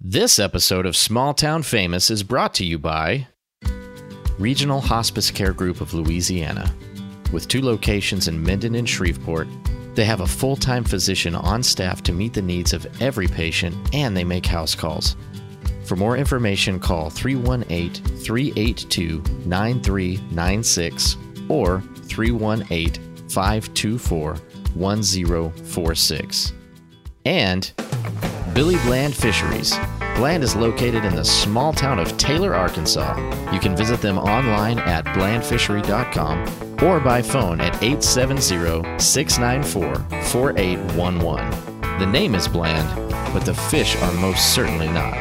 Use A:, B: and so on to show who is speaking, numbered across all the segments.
A: This episode of Small Town Famous is brought to you by Regional Hospice Care Group of Louisiana. With two locations in Minden and Shreveport, they have a full time physician on staff to meet the needs of every patient and they make house calls. For more information, call 318 382 9396 or 318 524 1046. And Billy Bland Fisheries. Bland is located in the small town of Taylor, Arkansas. You can visit them online at blandfishery.com or by phone at 870 694 4811. The name is Bland, but the fish are most certainly not.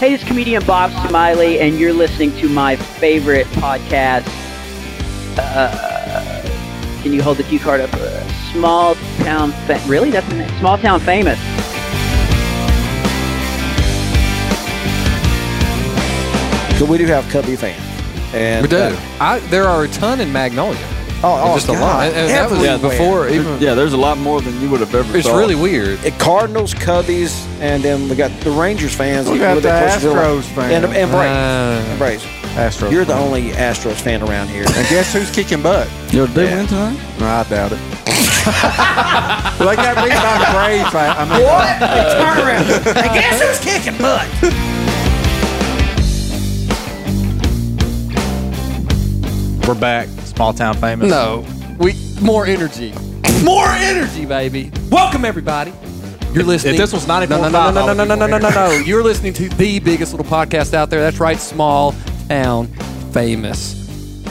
B: Hey, it's comedian Bob Smiley, and you're listening to my favorite podcast. Uh, can you hold the cue card up? Uh, small town, fa- really? That's the name? small town famous.
C: But we do have Cubby fans. And
D: We do.
C: uh,
D: I, there are a ton in Magnolia.
C: oh, oh,
D: just a
C: God,
D: lot. And, and that was
C: everywhere.
D: before even.
E: Yeah, there's a lot more than you would have ever
D: It's
E: thought.
D: really weird.
C: Uh, Cardinals, Cubbies, and then we got the Rangers fans.
F: We
C: even
F: got
C: a little bit
F: the
C: closer to
F: Astros
C: line. and,
F: fans.
C: and Braves.
D: Uh,
C: And Braves.
F: Astros.
C: You're the only Astros fan around here.
F: And guess who's kicking butt?
E: Yo, did they
C: Yeah.
E: win tonight?
F: No, I doubt it. well, they got beat by the Braves. I, I mean,
C: Turn around. And guess who's kicking butt?
G: We're back. Small town famous.
D: no, we more energy, more energy, baby. Welcome everybody. You're listening.
G: If this was
D: no, no,
G: 94,
D: no, no, no, no, no, no, no, no, no. You're listening to the biggest little podcast out there. That's right, small town famous.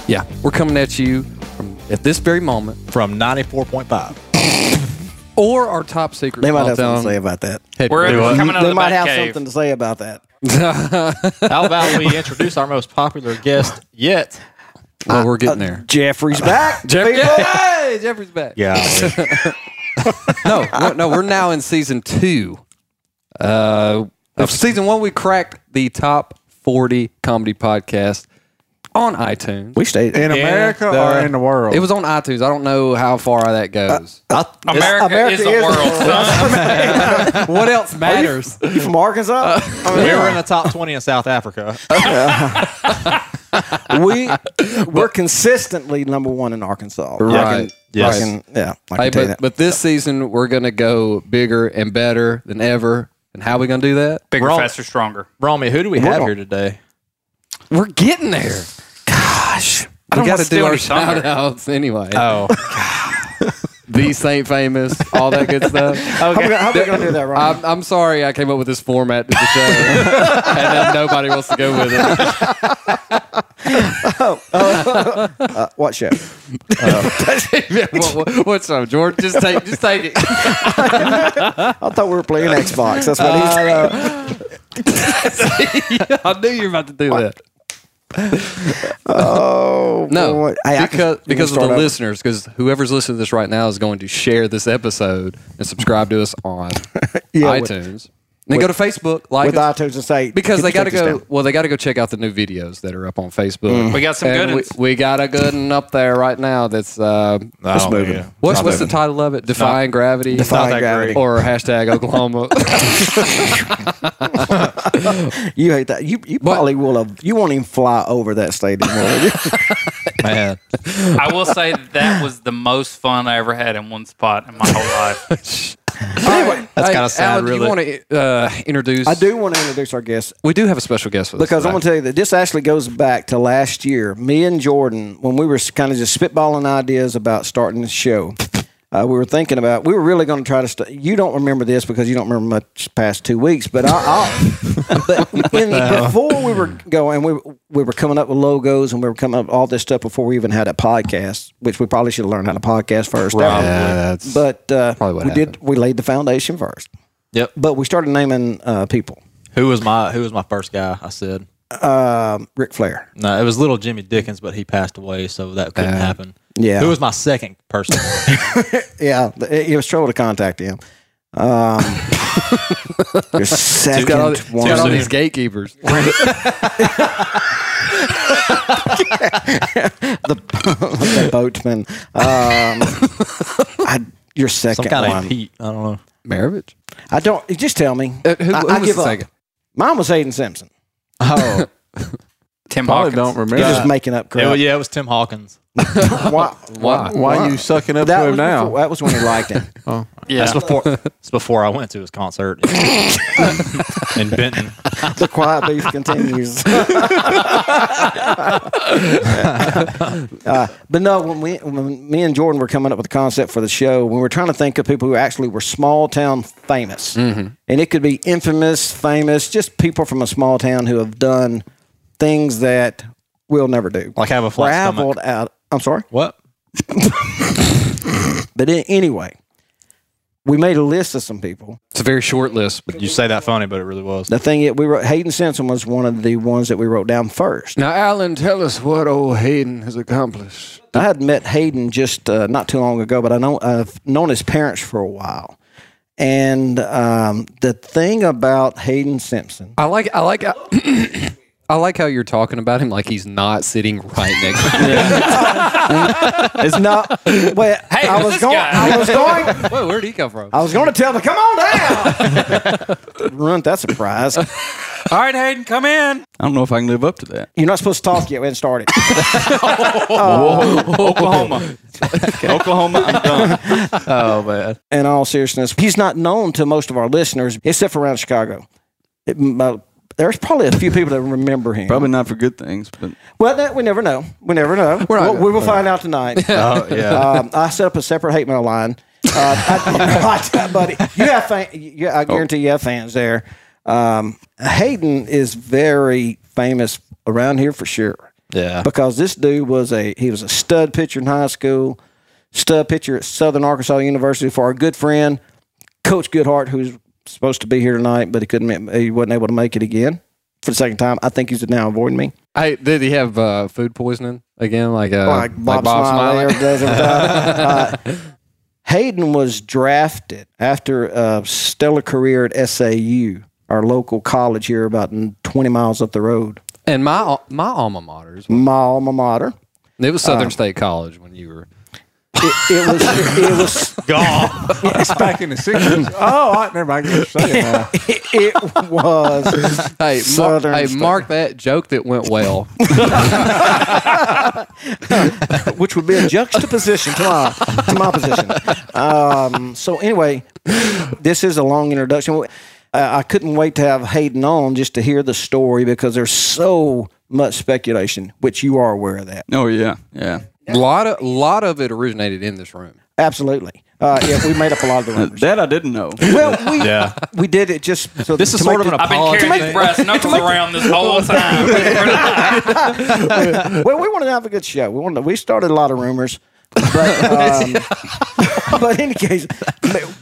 D: Yeah, we're coming at you from at this very moment,
G: From 94.5.
D: or our top secret.
C: They might
D: small
C: have something
D: town.
C: to say about that.
H: We're coming out
C: they
H: of the
C: might have
H: Batcave.
C: something to say about that.
G: How about we introduce our most popular guest yet?
D: Well, we're getting there. Uh,
C: Jeffrey's back.
D: Jeffrey,
C: people.
D: hey, Jeffrey's back.
G: Yeah.
D: no, we're- no, we're now in season two. Uh, of season one, we cracked the top forty comedy podcast on iTunes.
C: We stayed.
F: in America or
G: the-
F: in the world?
D: It was on iTunes. I don't know how far that goes.
C: Uh,
H: America, is the world, son.
C: uh,
D: what else matters?
C: you from
D: Uh,
C: Arkansas?
G: we were in the top 20 in South Africa.
C: we we're consistently number one in Arkansas. I can,
D: Right.
C: yes.
G: Yes.
C: I can, yeah. I can tell you
D: Hey, but,
C: that.
D: but this season we're gonna go bigger and better than ever. And how we gonna do that?
H: Bigger,
G: Wrong.
H: faster, stronger.
G: Romy, who do we have here today?
D: We're getting there. Gosh, I don't
H: We
D: want
H: gotta
D: to do
H: steal
D: our
H: any thunder.
D: shout outs anyway.
G: Oh,
D: the Saint Famous, all that good stuff.
C: How we gonna- how we going to do that, Ron?
D: I'm, I'm sorry I came up with this format to the show, and then nobody wants to go with it.
C: Uh, what show?
D: what, what, what's up, George? Just take, just take it.
C: I thought we were playing Xbox. That's what
D: Uh,
C: he's.
D: I knew you were about to do that.
C: oh
D: No,
C: boy. Hey, I can-
D: because
C: you can
D: because of the
C: start over.
D: listeners, because whoever's listening to this right now is going to share this episode and subscribe to us on
C: Yeah, with-
D: iTunes. Then go to Facebook, like
C: with
D: us,
C: iTunes and say
D: because
C: "Can
D: they
C: you
D: got to
C: take this
D: go.
C: down?" Mm.
D: Well, they got to go check out the new videos that are up on Facebook.
H: We got some
D: And
H: good
D: we,
H: ones.
D: we got a good one up there right now. That's uh,
G: that's Oh, moving.
D: what's what's the title of it? Defying gravity.
C: Defying
G: that
C: gravity.
G: great.
D: or hashtag Oklahoma.
C: You hate that. You you probably will have. You won't even fly over that stadium. will you?
G: Man,
H: I will say that, that was the most fun I ever had in one spot in my whole life.
G: that's
D: Hey,
G: kind of sad,
D: Alan, do
G: really.
D: you want to uh, introduce?
C: I do want to introduce our guest
D: We do have a special guest with
C: because
D: us
C: I'm going to tell you that this actually goes back to last year. Me and Jordan, when we were kind of just spitballing ideas about starting the show, uh, we were thinking about we were really going to try to. St- you don't remember this because you don't remember much past two weeks, but I. I'll, but in, before we were going, we we were coming up with logos and we were coming up with all this stuff before we even had a podcast, which we probably should have learned how to podcast first.
D: that's
C: But uh,
D: Probably what
C: we did. We laid the foundation first,
G: Yep.
C: but we started naming uh, people.
G: Who was my Who was my first guy? I said
C: Um, Ric Flair.
G: no. It was little Jimmy Dickens, but he passed away, so that couldn't happen.
C: yeah.
G: Who was my second person?
C: eh, Yeah, th- it, it was trouble to contact him. Um, your second
D: got all,
C: one.
D: got all these gatekeepers.
C: the, the boatman. Um, I, your
G: Some
C: second
G: kind
C: one.
G: of Pete. I don't know.
D: Maravich.
C: I don't. Just tell me.
D: Uh, who
C: I-
D: who
C: I
D: was
C: give
D: the
C: up.
D: second?
C: Mine was Aiden Simpson.
D: Oh,
H: Tim
E: Probably
H: Hawkins.
E: don't remember.
C: You're just making up
G: Yeah,
C: crap.
G: yeah, it was Tim Hawkins.
C: Why?
D: why?
E: Why are you sucking up
C: That
E: to him
C: was
E: now?
C: before- that was when he liked him.
H: Yeah.
G: That's before. that's before I went to his concert in Benton.
C: the quiet beef continues. uh, but no, when we, when me and Jordan were coming up with the concept for the show, we were trying to think of people who actually were small town famous,
G: Mm-hmm.
C: and it could be infamous, famous, just people from a small town who have done things that we'll never do,
G: Like have a flat
C: traveled out. I'm sorry.
G: What?
C: But a- anyway, we made a list of some people.
D: It's a very short list. But
G: You say that funny, but it really was.
C: The thing that we wrote, Hayden Simpson was one of the ones that we wrote down first.
D: now, Alan, tell us what old Hayden has accomplished.
C: I had met Hayden just uh, not too long ago, but I know I've known his parents for a while. And um, the thing about Hayden Simpson,
D: I like. I like. I like how you're talking about him like he's not sitting right next to you.
C: it's not. Well,
H: Hey,
C: I
H: who's
C: was
H: this
C: going.
H: guy?
C: I was going.
D: Whoa, where'd he come from?
C: I was going to tell them, come on down. Ruined that surprise.
H: All right, Hayden, come in.
E: I don't know if I can live up to that.
C: You're not supposed to talk yet. We hadn't started.
H: Oklahoma.
E: Oklahoma, I'm done. oh man,
C: in all seriousness, he's not known to most of our listeners, except for around Chicago. It- but there's probably a few people that remember him.
E: probably not for good things, but
C: Well, that, we never know. We never know.
D: We're not
C: Well, we will find out tonight.
E: oh yeah,
C: um, I set up a separate hate mail line. Uh, I, I- buddy, you have fan, you, I guarantee you have fans there. Um, Hayden is very famous around here for sure
G: Yeah.
C: because this dude was a he was a stud pitcher in high school, stud pitcher at Southern Arkansas University for our good friend Coach Goodhart, who's supposed to be here tonight, but he couldn't he wasn't able to make it again for the second time. I think he's now avoiding me.
D: Hey, did he have uh, food poisoning again? Like, uh,
C: Oh, like Bob, Smiley, every- does every time. Uh, Hayden was drafted after a stellar career at SAU, our local college here, about 20 miles up the road.
D: and my al- my alma mater's
C: My alma mater.
D: it was
C: Uh.
D: Southern State College when you were.
C: It, it was. It, was.
E: it's back in the sixties. Oh, I, never mind. I can say it now.
C: It, it was.
D: Hey, mar-
C: Southern
D: hey,
C: State.
D: mark that joke that went well.
C: which would be a juxtaposition to my to my position. Um, so anyway, this is a long introduction. Uh, I couldn't wait to have Hayden on just to hear the story because there's so much speculation, which you are aware of that.
E: Oh yeah, yeah.
D: A lot of lot of it originated in this room.
C: Absolutely. Uh, yeah, we made up a lot of the rumors.
E: That I didn't know.
C: well, we
G: Yeah.
C: we did it just. So
G: This is
C: to
G: sort
C: make
G: of an
H: I've been
G: apology.
H: carrying brass knuckles around this whole time.
C: the- well, we wanted to have a good show. We wanted to, we started a lot of rumors. But, um, but in any case,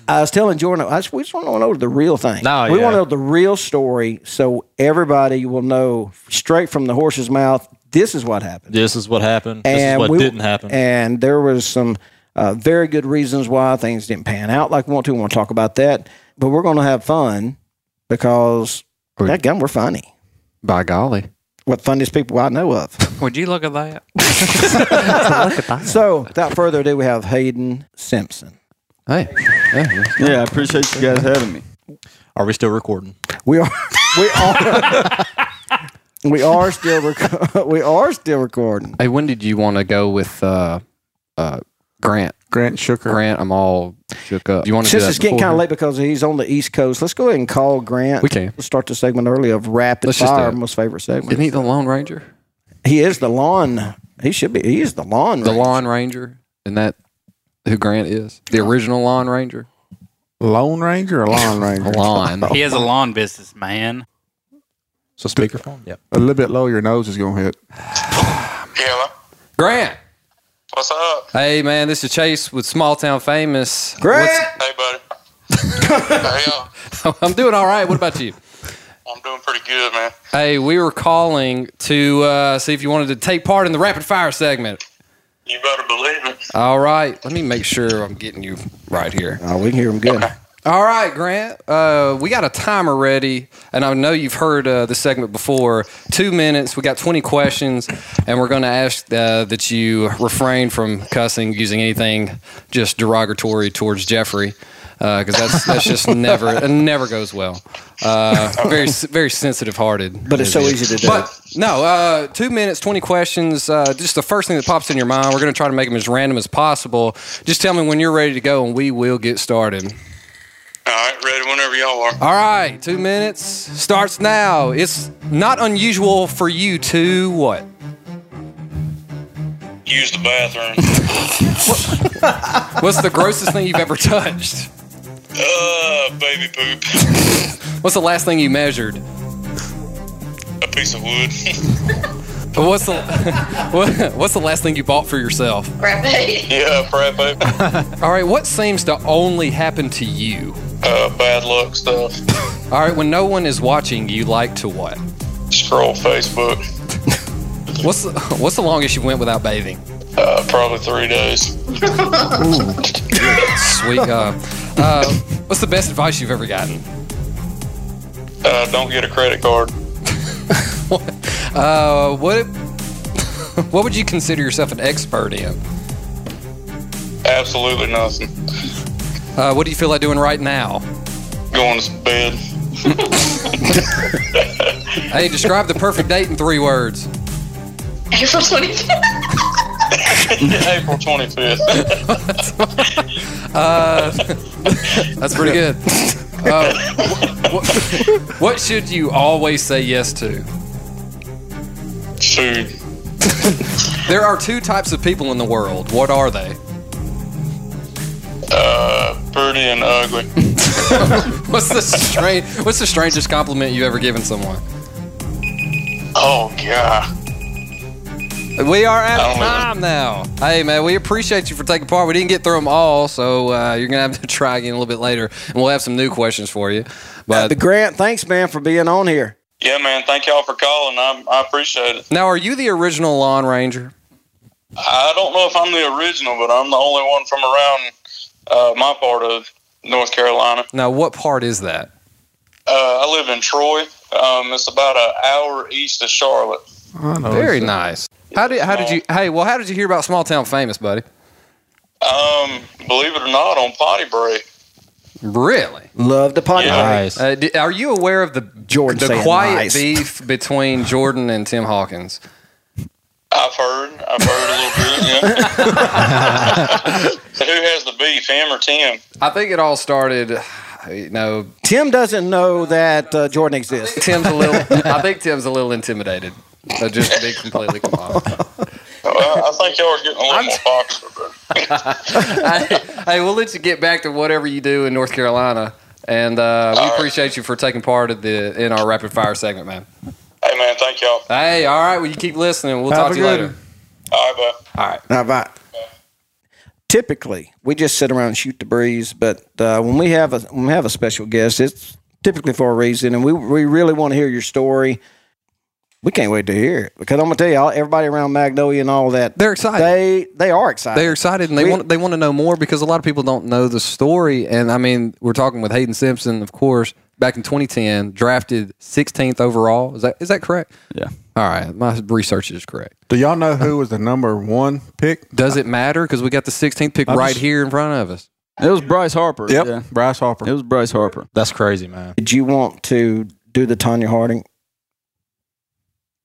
C: I was telling Jordan, I just, we just want to know the real thing.
G: No,
C: we
G: yeah.
C: want to know the real story so everybody will know straight from the horse's mouth this is what happened.
G: This is what happened. this is what
C: we-
G: didn't happen.
C: And there was some uh, very good reasons why things didn't pan out like we want to. We want to talk about that, but we're going to have fun because that gun we're funny.
D: By golly,
C: What funniest people I know of.
H: Would you look at that?
C: so, without further ado, we have Hayden Simpson.
D: hey, hey,
E: Yeah, I appreciate you guys having me.
G: Are we still recording?
C: We are. We are. we are still. Rec- we are still recording.
D: hey, when did you want to go with uh, uh, Grant?
E: Grant Shooker.
D: Grant, I'm all shook up. You want to do
C: Since
D: that
C: it's getting
D: before?
C: kind of late because he's on the East Coast, let's go ahead and call Grant.
D: We can.
C: Let's start the segment early of rapid
D: Let's just do
C: fire,
D: it.
C: most favorite segment.
D: Isn't he the Lone Ranger?
C: He is the lawn. He should be. He is the lawn.
D: The
C: ranger.
D: Lawn Ranger, and that who Grant is? The original Lawn Ranger.
E: Lone Ranger or Lawn Ranger?
D: Lawn.
H: He has a lawn business, man.
G: So speakerphone. Yep.
I: A little bit low, your nose is gonna hit.
J: Hello.
D: Grant.
J: What's up?
D: Hey man, this is Chase with Small Town Famous.
C: Grant.
J: Hey, buddy. hey, yo.
D: What's- I'm doing all right. What about you?
J: I'm doing pretty good, man.
D: Hey, we were calling to uh, see if you wanted to take part in the rapid fire segment.
J: You better believe it.
D: All right, let me make sure I'm getting you right here.
C: Oh, we can hear him good.
D: All right, Grant. Uh, we got a timer ready, and I know you've heard uh, the segment before. Two minutes. We got twenty questions, and we're going to ask uh, that you refrain from cussing, using anything just derogatory towards Jeffrey, because that's that's just never it never goes well. Uh, very very sensitive hearted,
C: But it's so easy to do.
D: But no, uh, two minutes, twenty questions. Uh, just the first thing that pops in your mind. We're going to try to make them as random as possible. Just tell me when you're ready to go, and we will get started.
J: All right, ready whenever y'all are.
D: All right, two minutes starts now. It's not unusual for you to what?
J: Use the bathroom.
D: What's the grossest thing you've ever touched?
J: uh, baby poop.
D: What's the last thing you measured?
J: A piece of wood.
D: What's the what, What's the last thing you bought for yourself?
J: Right. Yeah, crap paper.
D: All right, what seems to only happen to you?
J: Uh, bad luck stuff.
D: All right, when no one is watching, you like to what?
J: Scroll Facebook.
D: What's the, What's the longest you went without bathing?
J: Uh, probably three days.
D: Sweet. Uh, uh, what's the best advice you've ever gotten?
J: Uh, don't get a credit card.
D: Uh, what What would you consider yourself an expert in?
J: Absolutely nothing.
D: Uh, what do you feel like doing right now?
J: Going to bed.
D: Hey, describe the perfect date in three words.
K: April 25th.
J: April 25th.
D: Uh, that's pretty good. Uh, what, what should you always say yes to?
J: Food.
D: There are two types of people in the world. What are they?
J: Uh, pretty and ugly.
D: What's the strange? What's the strangest compliment you've ever given someone?
J: Oh, God.
D: We are out
J: I
D: of
J: don't know.
D: time now. Hey, man, we appreciate you for taking part. We didn't get through them all, so uh, you're gonna have to try again a little bit later, and we'll have some new questions for you. But
C: The Grant, thanks, man, for being on here.
J: Yeah, man. Thank y'all for calling. I, I appreciate it.
D: now, are you the original Lawn Ranger?
J: I don't know if I'm the original, but I'm the only one from around uh, my part of North Carolina.
D: Now, what part is that?
J: Uh, I live in Troy. Um, it's about an hour east of Charlotte.
D: Very nice. How did how did you? Hey, well, how did you hear about Small Town Famous, buddy?
J: Um, believe it or not, on potty break.
D: Really?
C: Love the podcast.
J: Yeah.
G: Nice.
D: Uh, di- are you aware of the
C: Jordan
D: the
C: saying
D: quiet
C: nice.
D: beef between Jordan and Tim Hawkins?
J: I've heard. I've heard a little bit. Yeah. Who has the beef, him or Tim?
D: I think it all started. You know,
C: Tim doesn't know that uh, Jordan exists.
D: Tim's a little. I think Tim's a little intimidated. So just to be completely honest.
J: Well, I think y'all are getting a little more popular. But
D: hey, hey, we'll let you get back to whatever you do in North Carolina, and uh, we
J: right.
D: appreciate you for taking part of the in our rapid fire segment, man.
J: hey, man, thank y'all.
D: Hey, all right. Well, you keep listening. We'll talk
E: a
D: to you
E: good
D: later.
E: one.
J: All right, bye.
D: All right.
C: Now, if I- typically we just sit around and shoot the breeze, but uh, when we have a when we have a special guest, it's typically for a reason, and we we really want to hear your story. We can't wait to hear it because I'm gonna tell you, all, everybody around Magnolia and all that
D: They're excited.
C: They they are excited.
D: They're excited and they
C: We-
D: want they want to know more because a lot of people don't know the story. And I mean, we're talking with Hayden Simpson, of course, back in 2010, drafted 16th overall. Is that is that correct?
F: Yeah.
D: All right, my research is correct.
I: Do y'all know who was the number one pick?
D: Does it matter? Because we got the 16th pick right here in front of us.
F: It was Bryce Harper.
I: Yep,
F: Yeah.
I: Bryce Harper.
F: It was Bryce Harper.
G: That's crazy, man.
C: Did you want to do the Tanya Harding?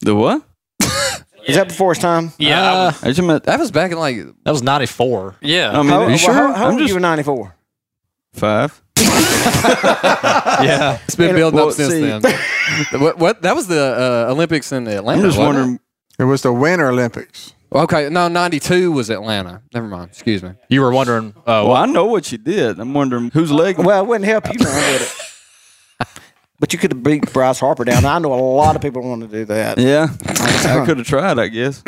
F: The what?
C: Is that before its time?
H: Yeah, I was-
F: I just meant.
D: That was back in like
G: That was 94.
F: I
H: yeah.
F: mean,
C: How-
F: are you sure?
C: How, how
F: I'm
C: old were
F: just
C: you in '94?
F: five.
G: Yeah.
D: it's been building
F: well,
D: up since
F: see-
D: then. what, what that was the uh, Olympics in Atlanta.
F: I'm just
D: wasn't
F: wondering.
I: It was the Winter Olympics.
D: it? Okay, no, 92 was Atlanta. Never mind. Excuse me.
G: You were wondering. Uh,
F: Well, I know what you did. I'm wondering whose leg.
C: Well, it wouldn't help you man, would it? But you could have beat Bryce Harper down. I know a lot of people want to do that.
F: Yeah, I could have tried. I guess.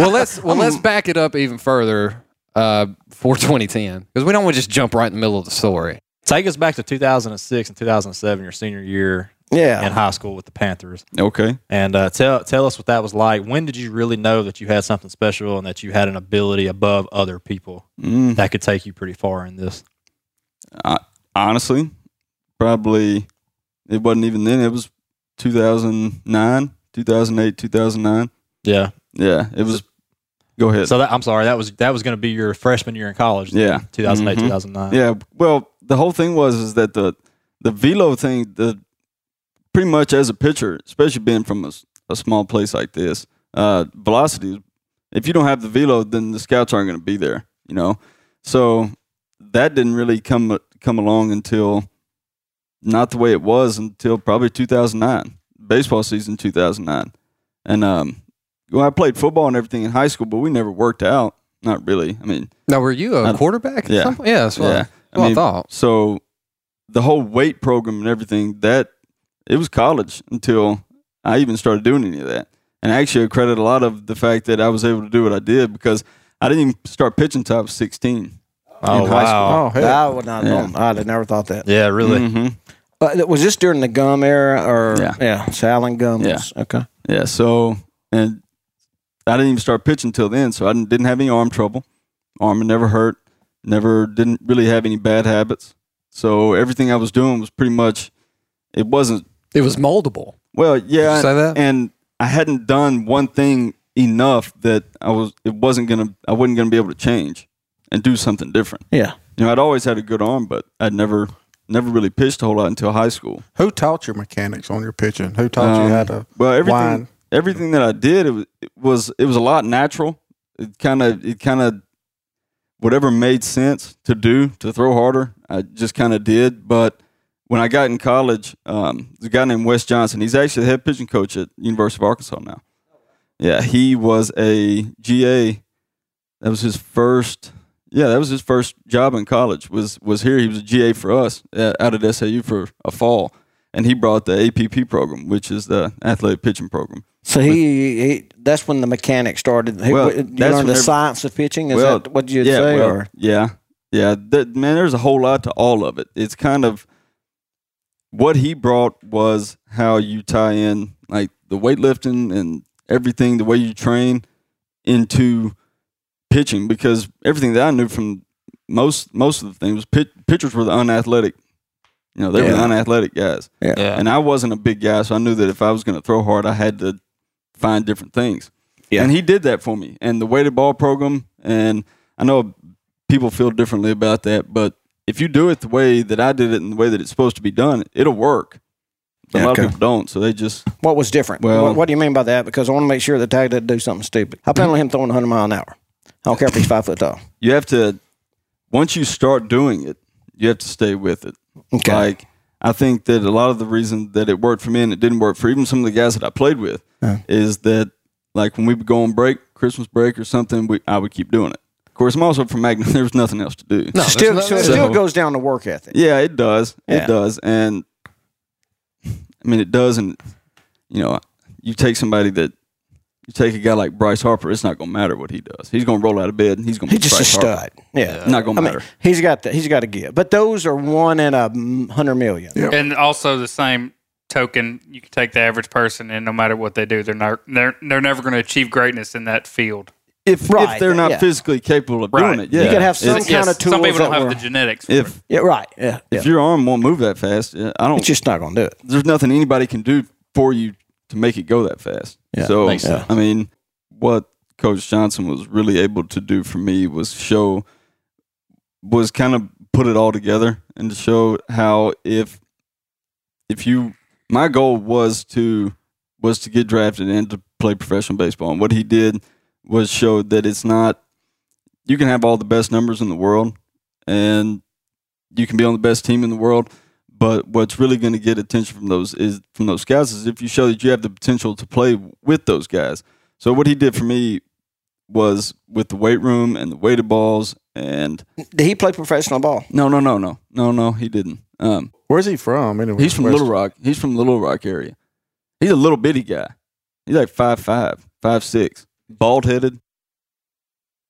D: well, let's well let's back it up even further uh, for 2010 because we don't want to just jump right in the middle of the story.
G: take us back to 2006 and 2007, your senior year
C: Yeah.
G: in high school with the Panthers,
F: Okay.
G: and uh, tell tell us what that was like. When did you really know that you had something special and that you had an ability above other people
F: Mm.
G: that could take you pretty far in this?
L: honestly, probably it wasn't even then. It was 2009, 2008, 2009.
G: Yeah.
L: Yeah. It was. Go ahead.
G: So that, I'm sorry. That was that was going to be your freshman year in college. then,
L: Yeah.
G: 2008,
L: Mhm.
G: 2009.
L: Yeah. Well, the whole thing was is that the the velo thing, the pretty much as a pitcher, especially being from a, s- a small place like this, uh, velocity. If you don't have the velo, then the scouts aren't going to be there. You know, so that didn't really come come along until not the way it was until probably 2009, baseball season 2009. And um, well, I played football and everything in high school, but we never worked out. Not really. I mean,
D: Now, were you a quarterback at
L: yeah.
D: some point? Um, Yeah, that's what I- that's what I thought.
L: So the whole weight program and everything that it was college until I even started doing any of that. And I actually credit a lot of the fact that I was able to do what I did because I didn't even start pitching until I was 16.
C: Oh,
L: in
C: wow.
L: high school.
C: Oh, hell. I would not have known. I'd have never thought that.
G: Yeah,
C: really.
L: Mhm.
C: But was this during the gum era or
L: Yeah.
C: yeah, Salin gums?
L: Yeah.
C: Okay.
L: Yeah. So, and I didn't even start pitching till then. So I didn't, didn't have any arm trouble. Arm never hurt. Never didn't really have any bad habits. So everything I was doing was pretty much, it wasn't.
D: It was moldable.
L: Well, yeah.
D: say that?
L: And I hadn't done one thing enough that I was, it wasn't going to, I wasn't going to be able to change and do something different.
C: Yeah.
L: You know, I'd always had a good arm, but I'd never, never really pitched a whole lot until high school.
I: Who taught your mechanics on your pitching? Who taught you how
L: Um,
I: to?
L: well everything
I: wind?
L: everything that I did it was it was, it was a lot natural. It kind of it kind of whatever made sense to do to throw harder. I just kind of did. But when I got in college, um, there's a guy named Wes Johnson. He's actually the head pitching coach at University of Arkansas now. Yeah, he was a GA. That was his first. Yeah, that was his first job in college. Was was here. He was a GA for us uh, out at SAU for a fall, and he brought the APP program, which is the athletic pitching program.
C: So he, he that's when the mechanics started. He,
L: Well,
C: you
L: that's
C: learned the
L: whenever-
C: science of pitching. Is that what you'd
L: yeah,
C: say?
L: well,
C: or
L: yeah, yeah. That, man, there's a whole lot to all of it. It's kind of what he brought was how you tie in like the weightlifting and everything, the way you train into pitching because everything that I knew from most most of the things was pit, pitchers were the unathletic. You know, they were the
I: Yeah.
L: unathletic guys.
I: Yeah. Yeah.
L: And I wasn't a big guy, so I knew that if I was going to throw hard, I had to find different things. Yeah. And he did that for me. And the weighted ball program, and I know people feel differently about that, but if you do it the way that I did it and the way that it's supposed to be done, it'll work. A lot of people don't, so they just
C: what was different?
L: Well-
C: what, what do you mean by that? Because I want to make sure the tag didn't do something stupid. I penalize him throwing 100 mile an hour. I don't care if he's five foot tall.
L: you have to once you start doing it, you have to stay with it.
C: Okay.
L: Like I think that a lot of the reason that it worked for me and it didn't work for even some of the guys that I played with
C: Yeah.
L: is that like when we would go on break, Christmas break or something, we I would keep doing it. Of course, I'm also from Magna. There was nothing else to do.
C: still, so it
L: So-
C: still goes down to work ethic.
L: yeah, it does.
C: Yeah.
L: It does. And I mean, it does. And, you know, you take somebody that, you take a guy like Bryce Harper, it's not going to matter what he does. He's going to roll out of bed and he's going to
C: He's
L: be
C: just a
L: Bryce
C: stud.
L: Harper.
C: Yeah.
L: Not going
C: I mean,
L: to matter.
C: he's got the, he's got to give. But those are one in a mm, hundred million.
H: And also the same token, you can take the average person, and no matter what they do, they're not they're they're never going to achieve greatness in that field.
L: if,
C: Right,
L: if they're not
C: yeah.
L: physically capable of
H: Right.
L: doing it, yeah.
C: You could have some
L: It's-
C: kind of tools.
H: Some people don't
C: that
H: have
C: were-
H: the genetics. For it.
L: If,
C: yeah, right. Yeah.
L: if your arm won't move that fast, yeah, I don't.
C: It's just not going to do it.
L: There's nothing anybody can do for you to make it go that fast.
C: Yeah,
L: so
C: makes sense.
L: I mean, what Coach Johnson was really able to do for me was show was kind of put it all together and to show how if if you my goal was to was to get drafted and to play professional baseball and what he did was showed that it's not you can have all the best numbers in the world and you can be on the best team in the world but what's really going to get attention from those is from those guys is if you show that you have the potential to play with those guys so what he did for me was with the weight room and the weighted balls and
C: Did he play professional ball?
L: no no no no no no he didn't um
I: Where's he from? Anyway,
L: he's from
I: West-
L: little rock he's from little rock area he's a little bitty guy he's like five five five six bald headed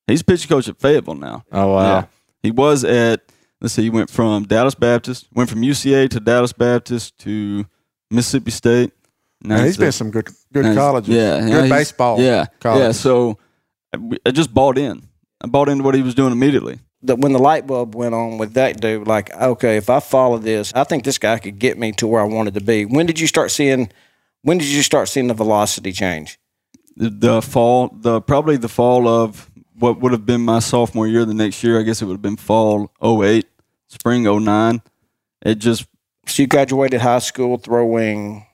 L: he's pitching coach at fayetteville now
G: Oh wow.
L: yeah. He was at let's see, he went from Dallas Baptist, went from UCA to Dallas Baptist to Mississippi State.
I: Man, he's
L: he's
I: been
L: at-
I: some good good
L: now he's-
I: colleges.
L: Yeah, now
I: good
L: he's-
I: baseball.
L: Yeah, yeah.
I: colleges.
L: So I, I just bought in. I bought into what he was doing immediately.
C: that when the light bulb went on with that dude, like, okay, if I follow this, I think this guy could get me to where I wanted to be. When did you start seeing? When did you start seeing the velocity change?
L: The- the fall, the probably the fall of what would have been my sophomore year. The next year, I guess it would have been fall 08, spring 09. It just
C: so you graduated high school throwing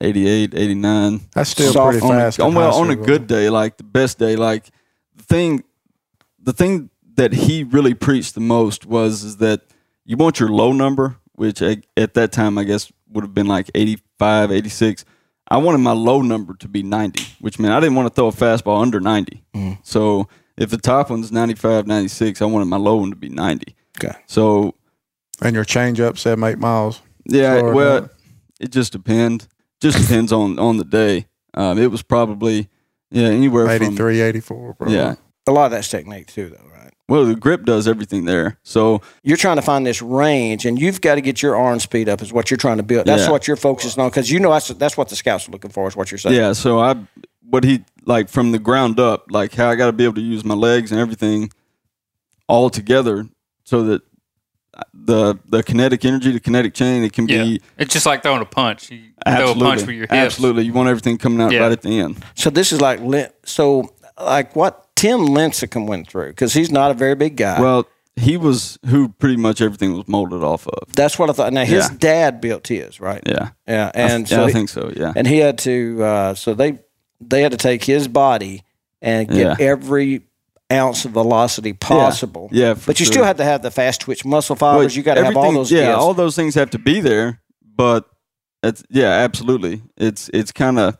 L: 88, 89.
C: That's still pretty
L: on a-
C: fast
L: on-
C: in
L: well,
C: high
L: on a
C: school.
L: good day, like the best day, like the thing, the thing that he really preached the most was is that you want your low number, which I, at that time I guess would have been like 85, 86. I wanted my low number to be 90, which meant I didn't want to throw a fastball under 90.
C: Mm.
L: So if the top one's 95, 96, I wanted my low one to be 90.
C: Okay.
L: So
I: And your change up said eight miles.
L: yeah,
I: Sorry
L: well,
I: about
L: it just depends. Just depends on on the day. Um, it was probably yeah anywhere from
I: 83, 84, bro.
L: Yeah.
C: A lot of that's technique too, though.
L: Well, the grip does everything there. So
C: You're trying to find this range, and you've got to get your arm speed up. Is what you're trying to build. That's
L: Yeah.
C: what you're focusing on because you know that's that's what the scouts are looking for. Is what you're saying.
L: Yeah, so I what he like from the ground up, like how I got to be able to use my legs and everything all together so that uh, the the kinetic energy, the kinetic chain, it can be
H: It's just like throwing a punch. You
L: absolutely
H: throw a punch with your hips.
L: absolutely. You want everything coming out
H: Yeah.
L: right at the end.
C: So this is like Lin- so like what Tim Lincecum went through because he's not a very big guy.
L: Well, he was who pretty much everything was molded off of.
C: that's what I thought. Now his
L: Yeah.
C: dad built his right.
L: Yeah.
C: Yeah,
L: I th-
C: and
L: yeah,
C: so
L: I
C: he-
L: think so. Yeah.
C: and he had to uh, so they they had to take his body and get
L: Yeah.
C: every ounce of velocity possible.
L: Yeah, for
C: but you
L: sure.
C: still had to have the fast twitch muscle
L: Well,
C: fibers. you got to have all
L: everything-
C: those.
L: Yeah,
C: gifts.
L: all those things have to be there. But it's yeah, absolutely. It's it's kind of,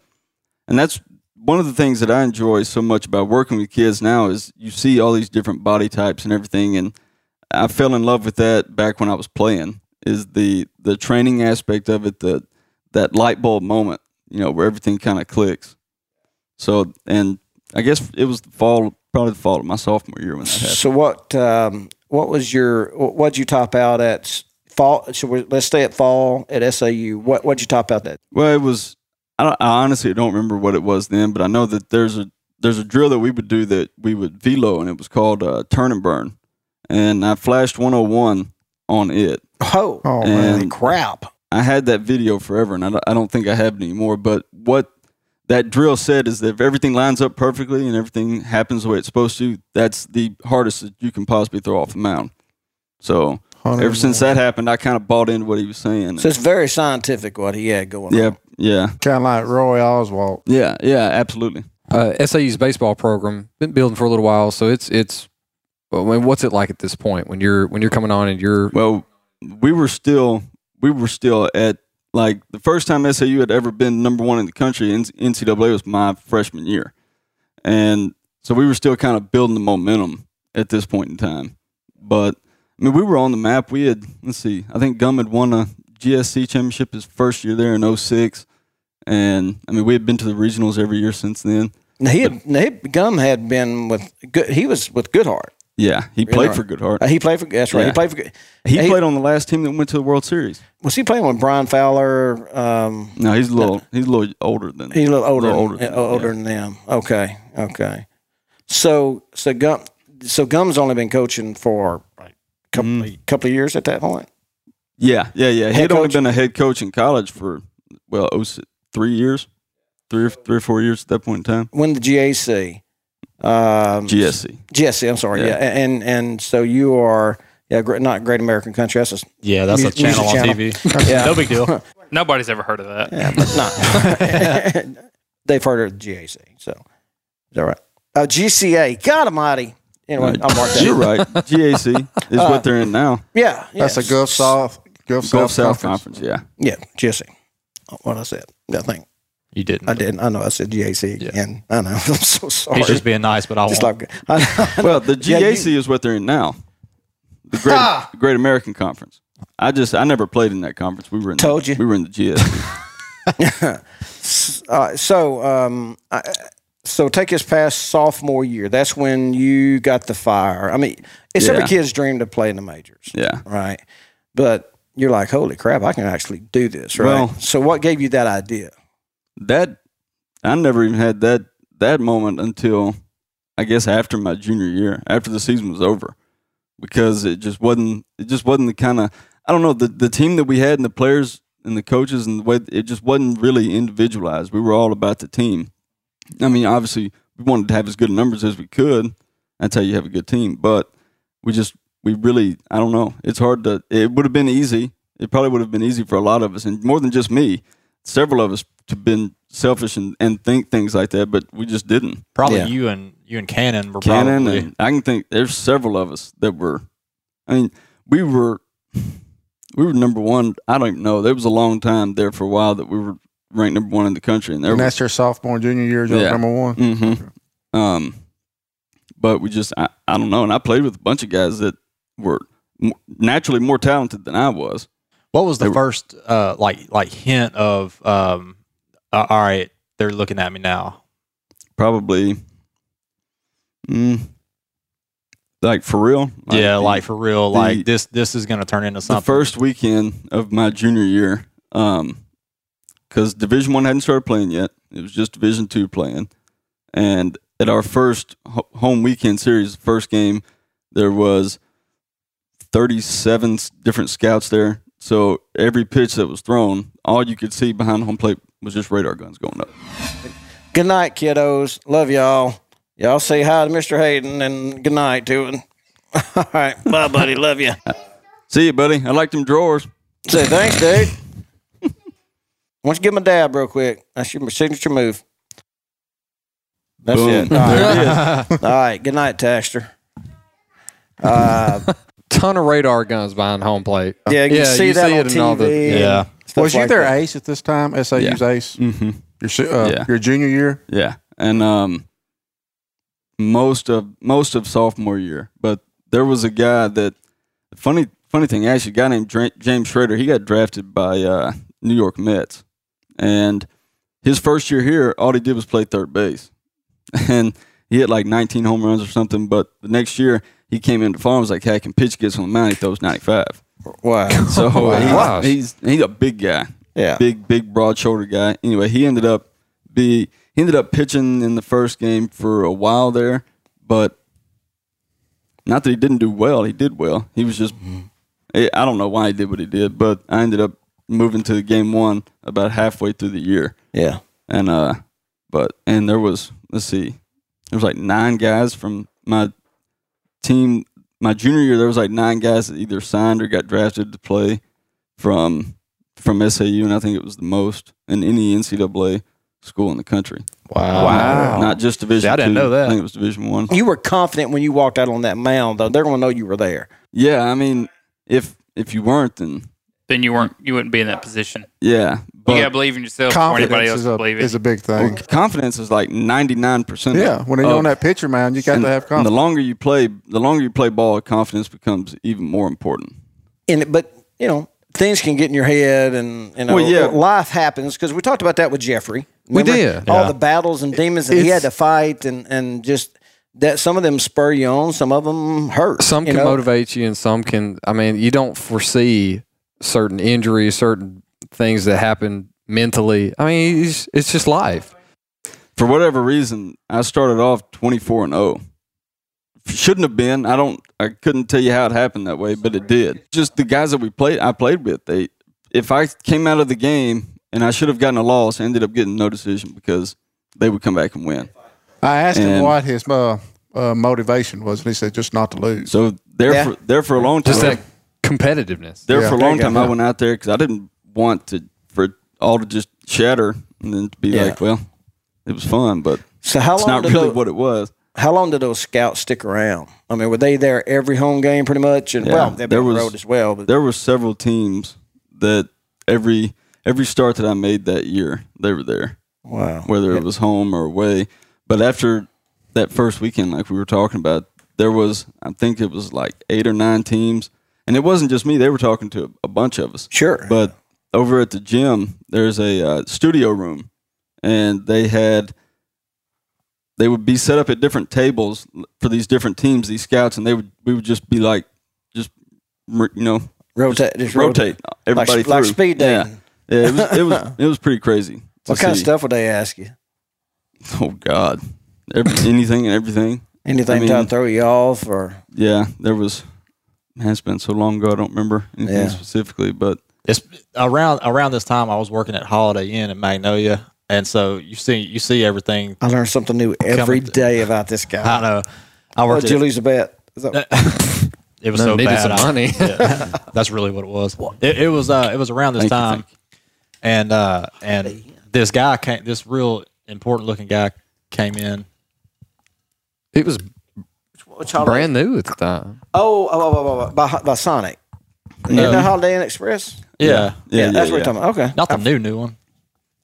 L: and that's one of the things that I enjoy so much about working with kids now is you see all these different body types and everything, and I fell in love with that back when I was playing. Is the the training aspect of it that that light bulb moment, you know, where everything kind of clicks. So and I guess it was the fall, probably the fall of my sophomore year when that happened.
C: So what um, what was your what what'd you top out at fall? So we, let's stay at fall at SAU. What what'd you top out at?
L: Well, it was. I, don't, I honestly don't remember what it was then, but I know that there's a there's a drill that we would do that we would velo, and it was called uh, turn and burn. And I flashed 101 on it.
C: Oh,
L: oh
C: man, crap!
L: I had that video forever, and I, don't- I don't think I have it anymore. But what that drill said is that if everything lines up perfectly and everything happens the way it's supposed to, that's the hardest that you can possibly throw off the mound. So ever since that happened, I kind of bought into what he was saying.
C: So it's very scientific what he had going
L: yeah,
C: on.
L: yeah.
I: Kind of like Roy Oswald.
L: Yeah, yeah, absolutely.
D: Uh, SAU's baseball program been building for a little while, so it's it's. I mean, what's it like at this point when you're when you're coming on and you're
L: well, we were still we were still at like the first time SAU had ever been number one in the country. N- NCAA was my freshman year, and so we were still kind of building the momentum at this point in time. But I mean, we were on the map. We had let's see, I think Gum had won a GSC championship his first year there in 06. and I mean we had been to the regionals every year since then.
C: Now he had now he, Gum had been with good. He was with Goodhart.
L: Yeah, he played for Goodheart.
C: Uh, he played for that's right. He
L: Yeah.
C: played for. Good-
L: He played on the last team that went to the World Series.
C: Was he playing with Brian Fowler? Um,
L: No, he's a little he's a little older than
C: He's a little older, older,
L: than-
C: than, uh, older than them. Okay, okay. So, so Gum, so Gum's only been coaching for a couple,
L: Mm-hmm.
C: couple of years at that point.
L: Yeah, yeah, yeah. He
C: Head
L: had only
C: coach?
L: been a head coach in college for well, oh, s- three years, three or three or four years at that point in time.
C: When the GAC, um,
L: GSC.
C: GSC. I'm sorry. Yeah.
L: Yeah.
C: and and so you are yeah, gr- not Great American Country. That's a,
G: Yeah, that's a
C: music-
G: channel on
C: music
G: TV.
C: yeah.
G: No big deal.
H: Nobody's ever heard of that.
C: Yeah, but not. They've heard of GAC. So, is that right? Oh, GCA. God Almighty. Anyway,
L: Right.
C: I'll mark that.
L: You're right. GAC is
C: Uh,
L: what they're in now.
C: Yeah,
I: That's
C: yeah.
I: a Gulf South Gulf, South,
L: Gulf South
I: Conference.
L: Conference. Yeah.
C: Yeah, GSC. What I said. I think.
G: You didn't.
C: I didn't. I know. I said GAC again. I know. I'm so sorry.
G: He's just being nice, but I
C: Just
G: won't.
C: like I know.
L: Well, the
C: Yeah, you-
L: GAC is what they're in now. The Great the Great American Conference. I just I never played in that conference. We were in
C: Told you.
L: we were in the GSC.
C: Uh, so, um, I, so take us past sophomore year. That's when you got the fire. I mean, it's every
L: Yeah.
C: kid's dream to play in the majors,
L: yeah.
C: right? But you're like, holy crap, I can actually do this, right?
L: Well-
C: so, what gave you that idea?
L: that I never even had that that moment until I guess after my junior year, after the season was over. because it just wasn't it just wasn't the kind of I don't know the the team that we had and the players and the coaches and the way it just wasn't really individualized. We were all about the team. I mean, obviously we wanted to have as good numbers as we could. That's how you have a good team, but we just we really I don't know. It's hard to. It would have been easy. It probably would have been easy for a lot of us, and more than just me, several of us to been selfish and, and think things like that, but we just didn't.
G: Probably you and you and Cannon were
L: Cannon
G: probably
L: and I can think there's several of us that were. I mean, we were we were number one. I don't even know. There was a long time there for a while that we were ranked number one in the country, and there
I: And
L: was
I: that's your sophomore, and junior year, yeah. number one.
L: Mm-hmm. Um, but we just, I, I don't know. And I played with a bunch of guys that were m- naturally more talented than I was.
G: What was the first uh, like like hint of um, uh, all right, they're looking at me now.
L: Probably, mm, like for real.
G: yeah,
L: the-
G: like for real,
L: the-
G: like this this is going to turn into
L: the
G: something.
L: first weekend of my junior year, um, because Division One hadn't started playing yet. It was just Division Two playing, and at our first ho- home weekend series, first game, there was thirty-seven s- different scouts there. So every pitch that was thrown, all you could see behind home plate was just radar guns going up.
C: Good night, kiddos. Love y'all. Y'all say hi to Mr. Hayden and good night to him. All right. Bye, buddy. Love you.
L: See you, buddy. I like them drawers.
C: Say thanks, dude. Why don't you give him a dab real quick? That's your signature move. That's
F: Boom.
C: it.
D: There
C: All
D: it
C: right. All right. Good night, Taster. Uh,
D: ton of radar guns behind home plate.
C: Yeah, you see that on
D: in all the-
C: TV and
D: yeah.
I: Was you their ace at this time? SAU's ace.
L: Mm-hmm.
I: Your si- uh,
L: Yeah.
I: your junior year.
L: Yeah, and um, most of most of sophomore year, but there was a guy that funny funny thing actually, a guy named Dra- James Schrader. He got drafted by uh, New York Mets, and his first year here, all he did was play third base, and he hit like 19 home runs or something. But the next year, he came into farm was like, "Hey, I can pitch against on the mound." He throws 95.
C: Wow!
L: So
F: Wow.
L: he- he's he's a big guy.
C: Yeah.
L: Big, big, broad shouldered guy. Anyway, he ended up be he ended up pitching in the first game for a while there, but not that he didn't do well. He did well. He was just I I don't know why he did what he did, but I ended up moving to game one about halfway through the year.
C: Yeah.
L: And uh, but and there was let's see, there was like nine guys from my team my junior year there was like nine guys that either signed or got drafted to play from from SAU and I think it was the most in any NCAA school in the country.
G: Wow.
C: Wow.
L: Not just division
C: See, I didn't
L: two.
C: know that.
L: I think it was division one.
C: you were confident when you walked out on that mound, though. They're going to know you were there.
L: Yeah, I mean if if you weren't then
H: Then you weren't you wouldn't be in that position.
L: yeah.
H: you gotta believe in yourself before anybody else can believe it.
L: big thing. confidence is like ninety nine percent.
I: Yeah, Oh. when you're on that pitcher mound, you got to have
L: And the
I: confidence.
L: longer you play, the longer you play ball, confidence becomes even more important.
C: And it- but you know things can get in your head, and you know
L: Well, yeah.
C: life happens because we talked about that with Jeffrey.
L: We
C: Remember
L: did.
C: all
L: Yeah.
C: the battles and demons that he
D: It's-
C: had to fight, and and just that some of them spur you on, some of them hurt.
D: Some
C: you
D: can
C: know?
D: motivate you, and some can. I mean, you don't foresee certain injuries, certain things that happen mentally. I mean, it's, it's just life.
L: for whatever reason, I started off 24 and 0. Shouldn't have been. I don't. I couldn't tell you how it happened that way, but it did. Just the guys that we played, I played with. They, if I came out of the game and I should have gotten a loss, I ended up getting no decision because they would come back and win.
I: I asked him
L: And-
I: what his uh, uh, motivation was, and he said just not to lose.
L: So there, for, there for a long time,
D: Just that competitiveness.
L: There
I: Yeah.
L: for a long
I: Yeah.
L: time, I went out there because I didn't want to for it all to just shatter and then to be
C: Yeah.
L: like, well, it was fun, but
C: So how
L: it's
C: long
L: not
C: did
L: really
C: the-
L: what it was.
C: How long did those scouts stick around? I mean, were they there every home game pretty much? And
L: Yeah,
C: well, they've been on the road as well. But
L: there were several teams that every every start that I made that year, they were there.
C: Wow.
L: Whether it was home or away, but after that first weekend, like we were talking about, there was I think it was like eight or nine teams, and it wasn't just me. They were talking to a, a bunch of us.
C: Sure.
L: But over at the gym, there's a uh, studio room, and they had they would be set up at different tables for these different teams, these scouts, and they would we would just be like, just r- you know,
C: rotate, just rotate.
L: rotate everybody
C: Like- like
L: through.
C: speed dating.
L: Yeah, yeah it, was, it was it was pretty crazy. to
C: what kind of
L: see.
C: stuff would they ask you?
L: Oh God, Every, anything and everything,
C: Anything
L: I mean,
C: trying to throw you off, or
L: yeah, there was Man, it's been so long ago. I don't remember anything
G: Yeah.
L: specifically, but
G: it's around around this time I was working at Holiday Inn in Magnolia, and so you see you see everything.
C: I learn something new every day about this guy.
G: I know. I worked.
C: oh,
G: at-
C: Julie's a bet. Is that-
G: It was
C: No,
G: so
C: needed
G: bad.
C: some
G: I-
C: money.
G: yeah, that's really what it was. It, it was. Uh, it was around this
L: Thank you,
G: time, and uh, and this guy came. This real important looking guy came in.
D: It was brand new at the time.
C: Oh, oh, oh, oh, oh, by, by Sonic. Isn't
L: No.
C: that Holiday Inn Express?
G: Yeah.
C: Yeah, that's what we're talking about. Okay.
G: Not the new new one.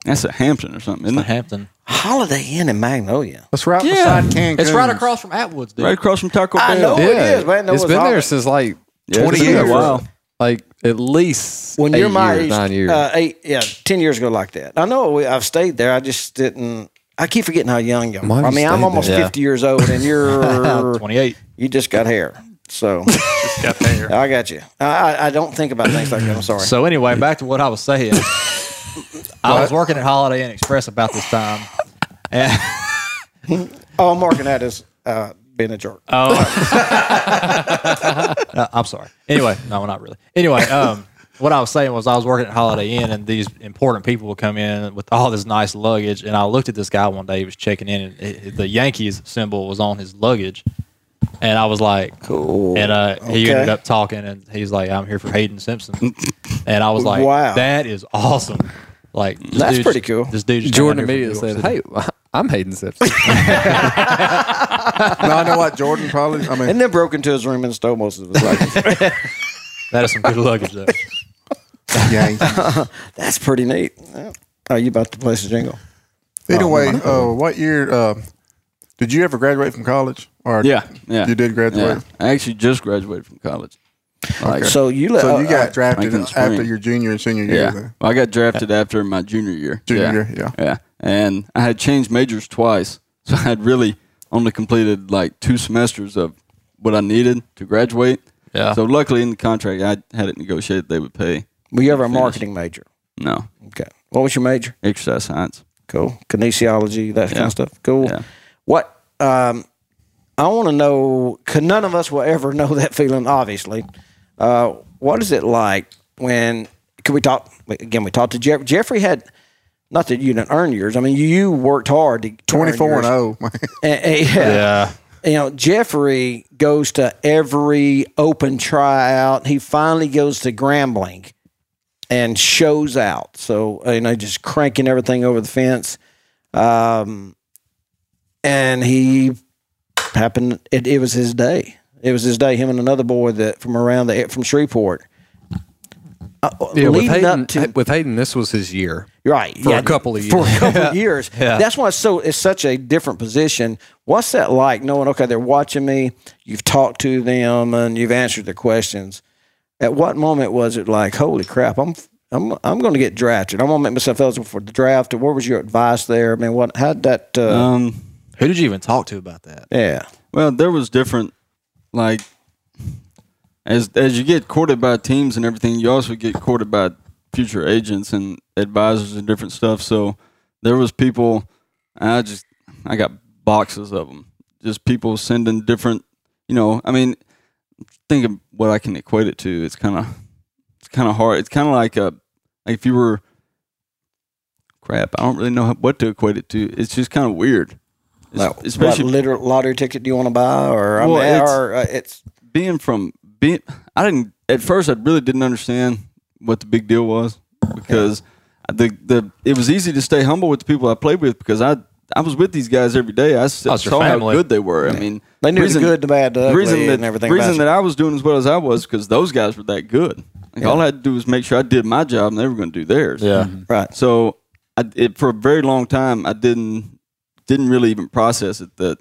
L: That's at Hampton or something, isn't it?
G: Hampton.
C: Holiday Inn in Magnolia.
I: That's right
L: Yeah.
I: beside Cancun.
G: It's right across from Atwoods, dude.
L: Right across from Taco Bell.
C: I know Oh, it is, man. No,
D: it's
C: it's
D: been there
C: Holiday.
D: since like
L: Yeah, it's
D: twenty
L: been
D: years.
L: a while.
D: Like at least
C: when
D: eight
C: you're my
D: years,
C: age,
D: nine years.
C: Uh, eight, yeah, ten years ago, like that. I know we, I've stayed there. I just didn't. I keep forgetting how young you are.
D: Mine
C: I mean,
D: stayed
C: I'm
D: there.
C: almost
D: Yeah.
C: fifty years old, and you're
G: 28.
C: You just got hair, so
H: got hair.
C: I got you. I, I- I don't think about things like that. I'm sorry.
G: So anyway, back to what I was saying. I was working at Holiday Inn Express about this time. And
C: oh, I'm marking that as uh, being a jerk.
G: oh, Uh, I'm sorry. Anyway, no, not really. Anyway, um, what I was saying was I was working at Holiday Inn, and these important people would come in with all this nice luggage. And I looked at this guy one day; he was checking in, and it, the Yankees symbol was on his luggage. And I was like,
C: "Cool."
G: And uh, he
C: Okay.
G: ended up talking, and he's like, "I'm here for Hayden Simpson," and I was like,
D: Wow.
G: that is awesome!" Like, this
D: That's
G: dude's-
D: pretty cool.
G: This dude, just
D: Jordan
G: came here
D: immediately
G: from New
D: said,
G: York
D: "Hey,
G: City.
D: I'm Hayden Simpson."
I: no, I know what Jordan probably. I mean,
C: and then broke into his room and stole most of his luggage.
G: that is some good luggage, though."
C: That's pretty neat. Yeah. Oh, you about to place a jingle?
I: Anyway,
C: Oh,
I: uh, what year uh, did you ever graduate from college? Or
L: Yeah, yeah.
I: you did graduate.
L: Yeah. I actually just graduated from collge. Like-
C: So you let-
I: so you
C: uh,
I: got
C: uh,
I: drafted
L: Lincoln Spring.
I: after your junior and senior year.
L: Yeah.
I: then.
L: Well, I got drafted after my junior year.
I: Junior
L: yeah.
I: year, yeah.
L: Yeah. And I had changed majors twice. So I had really only completed like two semesters of what I needed to graduate.
G: Yeah.
L: So luckily in the contract, I had it negotiated they would pay.
C: Were you ever a marketing major?
L: No.
C: Okay. What was your major?
L: Exercise science.
C: Cool. Kinesiology, that kind
L: Yeah.
C: of stuff. Cool. What um, I want to know, because none of us will ever know that feeling, obviously. Uh, what is it like when? Can we talk again? We talked to Jeff. Jeffrey had not that you didn't earn yours. I mean, you worked hard to twenty
I: 24 and
C: oh.
I: oh. 0.
C: yeah. You know, Jeffrey goes to every open tryout. He finally goes to Grambling and shows out. So, you know, just cranking everything over the fence. Um, and he happened, it, it was his day. It was his day, him and another boy that from around the, from Shreveport. Uh,
D: yeah, with
C: leading
D: Hayden,
C: up to
D: with Hayden, this was his year.
C: Right.
D: For
C: yeah,
D: a couple of years.
C: For a couple of years.
D: Yeah.
C: That's why it's so it's such a different position. What's that like knowing, okay, they're watching me, you've talked to them and you've answered their questions. At what moment was it like, holy crap, I'm I'm I'm gonna get drafted. I'm gonna make myself eligible for the draft. What was your advice there? I mean, what how'd that uh,
L: Um,
G: Who did you even talk to about that?
C: Yeah.
L: Well, there was different, like as as you get courted by teams and everything, you also get courted by future agents and advisors and different stuff. So there was people. I just I got boxes of them. Just people sending different. You know, I mean, think of what I can equate it to. It's kind of it's kind of hard. It's kind of like a like if you were crap. I don't really know what to equate it to. It's just kind of weird. It's-
C: like, what liter- lottery ticket do you want to buy or I
L: Well,
C: mean,
L: it's-
C: or uh, it's
L: being from being I didn't at first I really didn't understand what the big deal was because the the it was easy to stay humble with the people I played with because I I was with these guys every day. I s-
C: Oh, it's your
L: saw how
C: family.
L: good they were. I mean,
C: They knew the good, the bad, the
L: the
C: ugly,
L: reason that,
C: and everything about
L: Reason
C: you.
L: that I was doing as well as I was because those guys were that good. Like, All I had to do was make sure I did my job and they were going to do theirs.
G: Yeah.
C: right.
L: So I, it, for a very long time, I didn't didn't really even process it that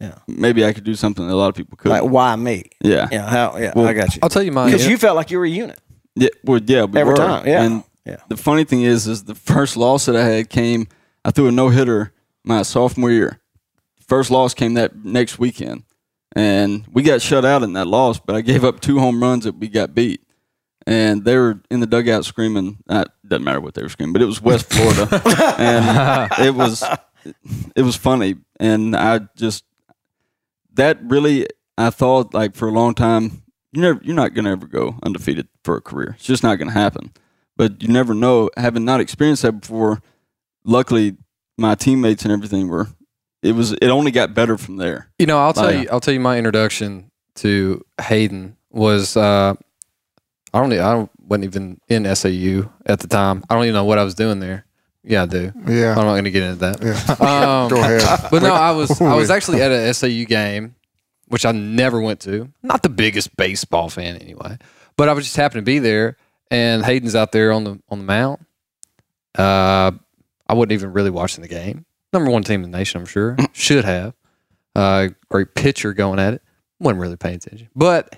C: yeah.
L: maybe I could do something that a lot of people could.
C: like why me?
L: Yeah.
C: Yeah, how yeah,
L: Well,
C: I got you.
L: I'll tell you
I: Oh,
L: my-
C: Because you felt like you were a unit.
L: Yeah, well, yeah, we
C: Every
L: were.
C: time, yeah,
L: And
C: yeah.
L: the funny thing is, is the first loss that I had came. I threw a no hitter my sophomore year. First loss came that next weekend, and we got shut out in that loss. But I gave up two home runs that we got beat, and they were in the dugout screaming. Uh, doesn't matter what they were screaming, but it was West Florida, and it was it was funny, and I just that really I thought like for a long time you never you're not gonna ever go undefeated for a career. It's just not gonna happen. But you never know. Having not experienced that before, luckily my teammates and everything were. It was. It only got better from there.
D: You know, I'll tell
L: Like-
D: you. I'll tell you my introduction to Hayden was uh, I don't. e- I don't, wasn't even in SAU at the time. I don't even know what I was doing there. Yeah, I do.
I: Yeah.
D: I'm not going to get into that.
I: Yeah.
D: Um,
I: Go ahead.
D: But no, I was. I was actually at a SAU game, which I never went to. Not the biggest baseball fan anyway, but I was just happened to be there. And Hayden's out there on the on the mound. Uh, I wasn't even really watching the game. Number one team in the nation, I'm sure.
I: Mm.
D: Should have. Uh, great pitcher going at it. Wasn't really paying attention. But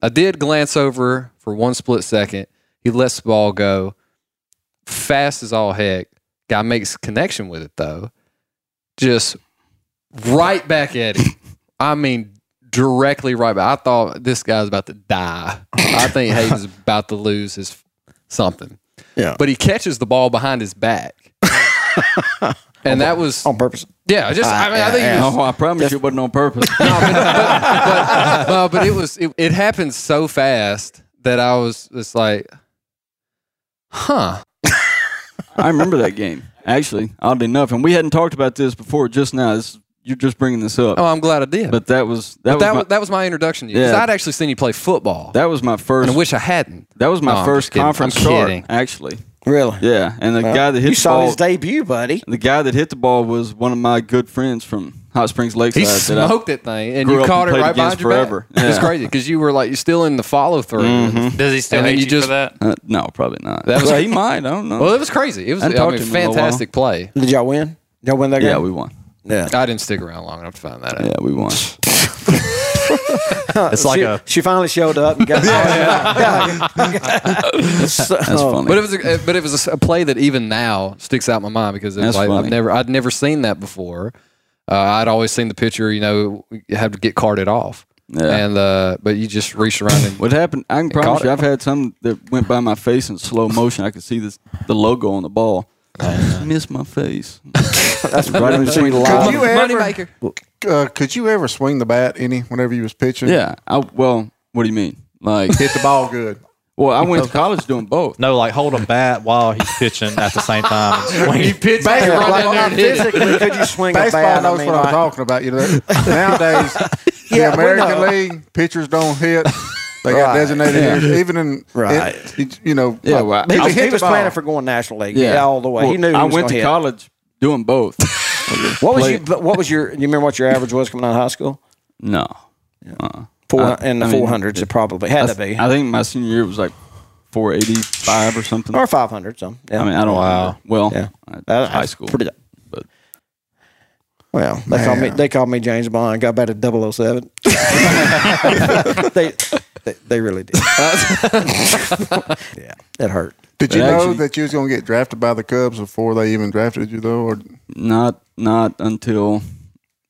D: I did glance over for one split second. He lets the ball go fast as all heck. Guy makes connection with it, though. Just right back at him. I mean, directly right back. I thought this guy's about to die. I think Hayden's about to lose his something.
C: Yeah.
D: But he catches the ball behind his back. and that was
C: on purpose.
D: Yeah, just I mean, I think it was-
L: Oh, I promise you it wasn't on purpose.
D: well, but it was it, it happened so fast that I was just like, huh.
L: I remember that game actually, oddly enough, and we hadn't talked about this before. Just now, this, you're just bringing this up.
D: Oh, I'm glad I did.
L: But that was
D: But
L: that
D: That,
L: was, my,
D: was, that was my introduction to you 'cause
L: Yeah.
D: I'd actually seen you play football.
L: that was my first.
D: and I wish I hadn't.
L: That was my
D: No, I'm
L: first
D: just kidding.
L: conference
D: I'm
L: start,
D: kidding.
L: actually.
C: Really?
L: Yeah, and the
C: Well,
L: guy that hit
C: you
L: the
C: saw
L: ball,
C: his debut, buddy.
L: the guy that hit the ball was one of my good friends from Hot Springs Lakeside.
D: He
L: uh, that I
D: smoked that thing, and
L: grew
D: you
L: up
D: caught it
L: played
D: right
L: against
D: behind your
L: forever.
D: back. It's
L: Yeah.
D: crazy because you were like you're still in the follow through.
L: Mhm.
D: Does he
L: still
D: and then
L: hate
D: you
L: you
D: just,
L: for that? Uh, no, probably not.
D: That was-
L: Well, he might. I don't know.
D: Well, it was crazy. It was
L: I
D: I
L: hadn't talked
D: mean,
L: to him in a little
D: fantastic play.
C: Did y'all win? Y'all win that game?
L: yeah, we won.
C: Yeah.
D: I didn't stick around long enough to find that out.
L: Yeah, we won.
C: it's like she,
D: a-
C: she finally showed up. And got, So-
D: But it was, a, eh, but it was a, play that even now sticks out in my mind because it's
L: That's
D: like I've
L: funny.
D: never, I'd never seen that before. Uh, I'd always seen the pitcher, you know, have to get carted off,
L: Yeah.
D: and uh, but you just reached around and
L: What happened? I can
D: It caught
L: promise you,
D: it.
L: I've had some that went by my face in slow motion. I could see this, the logo on the ball. Miss my face. That's right in between the lines.
D: maker.
I: Uh, could you ever swing the bat any whenever you was pitching?
L: Yeah. I, well, what do you mean? Like
I: hit the ball good.
L: Well, I went to college doing both.
G: No, like hold a bat while he's pitching at the same time.
I: He pitched Baseball, it right like, down there and hit it. physically, could you swing a Baseball bat? I knows mean, what I'm like- talking about. You know, nowadays,
E: Yeah,
I: the
E: we
I: American
E: know.
I: League pitchers don't hit. They got
C: Right.
I: designated
C: Yeah.
I: hitters, even in
C: Right.
I: in- you know, uh,
L: Yeah,
I: like,
L: well,
I: they
C: he was,
I: hit
C: he
I: the
C: was
I: ball.
C: planning for going national league. Yeah, all the way. he
L: Well,
C: knew. He
L: I
C: was
L: went
C: gonna
L: to
C: hit.
L: college doing both.
C: What was
L: Play-
C: you? but What was your? You remember what your average was coming out of high school?
L: No. Uh-uh.
C: Four
L: I-
C: in the
L: I mean,
C: four hundreds. It probably had
L: I
C: to
L: th-
C: be,
L: I think my senior year was like 485 or something.
C: or five hundred some. Yeah.
L: I mean, I don't. Wow. Well,
C: Yeah.
L: uh, high school.
C: Pretty.
L: But
C: Well, they called me.
L: Man.
C: They called me James Bond. Got back to 007. they, they they really did. yeah, it hurt.
I: Did
L: But
I: you know
L: actually-
I: that you was going to get drafted by the Cubs before they even drafted you, though? Or
L: not not until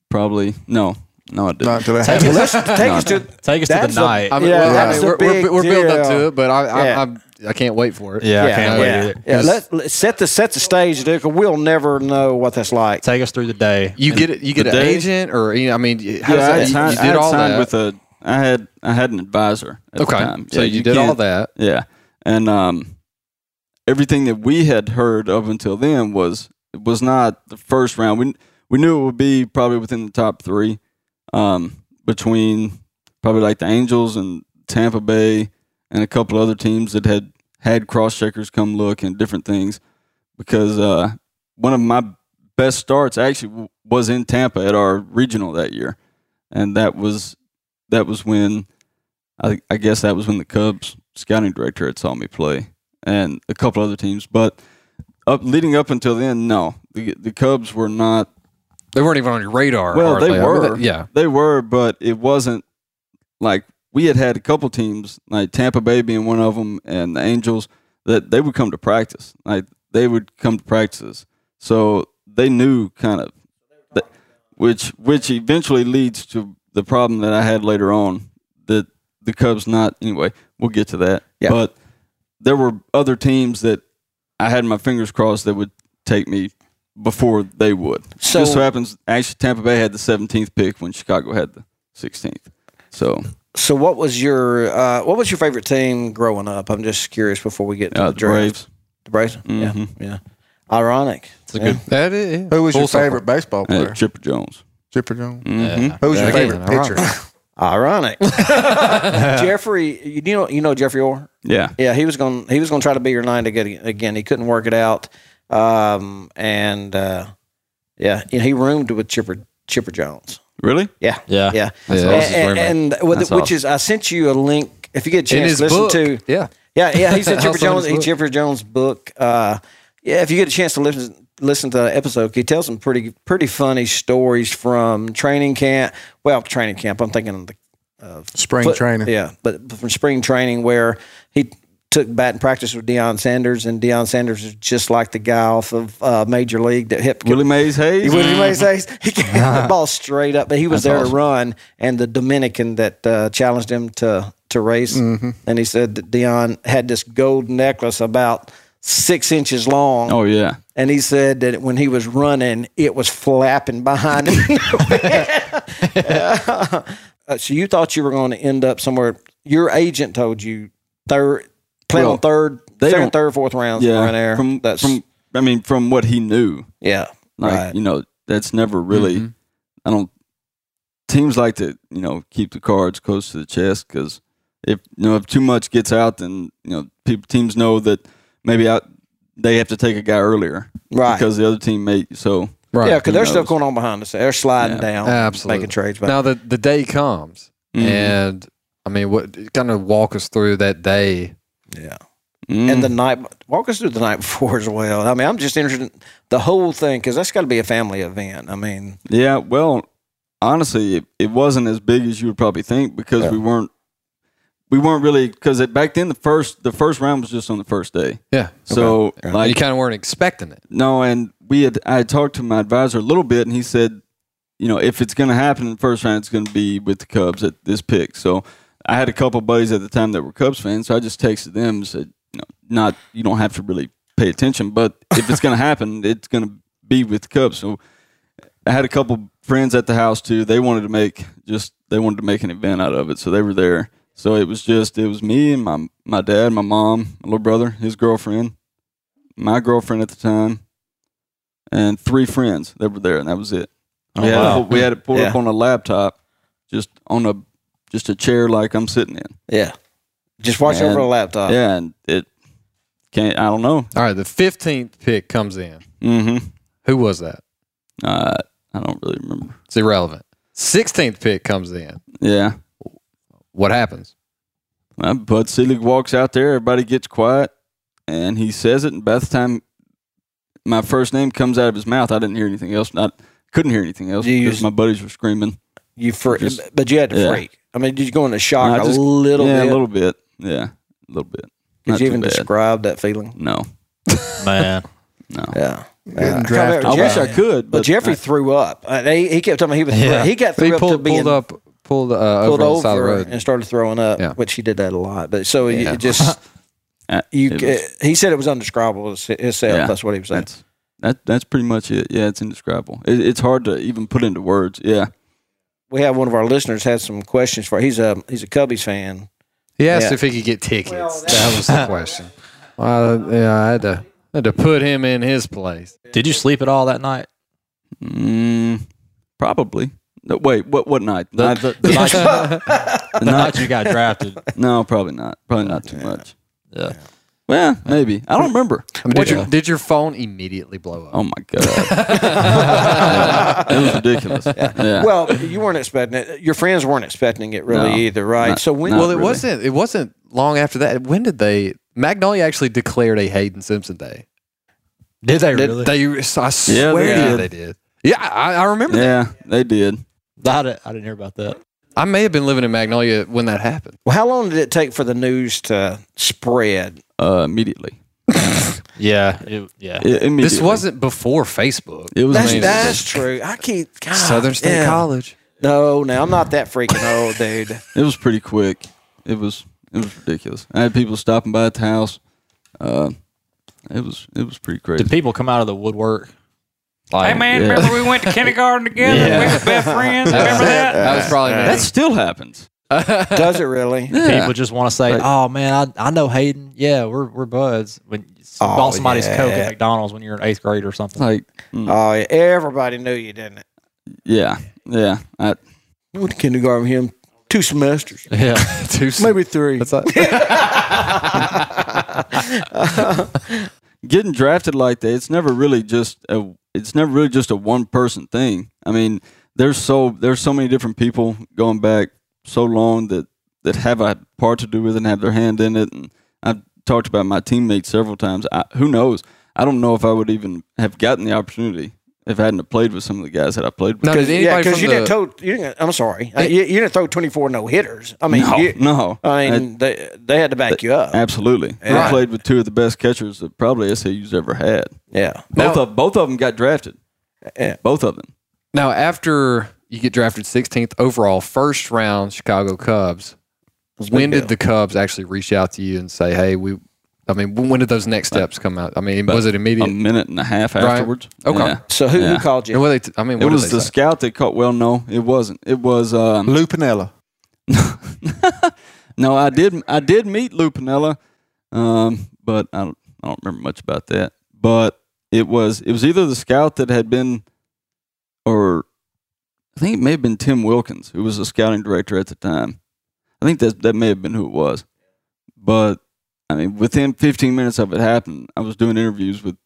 L: probably no no I didn't.
I: Not until it Take happened. us-
C: take us to-
G: Take us to the
C: That's a-
G: night.
D: I mean,
C: Yeah,
D: well, I
C: that's
D: mean,
C: a
D: we're,
C: big
D: we're, we're building up
C: deal.
D: to it, but I, I,
C: Yeah.
D: I'm- I can't wait for it.
G: Yeah, I can't wait
C: yeah,
G: either.
C: yeah.
G: 'Cause-
C: Let, let- set the set the stage, Duke. We'll never know what that's like.
G: Take us through the day.
D: You get it. You get
L: The
D: an
L: day-
D: agent, or you know, I mean, how
L: yeah, I had
D: does that?
L: signed,
D: You,
L: I
D: you did
L: had
D: all
L: signed
D: that.
L: with a I had I had an advisor at
D: Okay,
L: the time.
D: so you did
L: can't-
D: all that.
L: Yeah, and um, everything that we had heard up until then was was not the first round. We we knew it would be probably within the top three, um, between probably like the Angels and Tampa Bay and a couple other teams that had had cross checkers come look and different things because uh, one of my best starts actually w- was in Tampa at our regional that year, and that was that was when I, I guess that was when the Cubs scouting director had saw me play and a couple other teams, but up leading up until then, no, the the Cubs were not.
D: They weren't even on your radar.
L: Well,
D: hardly.
L: they
D: I mean,
L: were,
D: that- yeah,
L: they were, but it wasn't like we had had a couple teams like Tampa Bay being one of them, and the Angels that they would come to practice. Like they would come to practices, so they knew kind of, that, which which eventually leads to the problem that I had later on that the Cubs not anyway. We'll get to that,
C: Yeah.
L: but there were other teams that I had my fingers crossed that would take me before they would.
C: So-
L: Just so uh, happens, actually, Tampa Bay had the 17th pick when Chicago had the 16th. So
C: So what was your uh, what was your favorite team growing up? I'm just curious before we get to
L: Uh,
C: the
L: the
C: draft.
L: Braves.
C: The Braves.
L: Mhm.
C: Yeah, yeah. Ironic.
L: It's a
C: Yeah.
L: good- That is- yeah. Who was your favorite baseball player? Uh, Chipper Jones.
I: Chipper Jones.
L: Mhm.
I: Who was your
C: Again,
I: favorite pitcher?
C: Ironic. Jeffrey, you know you know Jeffrey Orr.
L: Yeah.
C: Yeah, he was going he was going to try to be your nine to get again. He couldn't work it out, um, and uh, yeah, you know, he roomed with Chipper Chipper Jones.
L: Really?
C: Yeah.
L: Yeah.
C: Yeah.
L: That's
C: And-
L: awesome. That's his
C: And,
L: roommate.
C: and with-
L: That's
C: which
L: awesome.
C: is I sent you a link if you get a
L: In
C: chance
L: his
C: listen
L: book.
C: to
D: Yeah.
C: yeah yeah he's in
D: I
C: Chipper
D: saw
C: Jones
D: his
C: in
D: book.
C: Chipper Jones book. Uh, yeah, if you get a chance to listen listen to that episode, he tells some pretty pretty funny stories from training camp. Well, training camp. I'm thinking of the
I: Spring
C: foot-
I: training.
C: Yeah, but but from spring training where he took batting practice with Deion Sanders, and Deion Sanders is just like the guy off of uh, Major League that hit
L: Willie Mays Hayes.
C: Willie Mays Hayes. He kicked the ball straight up, but he was
L: That's
C: there
L: awesome.
C: to run. And the Dominican that uh, challenged him to to race,
L: Mm-hmm.
C: and he said that Dion had this gold necklace about six inches long.
L: Oh yeah.
C: And he said that when he was running, it was flapping behind him. Uh, so you thought you were going to end up somewhere. Your agent told you third, plan
L: Well,
C: on third,
L: they
C: second,
L: don't-
C: third, fourth rounds.
L: yeah,
C: around there.
L: From,
C: That's
L: from I mean, from what he knew.
C: Yeah,
L: like
C: right.
L: you know, that's never really.
D: Mm-hmm.
I: Mm-hmm.
L: I don't. Teams like to you know keep the cards close to the chest because if you know if too much gets out, then you know peop teams know that maybe out they have to take a guy earlier,
C: Right.
L: Because the other team may so
C: yeah, because
L: who
C: there's stuff
L: knows?
C: going on behind us. They're sliding down,
D: Absolutely.
C: making trades. But
D: Now the the day comes,
L: Mhm.
D: and I mean, what kind of walk us through that day?
C: Yeah.
L: Mm.
C: and the night walk us through the night before as well. I mean, I'm just interested in the whole thing because that's got to be a family event. I mean,
L: Yeah, well, honestly, it, it wasn't as big as you would probably think because we weren't we weren't really because back then the first the first round was just on the first day.
D: Yeah.
L: So like
D: you kind of weren't expecting it.
L: no, and we had I had talked to my advisor a little bit, and he said, you know, if it's going to happen in the first round, it's going to be with the Cubs at this pick. So I had a couple buddies at the time that were Cubs fans, so I just texted them and said, you know, not you don't have to really pay attention, but if it's going to happen, it's going to be with the Cubs. So I had a couple friends at the house too. They wanted to make just they wanted to make an event out of it, so they were there. So it was just it was me and my my dad, my mom, my little brother, his girlfriend, my girlfriend at the time, and three friends that were there, and that was it.
I: Oh,
L: we, had
I: wow.
L: it we had it pulled up
I: Yeah.
L: on a laptop, just on a just a chair like I'm sitting in.
C: Yeah, just watch over a laptop.
L: Yeah, and it can't. I don't know.
D: All right, the fifteenth pick comes in.
L: Mm-hmm.
D: Who was that?
L: Uh, I don't really remember.
D: It's irrelevant. Sixteenth pick comes in.
L: Yeah.
D: What happens?
L: Well, Bud Selig walks out there. Everybody gets quiet, and he says it. And by the time my first name comes out of his mouth, I didn't hear anything else. I couldn't hear anything else
C: You
L: because
C: just-
L: my buddies were screaming.
C: you fre-
L: Just-
C: but you had to
L: yeah.
C: freak. I mean, did you go into shock
L: I just-
C: a little
L: yeah,
C: bit?
L: a little bit. Yeah, a little bit.
C: Did
L: Not
C: you
L: too
C: even
L: bad.
C: describe that feeling?
L: No.
G: Man.
L: No.
C: Yeah.
L: Getting
C: Uh,
L: drafted. I
C: Jeff-
L: wish I could, but
C: Jeffrey
L: I-
C: threw up. Uh, they, he kept telling me he was.
D: Yeah.
C: He got
D: So he
C: threw up to
D: pulled-
C: being
D: pulled up- pulled, uh,
C: pulled
D: over on the side of the road.
C: and started throwing up,
D: Yeah.
C: which he did that a lot. But so you-
D: Yeah.
C: it just
L: Uh,
C: you.
L: it
C: ca-
L: was-
C: he said it was undescribable his- himself.
L: Yeah.
C: That's what he was saying.
L: That's that. That's pretty much it. Yeah, it's indescribable. It, it's hard to even put into words. Yeah.
C: we have one of our listeners had some questions for. He's a he's a Cubbies fan.
D: He asked
C: Yeah.
D: if he could get tickets. that was the question. Well, yeah, I had to had to put him in his place.
G: Did you sleep at all that night?
L: Mm, probably. No, wait. What? What night?
G: The-
L: Night-
G: the- the night- the night you got drafted.
L: No, probably not. Probably not too much. Yeah. Well, maybe. I don't remember.
D: I mean, did, Um, your, did your phone immediately blow up?
L: Oh my god. it was ridiculous. Yeah.
C: Well, you weren't expecting it. Your friends weren't expecting it really
D: No.
C: either, right?
D: Not-
C: so when
D: well, it wasn't. It wasn't long after that. When did they? Magnolia actually declared a Hayden Simpson day.
G: Did they
D: really? They, so I
L: Yeah,
D: swear
L: they
D: to you
L: did.
D: they did. Yeah, I, I remember
L: yeah, they did.
D: that. I didn't, I didn't hear about that. I may have been living in Magnolia when that happened.
C: Well, how long did it take for the news to spread?
L: Uh, immediately.
G: Yeah. It, yeah.
D: This wasn't before Facebook.
L: It was
C: That's,
D: amazing.
C: that's true. I keep God,
D: Southern State
C: yeah.
D: College.
C: No, no, I'm not that freaking old, dude.
L: It was pretty quick. It was it was ridiculous. I had people stopping by at the house. Uh, it was it was pretty crazy.
G: Did people come out of the woodwork?
H: Hey man, remember we went to kindergarten together? We were best friends. Remember that?
L: That still happens.
C: Does it really?
G: People just want to say, "Oh man, I, I know Hayden. Yeah, we're we're buds." When you s-
C: Oh,
G: bought somebody's
C: yeah.
G: Coke at McDonald's when you're in eighth grade or something.
L: Like,
C: Oh, yeah, everybody knew you, didn't it?
L: yeah, yeah. I,
C: You went to kindergarten with him two semesters.
L: Yeah,
D: two,
C: maybe three.
L: getting drafted like that, it's never really just a it's never really just a one person thing. I mean, there's so there's so many different people going back so long that that have a part to do with it and have their hand in it. And I've talked about my teammates several times. I, who knows? I don't know if I would even have gotten the opportunity if I hadn't have played with some of the guys that I played with.
C: Because- yeah, because you didn't throw. You didn't, I'm sorry. Uh, you, you didn't throw 24 no hitters. I mean,
L: no,
C: you,
L: no.
C: I mean, they they had to back you up.
L: Absolutely. I
C: Yeah.
L: played with two of the best catchers that probably SAU's ever had.
C: Yeah.
L: Both of both of them got drafted. Both of them.
D: Now, after you get drafted 16th overall, first round Chicago Cubs, when did the Cubs actually reach out to you and say, hey, we, I mean, when did those next steps come out? I mean, was it immediate?
L: A minute and a half
D: Right.
L: afterwards.
D: Okay.
L: Yeah.
D: And what they t- I mean,
L: it
D: what
L: was
D: did
L: the
D: they say?
L: scout that caught. Well, no, it wasn't. It was um, Lou Pinella. no, I did. I did meet Lou Pinella, um, but I don't, I don't remember much about that. But it was it was either the scout that had been, or I think it may have been Tim Wilkins, who was the scouting director at the time. I think that that may have been who it was. But I mean, within 15 minutes of it happening, I was doing interviews with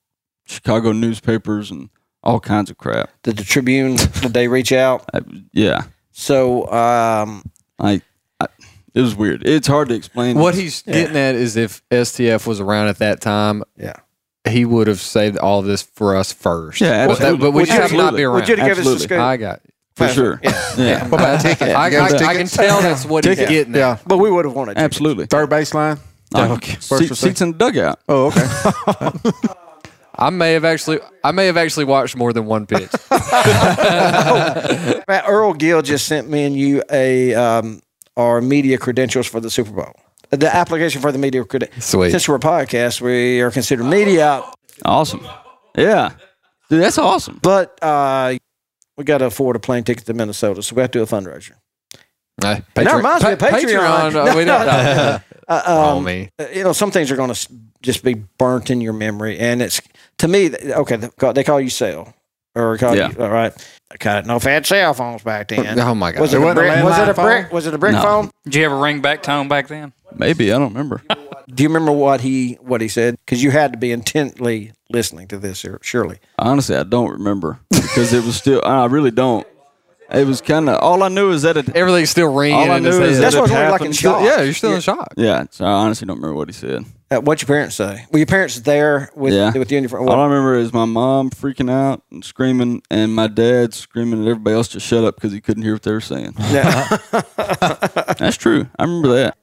L: Chicago newspapers and all kinds of crap.
C: Did the Tribune? did they reach out?
L: yeah.
C: So, um,
L: I, I it was weird. It's hard to explain.
D: What he's getting at is if STF was around at that time,
C: yeah,
D: he would have saved all this for us first.
L: Yeah,
D: Well, that-
L: absolutely.
D: but we
L: Would
D: should
L: you-
D: have not be around.
L: would you have given us the scoop?
D: I got
L: for sure. Yeah.
D: What about ticket? I- You I- got I tickets? can tell that's what he's Ticket. getting at.
C: Yeah, but we would have wanted.
L: Absolutely.
I: Third baseline.
L: No.
I: Okay.
L: Se- seats in the dugout.
I: Oh, okay.
D: I may have actually, I may have actually watched more than one pitch.
C: Matt, Earl Gill just sent me and you a um, our media credentials for the Super Bowl. The application for the media credentials.
D: Sweet.
C: Since we're a podcast, we are considered media.
L: Awesome. Yeah. Dude, that's awesome.
C: But uh, we got to afford a plane ticket to Minnesota, so we have to do a fundraiser.
D: No,
C: And that reminds me of Patreon.
D: Uh, Patreon, uh, we don't-
C: Uh,
D: Oh,
C: um,
D: me.
C: uh, You know, some things are going to just be burnt in your memory, and it's to me. th- Okay, they call, they call you cell, or call
D: Yeah.
C: you all right. Okay, no fat cell phones back then.
D: Oh, my God.
C: Was it,
D: There
C: a
D: wasn't
C: brick?
D: a
C: Was it a
H: landline
C: brick?
H: phone?
C: Was it a brick
H: No.
C: phone?
H: Did you have a ring back tone back then?
L: Maybe I don't remember.
C: Do you remember what he what he said? Because you had to be intently listening to this, here, surely.
L: Honestly, I don't remember because it was still. I really don't. It was kind of all I knew is that it,
D: everything's still ringing.
L: All I
D: in his
L: knew is
D: head.
L: that it happened.
C: shock.
D: Yeah, you're still
C: Yeah.
D: in shock.
L: Yeah, so I honestly don't remember what he said.
C: Uh, what'd your parents say? Were your parents there with
L: yeah,
C: with the uniform?
L: All I remember is my mom freaking out and screaming, and my dad screaming at everybody else to shut up because he couldn't hear what they were saying.
C: Yeah.
L: That's true. I remember that.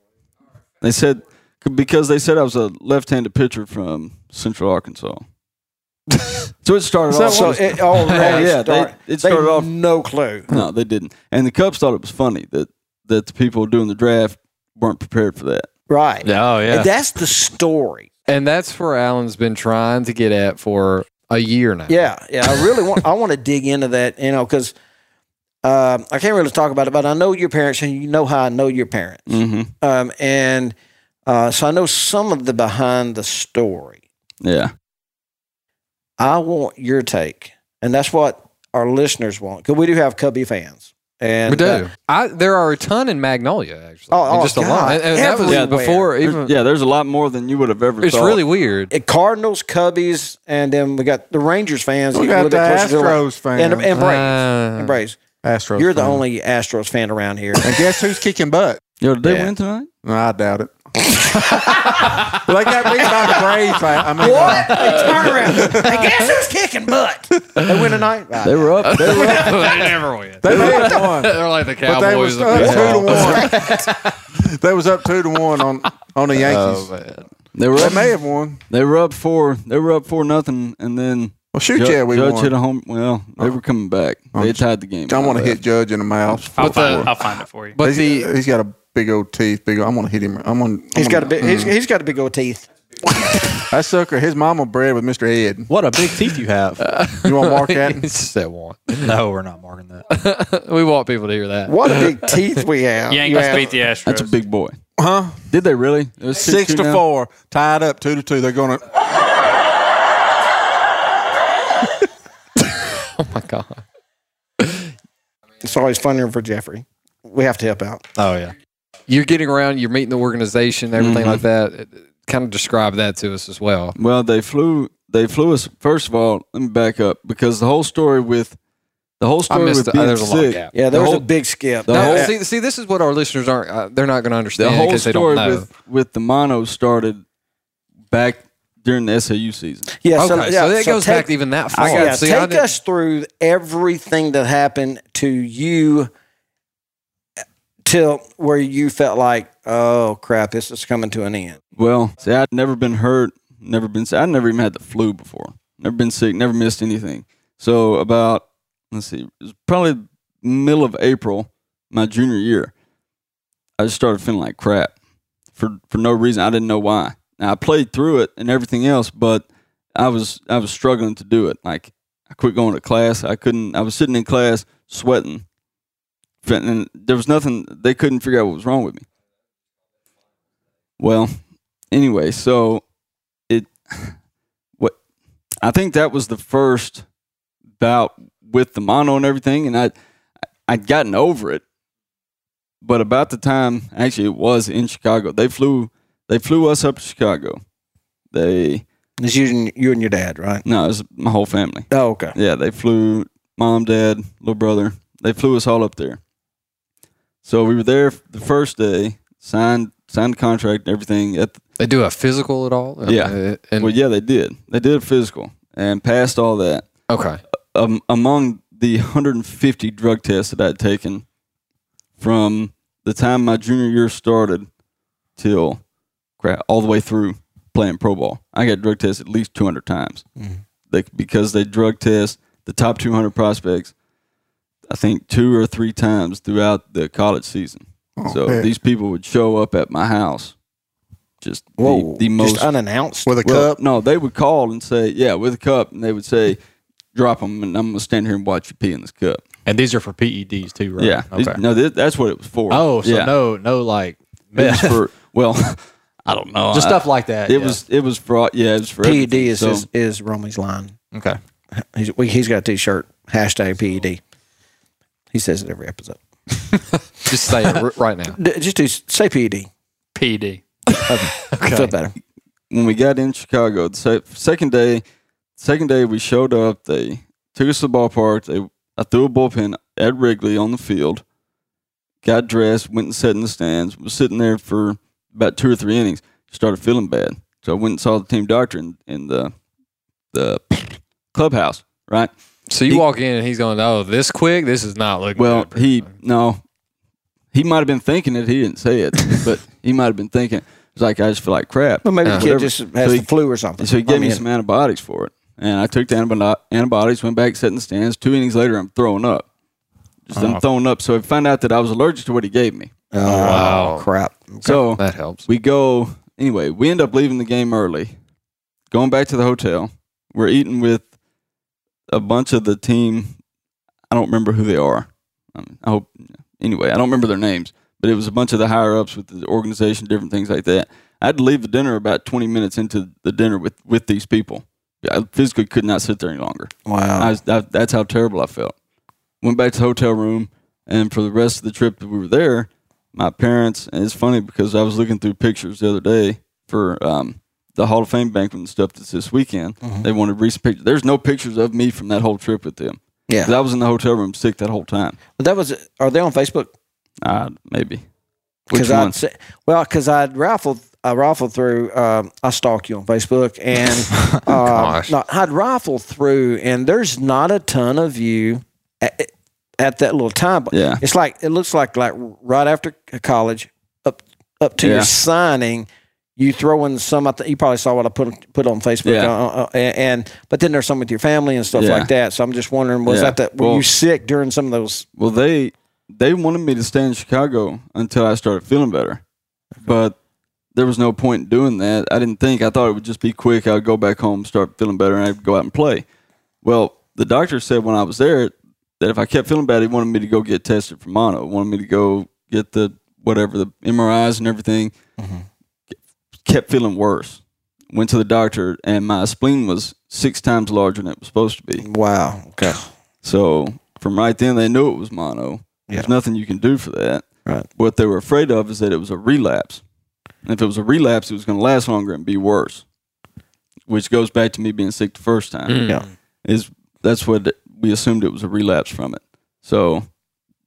L: They said because they said I was a left-handed pitcher from Central Arkansas. so it started off.
C: so it already
L: yeah, they-
C: start-
L: it started
C: they
L: off
C: No clue.
L: No, they didn't. And the Cubs thought it was funny that that the people doing the draft weren't prepared for that.
C: Right.
D: Oh, yeah.
C: And that's the story.
D: And that's where Alan's been trying to get at for a year now.
C: Yeah, yeah. I really want. I want to dig into that, you know, because um, I can't really talk about it, but I know your parents, and you know how I know your parents,
L: Mm-hmm.
C: um, and uh, so I know some of the behind the story.
L: Yeah.
C: I want your take, and that's what our listeners want, because we do have Cubby fans, and
D: we do.
C: uh,
D: I, there are a ton in Magnolia, actually.
C: Oh,
D: I mean,
C: oh,
D: just a
C: God,
D: lot. And, and that was
C: everywhere.
D: before even.
L: yeah, there's a lot more than you would have ever.
D: It's
L: thought.
D: really weird.
C: uh, Cardinals, Cubbies, and then we got the Rangers fans.
I: We
C: that
I: got
C: live a
I: the
C: little bit closer
I: Astros
C: to the line.
I: fans.
C: and, and Braves,
D: Uh,
C: and Braves.
I: Astros.
C: You're the
I: fan.
C: only Astros fan around here.
I: And guess who's kicking butt?
L: Yo, did they
C: Yeah.
L: win tonight?
I: No, I doubt it. well, they got beat by the Braves. I, I mean,
C: What? They turn around. I guess who's kicking butt? They win tonight. Right.
L: They were up. They were up.
G: they never win.
I: They may have won.
D: They're like the
I: But they was
D: Cowboys. of
I: up two to
D: baseball.
I: one. they was up two to one on on the
D: Oh,
I: Yankees.
L: They were.
I: they
L: Up,
I: may have won.
L: they were up four. They were up four nothing, and then.
I: Well, shoot,
L: Ju-
I: yeah, we
L: Judge
I: won.
L: hit a home. Well, they were coming back. They tied the game.
I: I want to
L: My
I: hit
L: bad.
I: Judge in the mouth.
H: I'll,
I: But
H: find, I'll find it for you.
D: But
I: he's,
D: the
I: he's got a big old teeth. Big. Old, I'm gonna hit him. I'm gonna.
C: He's
I: I'm
C: got
I: gonna-
C: a big. He's, he's got a big old teeth.
E: That sucker, his mama bred with Mr. Ed.
G: What a big teeth you have.
E: you want to mark that?
G: It's just that one. No, we're not marking that.
D: we want people to hear that.
C: What a big teeth we have.
H: Yankees beat the Astros.
L: That's a big boy.
E: Huh?
L: Did they really? It was
E: Six
L: 6-2
E: to
L: now?
E: four, tied up two to two. They're going to.
D: Oh my god.
C: It's always funnier for Jeffrey. We have to help out.
G: Oh yeah.
D: You're getting around. You're meeting the organization, everything
I: Mm-hmm.
L: Mhm.
D: like that. It- it- Kind of describe that to us as well.
L: Well, they flew. They flew us. First of all, let me back up because the whole story with the whole
D: I
L: story
D: missed
L: with
D: the- uh,
L: being
D: there's a lot of
L: sick.
D: gap.
C: Yeah,
L: the
C: there was
L: whole,
C: a big skip. uh,
L: the
D: No,
L: whole-
D: see, see, this is what our listeners aren't. Uh, they're not going to
L: Oh, the
D: understand
L: whole
D: because they
L: story
D: don't know.
L: with with the mono started back during the SAU season.
C: Yeah,
D: Okay, so it goes back even that far.
C: I got-
D: See, I
C: take
D: didn't-
C: us through everything that happened to you till where you felt like, oh crap, this is coming to an end.
L: Well, see, I'd never been hurt, never been sick. I'd never even had the flu before. Never been sick, never missed anything. So about let's see, it was probably middle of April, my junior year, I just started feeling like crap for for no reason. I didn't know why. Now I played through it and everything else, but I was I was struggling to do it. Like I quit going to class. I couldn't. I was sitting in class sweating, and there was nothing. They couldn't figure out what was wrong with me. Well, anyway, so it what I think that was the first bout with the mono and everything, and I I'd gotten over it. But about the time actually it was in Chicago. They flew they flew us up to Chicago. They
C: It's you and, you and your dad, right?
L: no, it was my whole family.
C: Oh, okay.
L: Yeah, they flew mom, dad, little brother. They flew us all up there. So we were there the first day, signed signed contract, and everything at the
D: They do a physical at all? Uh,
L: yeah.
D: and-
L: well, yeah, they did. They did physical and passed all that.
D: Okay.
L: Um, among the 150 drug tests that I'd taken from the time my junior year started till crap, all the way through playing pro ball, I got drug tested at least 200 times. They, because they drug test the top 200 prospects, I think two or three times throughout the college season.
C: Oh,
L: so
E: heck.
L: these people would show up at my house, just the-
C: Whoa,
L: the, most
C: just unannounced
E: With a
L: well,
E: cup.
L: No, they would call and say, "Yeah, with a cup," and they would say, "Drop them," and I'm gonna stand here and watch you pee in this cup.
G: And these are for PEDs too, right?
L: Yeah,
G: Okay.
L: These- no, th- that's what it was for.
G: oh, so
L: yeah.
G: no, no, like
L: it
G: meth.
L: was for well, I don't know,
G: Just
L: I-
G: stuff like that,
L: It
G: yeah. E
L: was, it was for yeah, it was for
C: PED
L: everything,
C: E is
L: so-
C: is, is Romney's line.
G: Okay.
C: He's, we, he's got a T-shirt hashtag PED. He says it every episode.
D: Just say it r- right now.
C: D- just do say E PED.
H: PD.
C: I feel better.
L: when we got in Chicago, the se- second day, second day we showed up. They took us to the ballpark. They I threw a bullpen at Wrigley on the field. Got dressed, went and sat in the stands. Was sitting there for about two or three innings. Started feeling bad, so I went and saw the team doctor in, in the the clubhouse. Right.
D: So you
L: He-
D: walk in and he's going, "Oh, this quick? This is not looking
L: Well,
D: good."
L: he no, he might have been thinking it. He didn't say it, but he might have been thinking. It's like I just feel like crap.
C: Well, maybe
L: Uh,
C: the kid
L: whatever.
C: just
L: So
C: has
L: he-
C: the flu or something.
L: So he gave
C: I
L: me
C: mean,
L: some antibiotics for it, and I took the antibi- antibiotics, went back, sat in the stands. Two innings later, I'm throwing up. Just I'm
D: Oh.
L: throwing up. So I found out that I was allergic to what he gave me.
C: Oh,
D: Wow.
C: crap.
L: So
D: Uh, that helps.
L: we go anyway. We end up leaving the game early, going back to the hotel. We're eating with a bunch of the team. I don't remember who they are. I, mean, I hope anyway. I don't remember their names, but it was a bunch of the higher ups with the organization, different things like that. I had to leave the dinner about twenty minutes into the dinner with with these people. I physically could not sit there any longer.
C: Wow.
L: I was, I, that's how terrible I felt. Went back to the hotel room, and for the rest of the trip that we were there, my parents. And it's funny because I was looking through pictures the other day for um, the Hall of Fame banquet and stuff that's this weekend.
C: Mm-hmm.
L: They wanted recent pictures. There's no pictures of me from that whole trip with them.
C: Yeah.
L: 'Cause I was in the hotel room sick that whole time.
C: But that was. Are they on Facebook?
L: Uh, maybe. Which
C: Because I
L: one?
C: would say, well, because I rifled, I rifled through. Um, I stalk you on Facebook, and uh,
D: Gosh.
C: no, I'd rifled through, and there's not a ton of you at, at that little time. But
L: Yeah.
C: it's like it looks like like right after college, up up to
L: Yeah.
C: your signing, you throw in some. I think you probably saw what I put put on Facebook,
L: Yeah.
C: uh, uh, and but then there's some with your family and stuff
L: Yeah.
C: like that. So I'm just wondering, was
L: Yeah.
C: that that were
L: Well-
C: you sick during some of those?
L: Well, they they wanted me to stay in Chicago until I started feeling better, but there was no point in doing that. I didn't think. I thought it would just be quick. I'd go back home, start feeling better, and I'd go out and play. Well, the doctor said when I was there that if I kept feeling bad, he wanted me to go get tested for mono. Wanted me to go get the whatever the MRIs and everything. Kept feeling worse. Went to the doctor, and my spleen was six times larger than it was supposed to be.
C: Wow. Okay.
L: So from right then, they knew it was mono. There's nothing you can do for that.
C: Right.
L: What they were afraid of is that it was a relapse. And if it was a relapse, it was going to last longer and be worse, which goes back to me being sick the first time.
C: Mm. Yeah.
L: Is that's what we assumed it was a relapse from it. So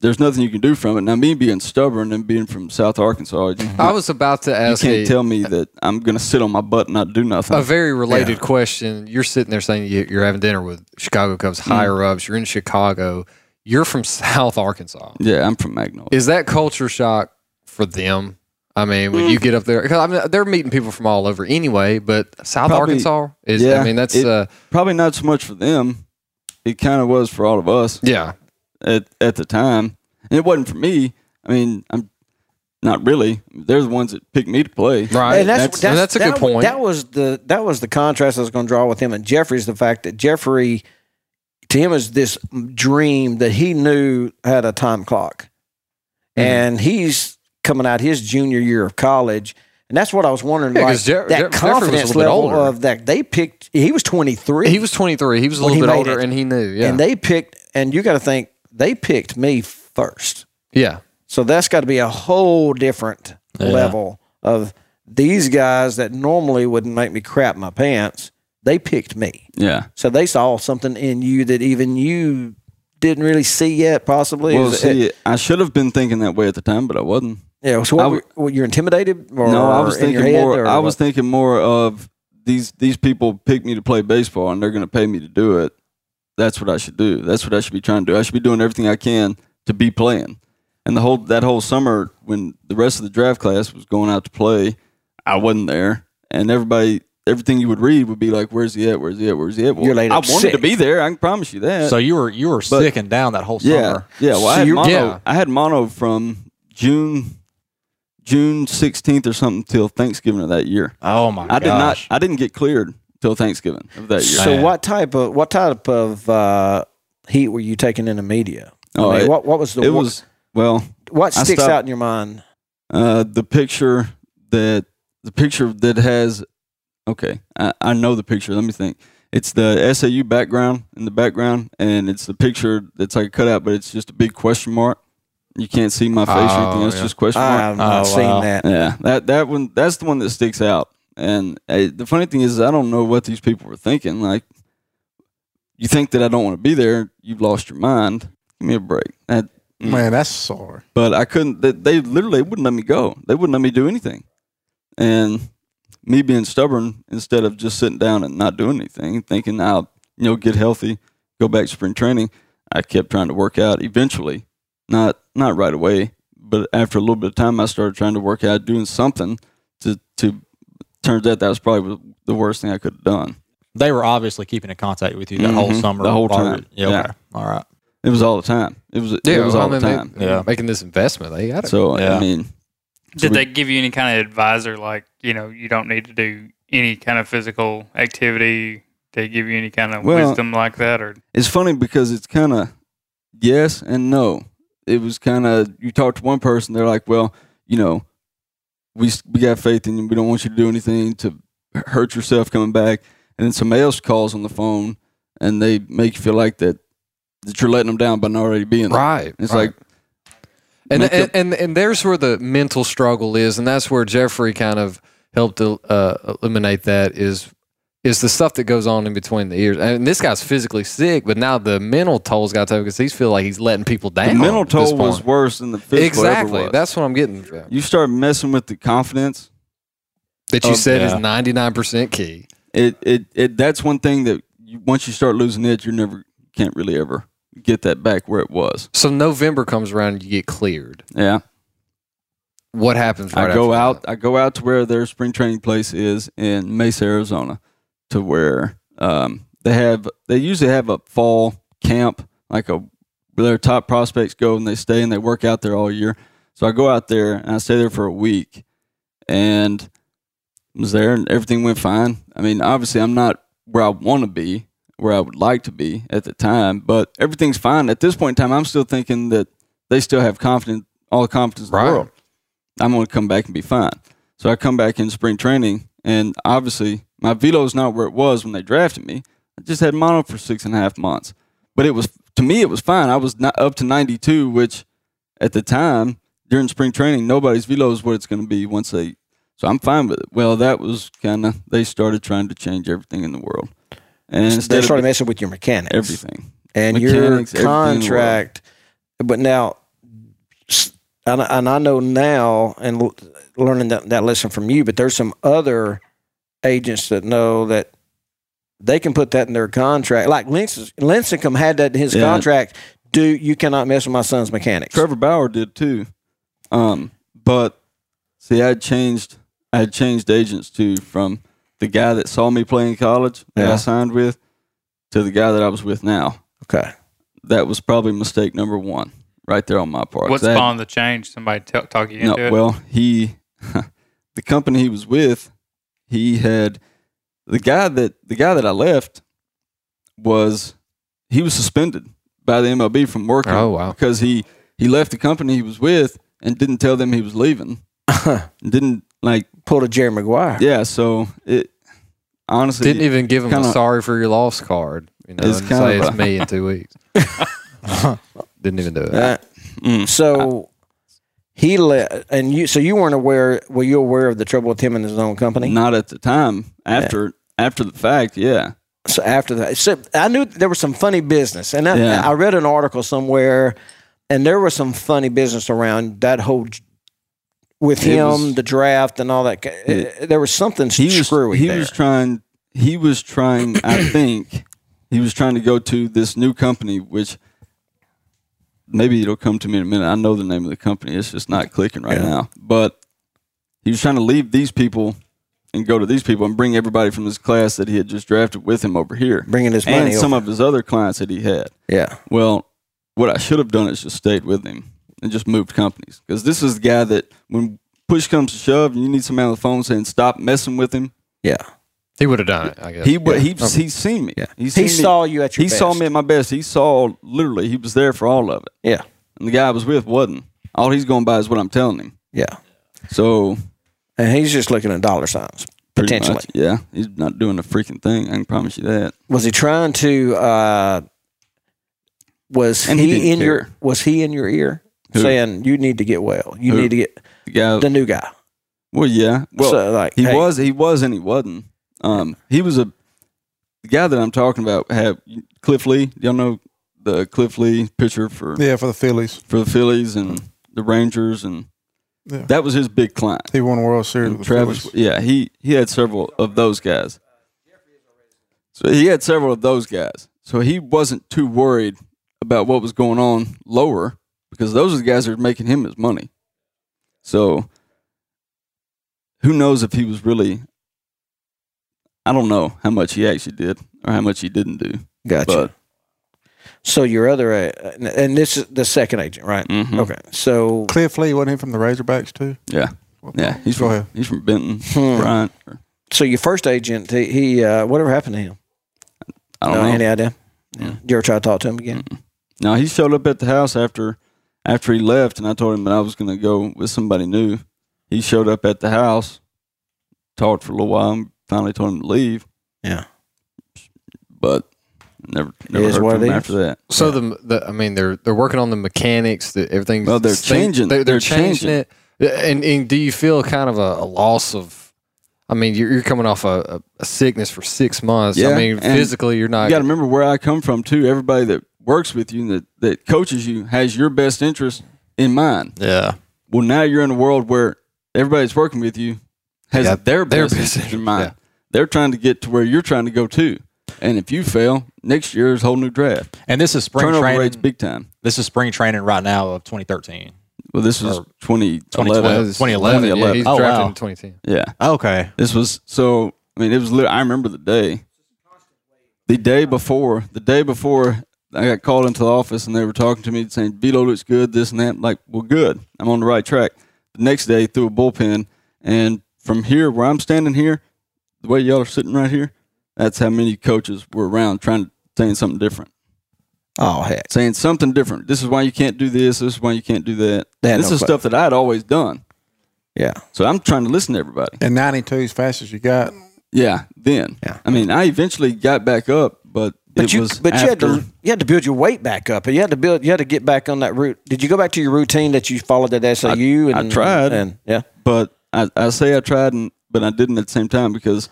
L: there's nothing you can do from it. Now me being stubborn and being from South Arkansas, you-
D: I was about to ask
L: You
D: a-
L: can't tell me that I'm going to sit on my butt and not do nothing.
D: A very related question. You're sitting there saying you- you're having dinner with Chicago Cubs
L: Mm.
D: higher ups. You're in Chicago. You're from South Arkansas.
L: Yeah, I'm from Magnolia.
D: Is that culture shock for them? I mean, when
L: Mm.
D: you get up there, because I mean, they're meeting people from all over anyway. But South
L: Probably-
D: Arkansas is. I mean, that's
L: it-
D: uh,
L: probably not so much for them. It kind of was for all of us.
D: Yeah.
L: At at the time, and it wasn't for me. I mean, I'm not really. They're the ones that picked me to play.
C: Right, that, That was the that was the contrast I was going to draw with him and Jeffrey's the fact that Jeffrey, to him, is this dream that he knew had a time clock,
D: Mm-hmm.
C: and he's coming out his junior year of college, and that's what I was wondering.
D: Yeah,
C: like,
D: 'cause Jeff-
C: that
D: Jeff- Jeffrey was a
C: confidence
D: little bit
C: level
D: older.
C: of that they picked. He was twenty three.
D: He was twenty three. He was a
C: When he
D: little bit
C: made
D: older,
C: it.
D: and he knew. Yeah.
C: and they picked, and you got to think they picked me first.
D: yeah.
C: So that's got to be a whole different
D: Yeah.
C: level of these guys that normally wouldn't make me crap my pants. They picked me.
L: Yeah.
C: So they saw something in you that even you didn't really see yet, possibly.
L: Well,
C: Is
L: see,
C: it-
L: I should have been thinking that way at the time, but I wasn't.
C: yeah. So what,
L: I w-
C: were- were you intimidated? Or
L: no, I was
C: in your
L: thinking
C: head,
L: more.
C: or
L: I was
C: what?
L: thinking more of these these people pick me to play baseball and they're going to pay me to do it. That's what I should do. That's what I should be trying to do. I should be doing everything I can to be playing. And the whole that whole summer when the rest of the draft class was going out to play, I wasn't there, and everybody. Everything you would read would be like, "Where's he at? Where's he at? Where's he at?" Well,
G: You're laid
L: I
G: up
L: wanted to
G: sick.
L: be there. I can promise you that.
G: So you were you were
L: uh, But-
G: sick and down that whole
L: yeah,
G: summer.
L: Yeah, well, I
G: So
L: had
G: you're-
L: mono.
G: yeah.
L: I had mono from June June sixteenth or something till Thanksgiving of that year.
G: Oh my!
L: I did not.
C: gosh.
L: I didn't get cleared till Thanksgiving of that year.
C: So what type of what type of uh, heat were you taking in the media?
L: Oh,
C: I mean,
L: it-
C: what what was the
L: It
C: one-
L: was well.
C: what
L: I
C: sticks
L: stopped-
C: out in your mind?
L: Uh, the picture that the picture that has okay, I, I know the picture. Let me think. It's the SAU background in the background, and it's the picture that's like a cutout, but it's just a big question mark. You can't see my face or anything.
C: Oh,
L: It's
C: yeah.
L: just question
C: I
L: mark.
C: have not Oh, seen wow. that.
L: Yeah, that that one. That's the one that sticks out. And uh, the funny thing is, I don't know what these people were thinking. Like, you think that I don't want to be there. You've lost your mind. Give me a break. That,
I: Man, that's sore.
L: but I couldn't. They, they literally wouldn't let me go. They wouldn't let me do anything. And me being stubborn instead of just sitting down and not doing anything, thinking I'll you know get healthy, go back to spring training. I kept trying to work out. Eventually, not not right away, but after a little bit of time, I started trying to work out, doing something to to. Turns out that was probably the worst thing I could have done.
G: They were obviously keeping in contact with you that whole
L: Mhm.
G: summer.
L: the whole
G: while you were-
L: time.
G: Yeah. Okay. All right.
L: It was all the time. It was.
D: Yeah,
L: it was
D: well,
L: all
D: I
L: the
D: mean,
L: time.
D: they- Yeah. making this investment, they gotta-
L: So
D: Yeah.
L: I mean,
H: Did they give you any kind of advisor, like you know, you don't need to do any kind of physical activity? They give you any kind of
L: Well,
H: wisdom like that, or
L: It's funny because it's kind of yes and no. It was kind of you talk to one person, they're like, "Well, you know, we s- we got faith in you. We don't want you to do anything to hurt yourself coming back." And then somebody else calls on the phone, and they make you feel like that that you're letting them down by not already being there.
D: Right,
L: It's
D: right.
L: like
D: and
L: Make
D: and, and and there's where the mental struggle is, and that's where Jeffrey kind of helped uh, eliminate that is is the stuff that goes on in between the ears. And this guy's physically sick, but now the mental toll's got to because he's feel like he's letting people
L: the
D: down.
L: mental
D: at this
L: toll was
D: point.
L: worse than the physical. ever
D: exactly.
L: was.
D: That's what I'm getting
L: you start messing with the confidence
D: that you
L: of-
D: said is 99 percent key.
L: it, it, it that's one thing that you, once you start losing it, you never can't really ever get that back where it was.
D: So November comes around, you get cleared.
L: Yeah.
D: What happens? Right
L: I go
D: after
L: out. I go out to where their spring training place is in Mesa, Arizona, to where um, they have. They usually have a fall camp, like a where their top prospects go and they stay and they work out there all year. So I go out there and I stay there for a week, and was there and everything went fine. I mean, obviously, I'm not where I want to be, where I would like to be at the time, but everything's fine. At this point in time, I'm still thinking that they still have confidence, all the confidence in the world. I'm going to come back and be fine. So I come back in spring training, and obviously, my velo's not where it was when they drafted me. I just had mono for six and a half months, but it was to me it was fine. I was not up to 92, which at the time during spring training, nobody's velo is what it's going to be once they. So I'm fine with it. Well, that was kind of they started trying to change everything in the world, and
C: they
L: instead
C: started
L: of
C: messing with your mechanics,
L: everything
C: and
L: Mechanics,
C: your
L: everything in the world.
C: contract. But now, and, and I know now, and l- learning that, that lesson from you. But there's some other agents that know that they can put that in their contract. Like Lins- Lincecum had that in his
L: Yeah.
C: contract. Do you cannot mess with my son's mechanics?
L: Trevor Bauer did too. Um, but see, I had changed. I had changed agents too from the guy that saw me play in college that
C: Yeah.
L: I signed with to the guy that I was with now.
C: Okay,
L: that was probably mistake number one right there on my part.
H: What
L: That-
H: spawned the change? Somebody t- talk you
L: no,
H: into it?
L: well, he, the company he was with, he had the guy that the guy that I left was he was suspended by the MLB from working.
D: Oh, wow.
L: Because he he left the company he was with and didn't tell them he was leaving. didn't like
C: pull a Jerry Maguire.
L: Yeah, so it honestly
D: Didn't even give him a
L: kinda-
D: sorry for your loss card. You know,
L: It's
D: and
L: kinda
D: say it's
L: rough.
D: me in two weeks. Didn't even do it.
C: Uh,
L: Mm.
C: So he let, and you. So you weren't aware. Were you aware of the trouble with him and his own company?
L: Not at the time. After after the fact, yeah.
C: So after that, so I knew there was some funny business, and I,
L: Yeah.
C: I read an article somewhere, and there was some funny business around that whole j- with
L: It
C: him,
L: was-
C: the draft, and all that. ca- there was something screwy
L: he
C: there.
L: was trying he was trying i think he was trying to go to this new company which maybe it'll come to me in a minute i know the name of the company it's just not clicking right now but he was trying to leave these people and go to these people and bring everybody from his class that he had just drafted with him over here
C: bringing his
L: and
C: money
L: some
C: over.
L: of his other clients that he had
C: yeah
L: well what i should have done is just stayed with him and just moved companies because this is the guy that when push comes to shove and you need somebody on the phone saying stop messing with him
C: yeah
L: he would have done it. I guess he would. He
C: Yeah.
L: he's seen me. He's
C: He
L: seen me.
C: saw you at your
L: He saw
C: best.
L: me at my best. He saw literally. He was there for all of it.
C: Yeah.
L: And the guy I was with wasn't. All he's going by is what I'm telling him.
C: Yeah.
L: So.
C: And he's just looking at dollar signs
L: pretty much,
C: potentially.
L: yeah. He's not doing a freaking thing. I can promise you that.
C: Was he trying to? uh Was
L: And he
C: he,
L: didn't
C: in your?
L: care.
C: Was he in your ear
L: Who?
C: saying you need to get well? You
L: Who?
C: need to get
L: The guy.
C: the new guy.
L: Well, yeah. Well,
C: So, like,
L: he
C: hey.
L: was, he was, and he wasn't. Um, he was a the guy that I'm talking about. Have Cliff Lee? Y'all know the Cliff Lee pitcher for
I: Yeah, for the Phillies.
L: for the Phillies and the Rangers, and
I: Yeah.
L: that was his big client.
I: He won a World Series with the
L: Travis,
I: Phillies.
L: yeah, he he had several of those guys. So he had several of those guys. So he wasn't too worried about what was going on lower because those are the guys that are making him his money. So who knows if he was really I don't know how much he actually did or how much he didn't do.
C: Gotcha.
L: But
C: So your other, uh, and this is the second agent, right?
L: Mhm.
C: Okay. So
I: Cliff Lee wasn't he from the Razorbacks too?
L: yeah. Yeah, he's
I: Go
L: from,
I: ahead.
L: he's from Benton,
C: Hmm.
L: Bryant.
C: so your first agent, he, he uh, whatever happened to him?
L: I don't
C: No,
L: know.
C: Any idea? Did you ever try to talk to him again?
L: No, he showed up at the house after after he left, and I told him that I was going to go with somebody new. He showed up at the house, talked for a little while, and finally told him to leave.
C: Yeah,
L: but never never heard from him after that.
D: So the, the I mean they're they're working on the mechanics that everything's
L: Well, they're changing.
D: They're, they're
L: They're
D: changing,
L: changing.
D: it. And, and do you feel kind of a, a loss of? I mean, you're, you're coming off a, a sickness for six months. I mean,
L: and
D: physically you're not.
L: You got to remember where I come from too. Everybody that works with you and that, that coaches you has your best interest in mind.
A: Yeah.
L: Well, now you're in a world where everybody that's working with you has
D: Yeah,
L: their
D: their
L: best
D: best
L: interest in mind. They're trying to get to where you're trying to go too. And if you fail, next year is a whole new draft.
G: And this is spring
L: Turnover
G: training.
L: rates big time.
G: This is spring training right now of 2013.
L: Well, this was
G: Or
L: 2011.
G: 2011. Yeah, he's
L: Oh,
G: drafted
L: wow.
G: in 2010.
L: Yeah.
G: Okay.
L: This was so. I mean, it was. Literally, I remember the day. The day before, the day before, I got called into the office and they were talking to me saying, "Velo looks good, this and that." I'm like, well, good. I'm on the right track. The next day, through a bullpen and from here where I'm standing here, the way y'all are sitting right here, that's how many coaches were around trying to saying something different. Mm-hmm.
C: Oh heck,
L: saying something different. This is why you can't do this. This is why you can't do that.
C: They had
L: this
C: no
L: is
C: clue.
L: stuff that I had always done.
C: Yeah.
L: So I'm trying to listen to everybody.
I: And 92 is fast as you got.
L: Yeah. Then. Yeah. I mean, I eventually got back up, but
C: But
L: it
C: you,
L: was
C: but
L: after,
C: you had to you had to build your weight back up. You had to build. You had to get back on that route. Did you go back to your routine that you followed at SAU?
L: I
C: and-
L: tried,
C: And yeah,
L: but I, I say I tried, and but I didn't at the same time because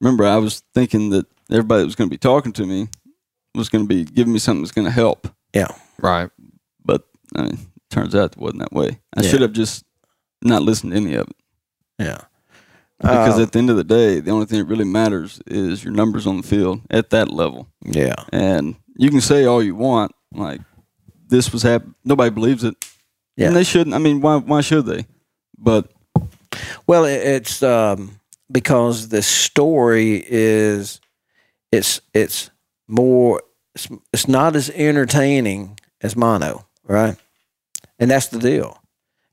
L: remember I was thinking that everybody that was going to be talking to me was going to be giving me something that's going to help.
C: Yeah,
D: right.
L: But I mean, turns out it wasn't that way. I
C: Yeah.
L: should have just not listened to any of it.
C: Yeah,
L: because
C: Um,
L: at the end of the day, the only thing that really matters is your numbers on the field at that level.
C: Yeah.
L: and you can say all you want, like this was happening. Nobody believes it.
C: Yeah.
L: and they shouldn't. I mean, why? Why should they? But
C: Well, it, it's um, because the story is it's it's more it's, it's not as entertaining as mono, right? And that's the deal.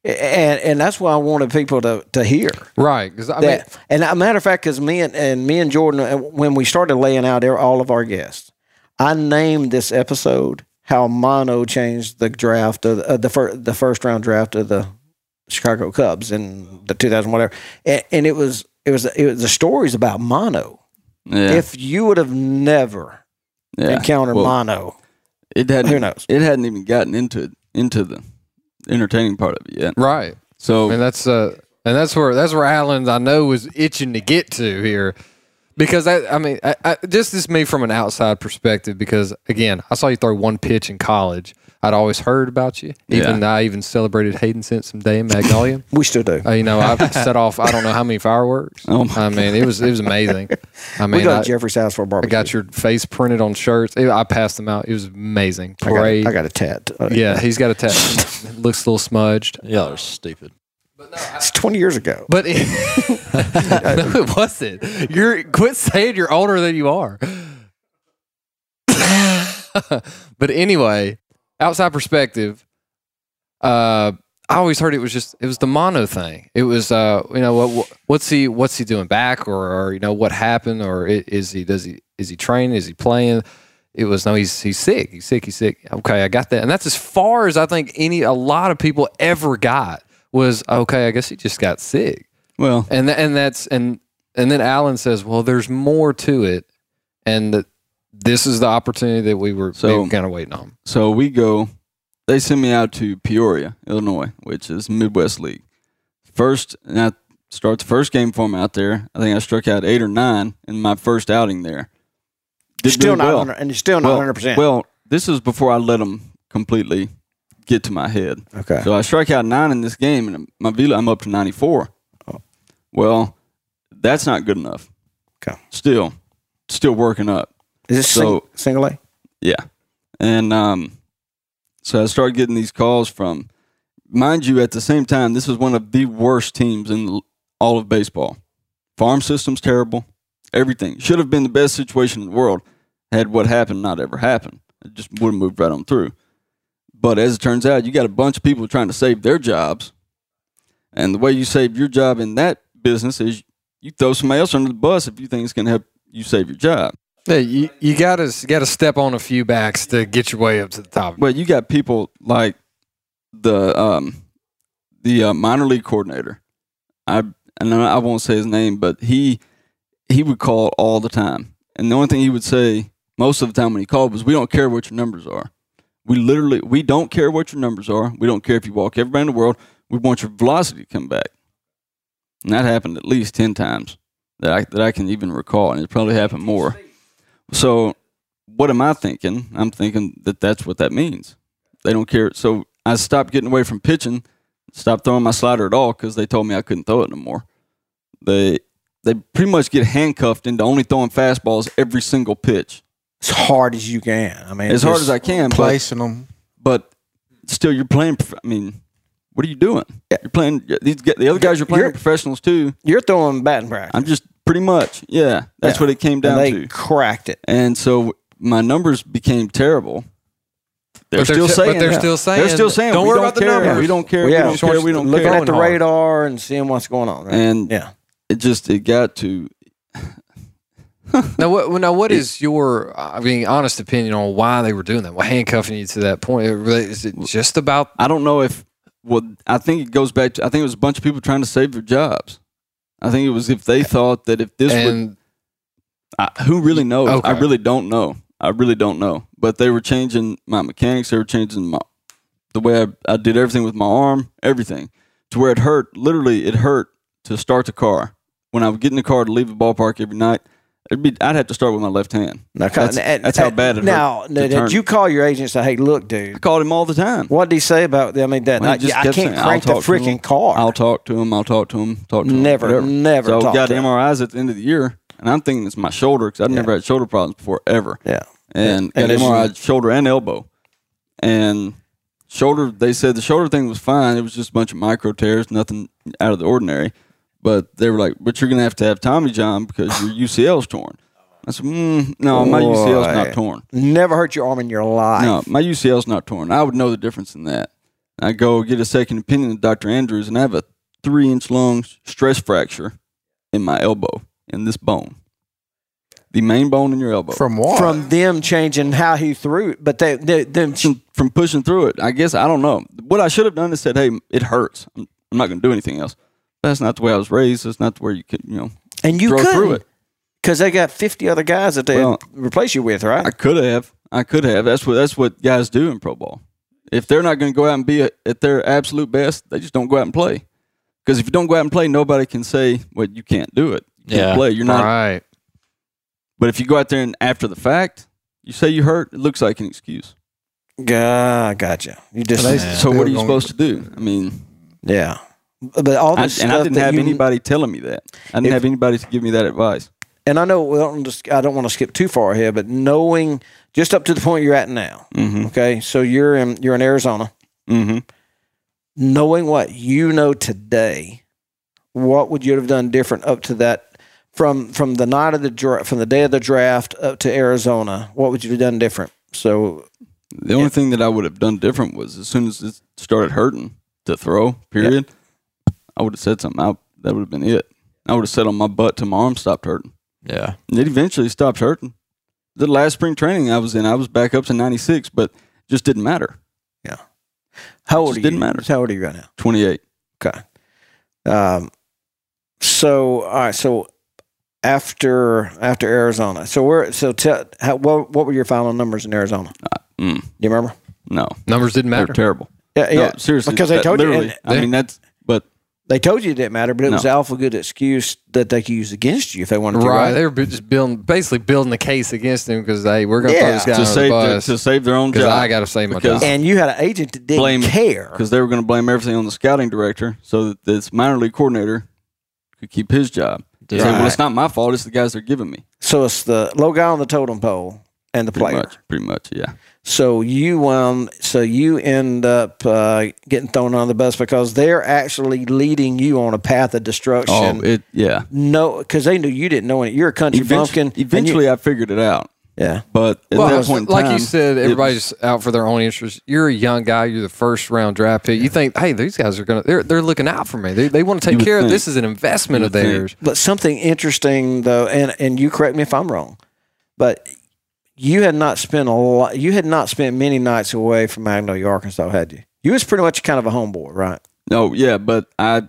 C: A- And and that's why I wanted people to to hear.
D: Right. Because I mean,
C: that, and a matter of fact, because me and, and me and Jordan, uh, when we started laying out our- all of our guests, I named this episode "How Mono Changed the Draft of uh, the, of the, fir- the First Round Draft of the Chicago Cubs in the 2000 whatever," and, and it was it was it was the stories about mono.
L: yeah,
C: If you would have never
L: yeah.
C: encountered
L: Well,
C: mono,
L: It hadn't.
C: Who knows?
L: It hadn't even gotten into into the entertaining part of it yet.
D: Right.
L: So
D: and that's uh and that's where that's where Alan I know was itching to get to here because I I mean I, I, just this me from an outside perspective because again I saw you throw one pitch in college I'd always heard about you even I even celebrated Hayden Simpson Day in Magnolia
C: we still do
D: uh, you know I set off I don't know how many fireworks
L: Oh my
D: I mean it was it was amazing I mean
C: we go
D: I-
C: to Jeffrey's house for a
D: I
C: barbecue.
D: got your face printed on shirts. It- I passed them out. It was amazing.
C: I got,
D: Parade.
C: I got a tat. uh,
D: yeah, he's got a tattoo. It Looks a little smudged. Yeah, they're stupid.
C: it's 20 years ago.
D: But it, no, it wasn't. You're quit saying you're older than you are. but anyway, outside perspective, uh, I always heard it was just it was the mono thing. It was uh, you know what what's he what's he doing back or, or you know what happened or i- is he does he is he training is he playing? It was no he's he's sick he's sick he's sick. Okay, I got that, and that's as far as I think any a lot of people ever got was okay. I guess he just got sick.
L: Well,
D: and tha- and that's and and then Alan says, well, there's more to it, and that this is the opportunity that we were
L: So-
D: kind of waiting on.
L: So we go. They send me out to Peoria, Illinois, which is Midwest League. First, and I start the first game for me out there. I think I struck out eight or nine in my first outing there. Did
C: Still
L: really
C: not
L: well.
C: 100 and you're still not
L: Well-
C: 100%.
L: Well, this is before I let them completely get to my head.
C: Okay.
L: So I strike out nine in this game, and my velo I'm up to 94. Well, that's not good enough.
C: Okay.
L: Still, still working up.
C: Is this sing- single A?
L: Yeah. And um, so I started getting these calls from, mind you, at the same time, this is one of the worst teams in l- all of baseball. Farm system's terrible. Everything should have been the best situation in the world had what happened not ever happened. It just would have moved right on through. But as it turns out, you got a bunch of people trying to save their jobs. And the way you save your job in that business is you throw somebody else under the bus if you think it's going to help you save your job.
D: Yeah, you, you gotta you gotta step on a few backs to get your way up to the top.
L: Well, you got people like the um the uh, minor league coordinator. I and I won't say his name, but he he would call all the time, and the only thing he would say most of the time when he called was, "We don't care what your numbers are. We literally we don't care what your numbers are. We don't care if you walk everybody in the world. We want your velocity to come back." And that happened at least ten times that I that I can even recall, and it probably happened more. So what am I thinking? I'm thinking that that's what that means. They don't care. So I stopped getting away from pitching, stopped throwing my slider at all because they told me I couldn't throw it no more. They they pretty much get handcuffed into only throwing fastballs every single pitch.
C: As hard as you can. I mean,
L: as hard
C: just-
L: as I can, but,
I: Placing them.
L: but still you're playing. prof- I mean, what are you doing? You're playing. These g- the other guys you're playing are professionals too.
C: You're throwing batting practice.
L: I'm just pretty much yeah. That's
C: Yeah.
L: what it came
C: And
L: down
C: they
L: to.
C: Cracked it.
L: And so my numbers became terrible. They're
D: But they're
L: still
D: t- but
L: saying
D: they're
L: that.
D: still saying
L: They're still
D: that.
L: saying
D: Don't
L: we
D: worry about the
L: care,
D: numbers.
L: We don't care.
C: Well, yeah,
L: We don't care. We don't
C: looking
L: care.
C: at the radar and seeing what's going on. right?
L: And
C: yeah,
L: it just it got to
D: now, what, now, what is your, I mean, honest opinion on why they were doing that? Well, handcuffing you to that point, is it just about?
L: I don't know if. Well, I think it goes back to. I think it was a bunch of people trying to save their jobs. I think it was if they thought that if this
D: And-
L: would, I, who really knows? I
D: Okay.
L: really don't know. I really don't know. But they were changing my mechanics. They were changing my the way I, I did everything with my arm, everything to where it hurt. Literally, it hurt to start the car. When I would get in the car to leave the ballpark every night, it'd be, I'd have to start with my left hand. that's,
C: And-
L: that's how
C: and-
L: bad it
C: Now,
L: hurt. to
C: did
L: turn.
C: you call your agent and say, "Hey, look, dude"? I
L: called him all the time.
C: What did he say about? I mean, that
L: Well, he
C: I,
L: just
C: I
L: kept
C: can't
L: saying,
C: crank the
L: "I'll talk to him.
C: freaking car.
L: I'll talk to him. I'll talk to him. Talk to him.
C: Never,
L: whatever.
C: never
L: So I
C: talk
L: got
C: to him.
L: MRIs at the end of the year, and I'm thinking it's my shoulder because I've never had shoulder problems before ever.
C: Yeah,
L: and
C: And
L: got
C: it's-
L: MRI shoulder and elbow, and shoulder. They said the shoulder thing was fine. It was just a bunch of micro tears, nothing out of the ordinary. But they were like, "But you're gonna have to have Tommy John because your UCL's torn." I said, mm, "No, my UCL's
C: Boy.
L: not torn."
C: Never hurt your arm in your life.
L: No, my UCL's not torn. I would know the difference in that. I go get a second opinion of Dr. Andrews, and I have a three inch long stress fracture in my elbow, in this bone. The main bone in your elbow. From what?
C: From them changing how he threw it, but they, they them
L: from, from pushing through it. I guess I don't know. What I should have done is said, hey, it hurts. I'm, I'm not going to do anything else. That's not the way I was raised. That's not where you could, you know,
C: and you
L: throw through
C: couldn't
L: it.
C: because they got fifty other guys that they
L: Well,
C: replace you with, right?
L: I could have. I could have. That's what that's what guys do in pro ball. If they're not going to go out and be at their absolute best, they just don't go out and play. Because if you don't go out and play, nobody can say, "Well, you can't do it. You can't
G: Yeah.
L: play. You're not right." But if you go out there and after the fact, you say you hurt, it looks like an excuse.
C: Gah, gotcha. You just
L: so, what are you supposed to do? I mean,
C: yeah. But all
L: I,
C: this
L: and I
C: stuff
L: didn't
C: that
L: have
C: you-
L: anybody telling me that. I didn't
C: If-
L: have anybody to give me that advice.
C: and I know we don't just, I don't want to skip too far ahead, but knowing just up to the point you're at now. Okay, so you're in you're in Arizona.
L: Mm-hmm.
C: Knowing what you know today, what would you have done different up to that from from the night of the dra- from the day of the draft up to Arizona? What would you have done different? So
L: The only thing that I would have done different was as soon as it started hurting to throw, period, I would have said something. I, that would have been it. I would have sat on my butt till my arm stopped hurting.
G: Yeah.
L: And it eventually stopped hurting. The last spring training I was in, I was back up to 96, but it just didn't matter.
C: Yeah. How old
L: Just
C: are you?
L: didn't matter.
C: How old are you right now?
L: 28.
C: Okay. Um, so all right. So after after Arizona, so we're so tell how, what what were your final numbers in Arizona?
L: Mm.
C: Do you remember?
L: No.
D: Numbers didn't
L: They're
D: matter.
L: terrible.
C: Yeah,
L: No,
C: yeah.
L: seriously.
C: Because they
L: that-
C: told you-
L: literally,
C: and-
L: I mean, that's, but
C: They told you it didn't matter, but it was an
D: No.
C: awful good excuse that they could use against you if they wanted to.
D: Right, they were bu- just building, basically building the case against him because hey, we're gonna
C: Yeah.
D: throw this guy
C: To
D: under the
C: save their-
D: bus
L: to save their own
D: 'cause
L: job.
D: I got to save my
L: Because-
D: job.
C: And you had an agent that didn't
L: blame
C: care.
L: because they were going to blame everything on the scouting director so that this minor league coordinator could keep his job. Say, well,
C: Right.
L: it's not my fault. It's the guys they're giving me.
C: So it's the low guy on the totem pole and the
L: Pretty
C: player.
L: much. Pretty much. Yeah.
C: So you um so you end up uh, getting thrown on the bus because they're actually leading you on a path of destruction.
L: Oh, it yeah.
C: no, because they knew you didn't know any. You're a country bumpkin. and you-
L: Eventually, I figured it out.
C: Yeah,
L: but at
D: Well,
L: that point, in
D: like
L: time,
D: you said,
L: it
D: everybody's out for their own interest. You're a young guy. You're the first round draft pick. You think, hey, these guys are gonna they're they're looking out for me. They, they want
C: You
D: to take
C: would
D: care of
C: think.
D: this. Is an investment of theirs.
C: But something interesting though, and and you correct me if I'm wrong, but you had not spent a lot. You had not spent many nights away from Magnolia, Arkansas, had you? You was pretty much kind of a homeboy, right?
L: No, yeah, but I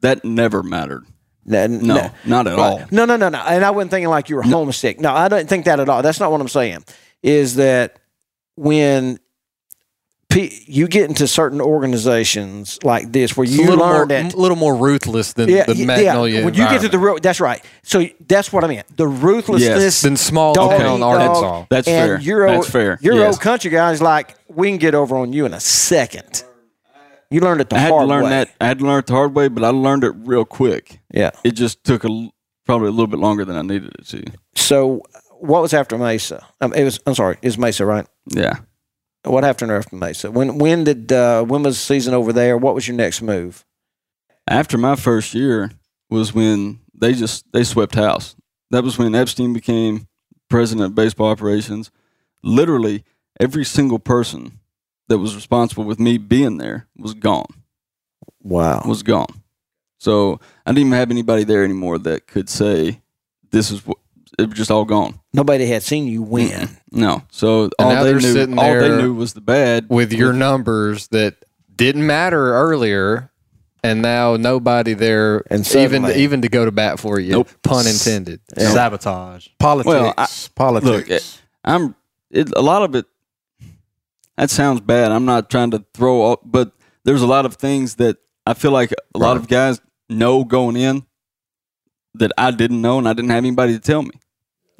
L: that never mattered. no,
C: no.
L: not at all.
C: No, no, no, no. And I wasn't thinking like you were homesick. No, I don't think that at all. That's not what I'm saying. Is that when pe you get into certain organizations like this where
D: It's
C: you
D: a little
C: learn
D: more,
C: that
D: a little more ruthless than the
C: y-
D: Magnolia.
C: When you get to the real, that's right. So that's what I meant. The ruthlessness.
D: Yes. Then small
C: doggy
D: town
C: dog,
D: Arkansas. That's
C: and
D: fair.
C: Your old,
D: That's fair.
C: Your
D: Yes.
C: old country guy is like, we can get over on you in a second. You learned it the
L: I had to
C: hard
L: learn
C: way.
L: that. I had to learn it the hard way, but I learned it real quick.
C: Yeah,
L: it just took a l- probably a little bit longer than I needed it to.
C: So what was after Mesa? Um, it was. I'm sorry. It was Mesa, right?
L: Yeah.
C: What happened after Mesa? When when did uh, when was the season over there? What was your next move?
L: After my first year was when they just they swept house. That was when Epstein became president of baseball operations. Literally every single person that was responsible with me being there was gone.
C: Wow.
L: Was gone. So I didn't even have anybody there anymore that could say this is what it was just all gone.
C: Nobody had seen you
L: Hmm.
C: win.
L: No, so
D: And
L: all
D: now
L: they
D: they're
L: knew,
D: sitting
L: all they
D: there
L: knew was the bad
D: with your numbers that didn't matter earlier, and now nobody there, and even
L: suddenly-
D: even to go to bat for you.
L: Nope.
D: Pun intended.
L: Nope.
G: Sabotage.
L: Well, I- Look, eh, I'm it, a lot of it. That sounds bad. I'm not trying to throw, all, but there's a lot of things that I feel like a lot of guys know going in that I didn't know, and I didn't have anybody to tell me.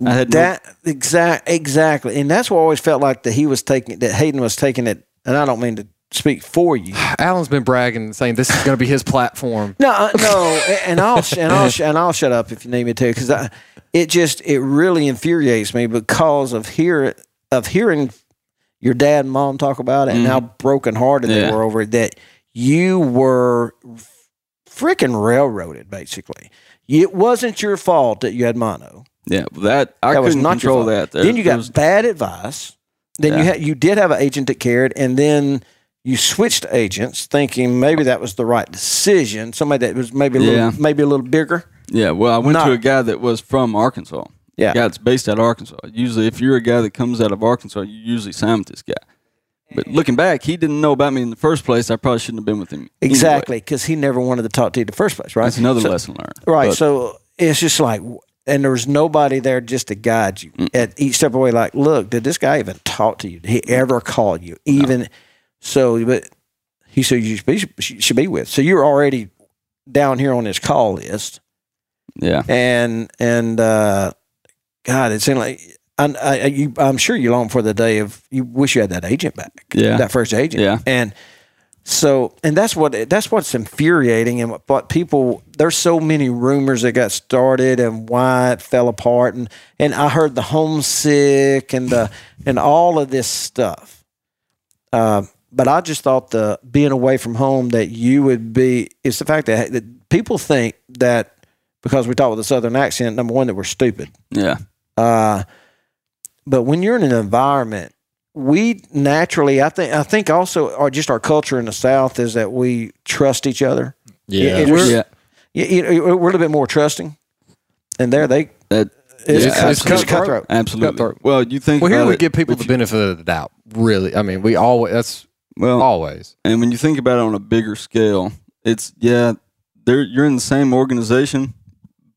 L: I had no-
C: that exact exactly, and that's what I always felt like that he was taking that Hayden was taking it, and I don't mean to speak for you.
D: Alan's been bragging, saying this is going to be his platform.
C: No, uh, no, a- and I'll sh- and I'll sh- and I'll shut up if you need me to, because it just it really infuriates me because of hear of hearing your dad and mom talk about it and how brokenhearted
L: Yeah.
C: they were over it that you were freaking railroaded basically. It wasn't your fault that you had mono.
L: Yeah, that I
C: that
L: couldn't
C: was not
L: control
C: your fault.
L: that. There-
C: then you
L: there
C: got
L: was-
C: bad advice. Then you
L: Yeah.
C: had you did have an agent that cared, and then you switched agents, thinking maybe that was the right decision. Somebody that was maybe a little,
L: Yeah.
C: maybe a little bigger.
L: Yeah, well, I went
C: Not-
L: to a guy that was from Arkansas.
C: Yeah.
L: guy that's based out of Arkansas. Usually, if you're a guy that comes out of Arkansas, you usually sign with this guy. But
C: Eh.
L: looking back, he didn't know about me in the first place. I probably shouldn't have been with him. anyway.
C: Exactly, because he never wanted to talk to you in the first place, right?
L: That's another
C: So-
L: lesson learned.
C: Right.
L: But-
C: so it's just like, and there was nobody there just to guide you at each step of the way. Like, look, did this guy even talk to you? Did he ever call you? Even so, but he said you should be, should be with. So you're already down here on his call list.
L: Yeah.
C: And, and, uh, God, it seemed like, I, I, you, I'm sure you long for the day of you wish you had that agent back.
L: Yeah.
C: That first agent.
L: Yeah.
C: And, so, and that's what that's what's infuriating, and what, what people there's so many rumors that got started and why it fell apart, and and I heard the homesick and the and all of this stuff. Uh, but I just thought the being away from home that you would be it's the fact that, that people think that because we talk with a southern accent, number one that we're stupid.
L: Yeah.
C: Uh, but when you're in an environment, we naturally, I think, I think also, or just our culture in the South is that we trust each other.
L: Yeah.
C: It- it-
L: We're-
C: yeah, you know, we're a little bit more trusting, and there they
L: that
C: it's,
D: Yeah,
C: it's- it's
D: absolutely.
C: cutthroat.
L: Absolutely.
D: Cutthroat.
L: Well, you think
D: Well, here
L: about
D: we
L: it-
D: give people the benefit of the doubt. Really, I mean, we always that's
L: well
D: always.
L: And when you think about it on a bigger scale, it's yeah, they're you're in the same organization,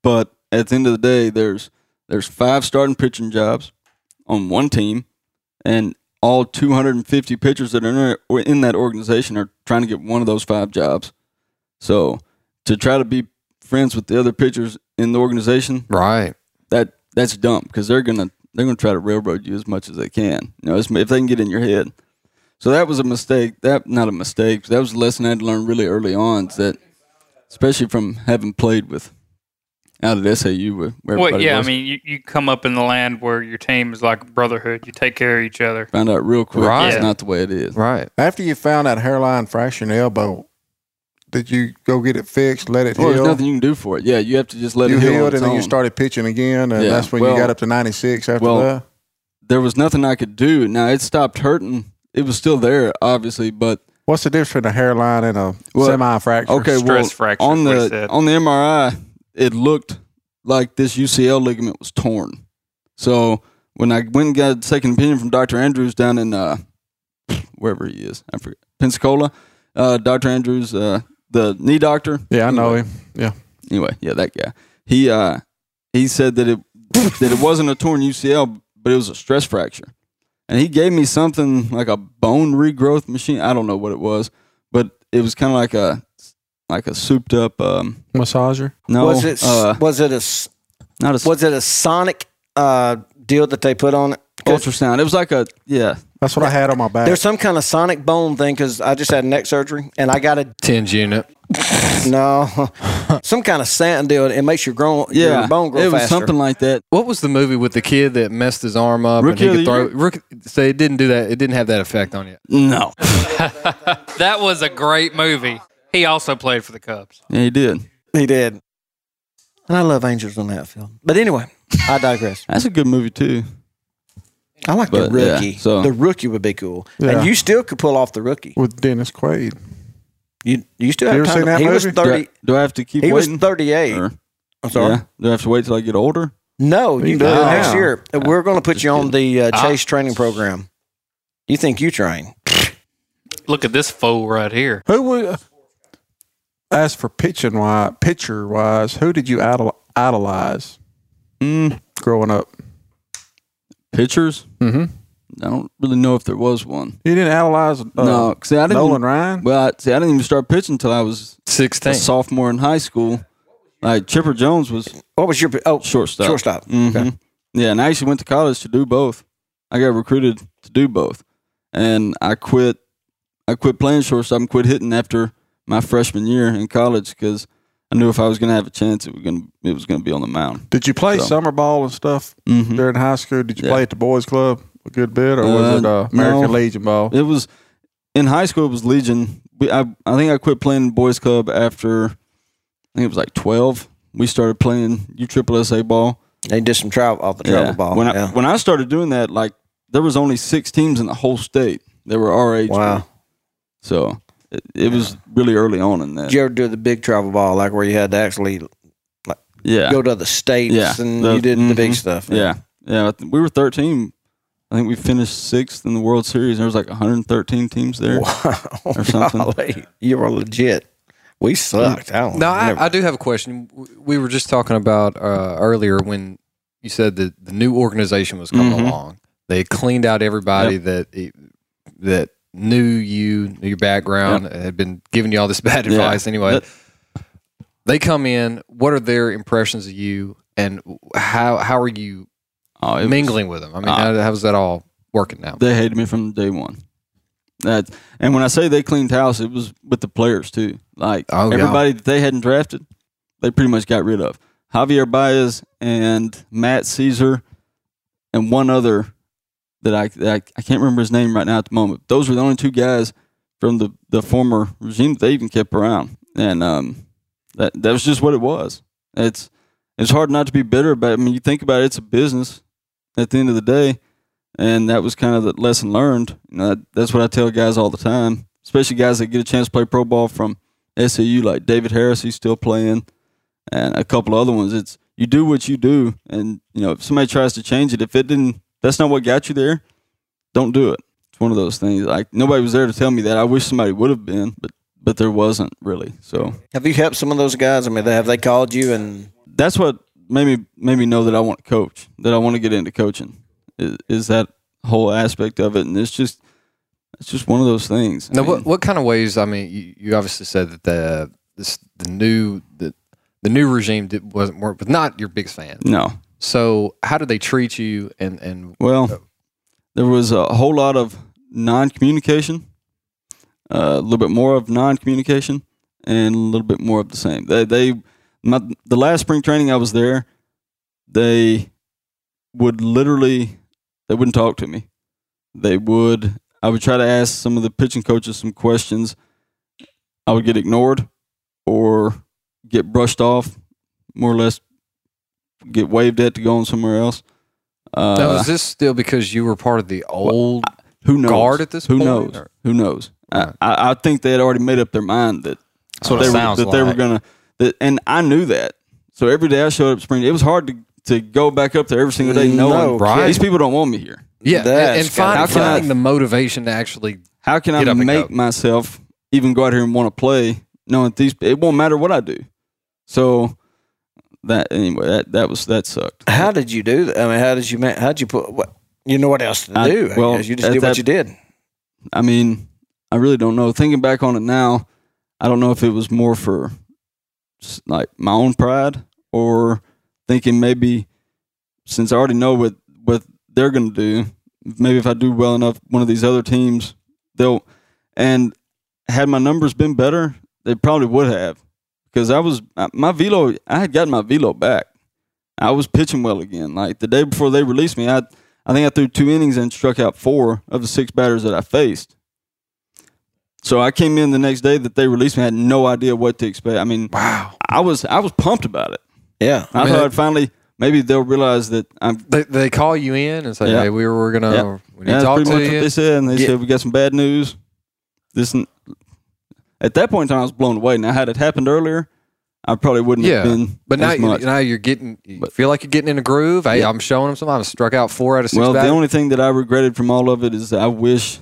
L: but at the end of the day, there's there's five starting pitching jobs on one team, and all 250 pitchers that are in, there- or in that organization are trying to get one of those five jobs. So to try to be friends with the other pitchers in the organization,
D: right?
L: That that's dumb because they're gonna they're gonna try to railroad you as much as they can. You know, it's, if they can get in your head. So that was a mistake. That not a mistake. That was a lesson I had to learn really early on. Is that especially from having played with out at SAU where, where
H: Well,
L: everybody
H: yeah,
L: was,
H: I mean, you, you come up in the land where your team is like a brotherhood. You take care of each other.
L: found out real quick.
H: Right.
L: That's not the way it is.
D: Right.
I: After you found that hairline fracture in the elbow, did you go get it fixed? Let it
L: Well,
I: heal.
L: there's nothing you can do for it. Yeah, you have to just let
I: you
L: it heal. on
I: healed,
L: its
I: and then you
L: own.
I: started pitching again, and
L: Yeah,
I: that's when
L: well-
I: you got up to 96 after
L: well,
I: that.
L: There was nothing I could do. Now it stopped hurting. It was still there, obviously, but
I: What's the difference between a hairline and a
L: Well,
I: semi fracture?
L: Okay, well, on the on the MRI, it looked like this UCL ligament was torn. So when I went and got a second opinion from Doctor Andrews down in uh, wherever he is, I forget Pensacola, uh, Doctor Andrews, uh, the knee doctor.
I: Yeah, I know
L: Anyway,
I: him. Yeah.
L: Anyway, yeah, that guy. He uh, he said that it that it wasn't a torn UCL, but it was a stress fracture. And he gave me something like a bone regrowth machine. I don't know what it was, but it was kind of like a like a souped up um,
I: massager.
L: No,
C: was it
L: uh,
C: was it a s-
L: not a
C: was it a sonic uh, deal that they put on it? 'Cause
L: ultrasound. It was like a yeah.
I: That's what I had on my back.
C: There's some kind of sonic bone thing because I just had neck surgery and I got a
D: Tinge unit.
C: no some kind of sand deal. It makes your grown your bone grow faster.
L: like that.
D: What was the movie with the kid that messed his arm up
C: Rookie
D: and
C: of
D: he could
C: the
D: throw?
C: year?
D: Rookie, so it didn't do that. It didn't have that effect on you.
L: No.
H: That was a great movie. He also played for the Cubs.
L: Yeah, he did.
C: He did. And I love Angels on that film. But anyway, I digress.
L: That's a good movie too.
C: I like the
L: But, yeah,
C: rookie.
L: so-
C: The rookie would be cool.
I: Yeah.
C: And you still could pull off the rookie.
I: With Dennis Quaid.
C: You you still
L: You
C: have
L: ever
C: time.
L: seen that
C: he was
L: movie?
C: thirty.
L: Do I- do I have to keep
C: He
L: waiting?
C: was thirty-eight.
L: Or-
C: I'm sorry.
L: Yeah. Do I have to wait till I get older?
C: No,
L: We
C: you
L: can
C: do
L: do
C: it
L: it
C: next
L: now.
C: year. We're going to put you on the
L: Ah.
C: uh, chase training program. You think you train?
H: Look at this fool right here.
E: Who would? As for pitching wise, pitcher wise, who did you idol, idolize
L: Hmm.
E: growing up?
L: Pitchers? Mm-hmm. I don't really know if there was one.
E: You didn't idolize uh,
L: no, see, I didn't.
E: Nolan Ryan.
L: Well, I, see, I didn't even start pitching until I was
D: sixteen,
L: a sophomore in high school. Like Chipper Jones was.
C: What was your oh
L: shortstop?
C: shortstop.
L: Mhm. Yeah, and I actually went to college to do both. I got recruited to do both, and I quit. I quit playing shortstop and quit hitting after my freshman year in college because I knew if I was going to have a chance, it was going to it was going to be on the mound. Mm-hmm.
E: Did you play
L: So-
E: summer ball and stuff during high school? Did you play at the boys' club a good bit, or was it uh, American
L: no.
E: Legion ball?
L: It was in high school. It was Legion. We, I I think I quit playing boys club after I think it was like twelve. We started playing U Triple SA ball.
C: They did some travel off the travel ball.
L: When
C: yeah.
L: I when I started doing that, like there was only six teams in the whole state that were our age.
C: Wow.
L: So it, it was really early on in that.
C: Did you ever do the big travel ball, like where you had to actually like
L: Yeah.
C: go to other states
L: yeah.
C: and
L: The-
C: you did the big
L: mhm.
C: stuff?
L: Yeah. Yeah. I th- we were thirteen. I think we finished sixth in the World Series. There was like 113 teams there, or something.
C: Golly, you were legit. We sucked. I
L: Oh,
C: don't
D: No,
C: never-
D: I, I do have a question. W- We were just talking about uh, earlier when you said that the new organization was coming
L: Mhm.
D: along. They cleaned out everybody that that that knew you, knew your background, had been giving you all this bad
L: Yeah.
D: advice. Anyway,
L: That-
D: they come in. What are their impressions of you, and how how are you
L: Oh, it was-
D: mingling with them? I mean,
L: Uh,
D: how, how's that all working now?
L: They hated me from day one. That and when I say they cleaned house, it was with the players too. Like
D: Oh, yeah.
L: everybody that they hadn't drafted, they pretty much got rid of. Javier Baez and Matt Caesar and one other that I, that I I can't remember his name right now at the moment. Those were the only two guys from the, the former regime that they even kept around. And um that that was just what it was. It's it's hard not to be bitter about it. I mean you think about it, it's a business at the end of the day. And that was kind of the lesson learned. You know, that, that's what I tell guys all the time, especially guys that get a chance to play pro ball from SAU, like David Harris, he's still playing, and a couple other ones. It's you do what you do, and you know if somebody tries to change it, if it didn't, that's not what got you there. Don't do it. It's one of those things. Like nobody was there to tell me that. I wish somebody would have been, but but there wasn't really. So
C: Have you helped some of those guys? I mean, they- have they called you and
L: that's what made me made me know that I want to coach, that I want to get into coaching. Is, is that whole aspect of it, and it's just it's just one of those things. I
D: Now,
L: mean,
D: what, what kind of ways? I mean, you, you obviously said that the this the new the, the new regime did, wasn't work, was not your biggest fan.
L: no,
D: So, how did they treat you? And and
L: Well, there was a whole lot of non communication, uh, a little bit more of non communication, and a little bit more of the same. They, they my, the last spring training I was there, they would literally, they wouldn't talk to me. They would, I would try to ask some of the pitching coaches some questions. I would get ignored or get brushed off, more or less get waved at to go on somewhere else. Uh,
D: now, is this still because you were part of the old
L: who knows?
D: guard at this
L: who
D: point?
L: knows?
D: Or-
L: Who knows? I, I, I think they had already made up their mind that
D: what it
L: they, were,
D: sounds
L: that they were
D: like.
L: gonna. That, and I knew that. So every day I showed up spring. It was hard to, to go back up there every single day
D: No
L: knowing
D: kidding.
L: these people don't want me here.
D: Yeah, and- and,
L: That's
D: find-
L: gotta be tough.
D: finding the motivation to actually
L: How can
D: Get
L: I
D: up and
L: make
D: go.
L: myself even go out here and want to play knowing that these? It won't matter what I do. So that anyway, that that was that sucked.
C: how did you do that? I mean, how did you ma- how did you put what you know what else to
L: I-
C: do? I
L: well,
C: guess. you just
L: at
C: did what
L: that-
C: you did.
L: I mean, I really don't know. Thinking back on it now, I don't know if it was more for s- like my own pride or thinking maybe since I already know what what they're going to do, maybe if I do well enough, one of these other teams they'll and had my numbers been better, they probably would have because I was I- my velo. I had gotten my velo back. I was pitching well again. Like the day before they released me, I I think I threw two innings and struck out four of the six batters that I faced. So I came in the next day that they released me. I had no idea what to expect. I mean, wow, I was I was pumped about it.
C: Yeah,
L: I,
D: I mean,
L: thought
D: that-
L: I'd finally maybe they'll realize that I'm.
D: they, they call you in and say,
L: Yeah.
D: "Hey, we were gonna
L: Yeah.
D: we need to
L: Yeah, that's
D: talk
L: pretty
D: to
L: much
D: you."
L: what they said, and they
D: Yeah.
L: said we got some bad news. This, n- at that point in time, I was blown away. Now, had it happened earlier, I probably wouldn't
D: Yeah,
L: have been.
D: but now
L: as
D: you,
L: much.
D: now you're getting you feel like you're getting in a groove. Hey,
L: Yeah.
D: I'm showing them something. I struck out four out of six.
L: well,
D: battles.
L: the only thing that I regretted from all of it is I wish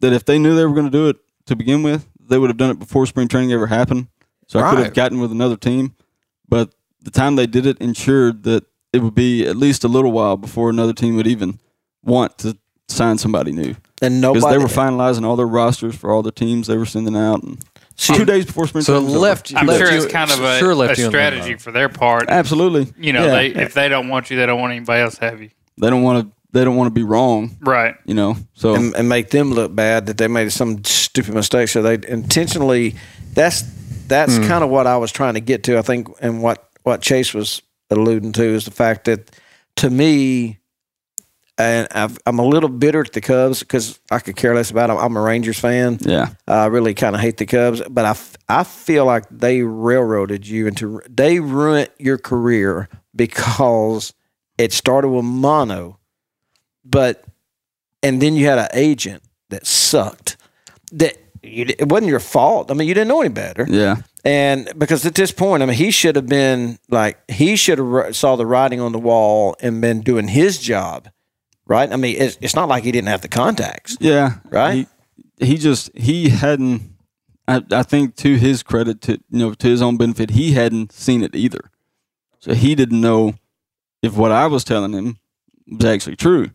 L: that if they knew they were going to do it to begin with, they would have done it before spring training ever happened. So I could have
D: Right.
L: gotten with another team. But the time they did it ensured that it would be at least a little while before another team would even want to sign somebody new.
C: And
L: because
C: nobody-
L: they were finalizing all their rosters for all the teams they were sending out, and two days before spring
D: So
L: training was over.
D: left-
H: I'm sure it's kind of a,
L: sure
H: a
L: left you in limbo.
H: strategy for their part.
L: Absolutely.
H: You know,
L: Yeah.
H: they, if they don't want you, they don't want anybody else to have you.
L: they don't want to they don't want to be wrong,
H: Right.
L: You know, so
C: and, and make them look bad that they made some stupid mistake. So they intentionally. That's that's
L: Mm.
C: kind of what I was trying to get to. I think, and what what Chase was alluding to is the fact that to me, and I've, I'm a little bitter at the Cubs because I could care less about them. I'm a Rangers fan.
L: Yeah.
C: I really kind of hate the Cubs, but I, f- I feel like they railroaded you into they ruined your career because it started with mono, but and then you had an agent that sucked. That you, it wasn't your fault. I mean, you didn't know any better.
L: Yeah.
C: And because at this point, I mean, he should have been like he should have ri- saw the writing on the wall and been doing his job, right? I mean, it's, it's not like he didn't have the contacts.
L: Yeah.
C: Right?
L: He, he just he hadn't I, I think to his credit to you know to his own benefit he hadn't seen it either. So he didn't know if what I was telling him was actually true.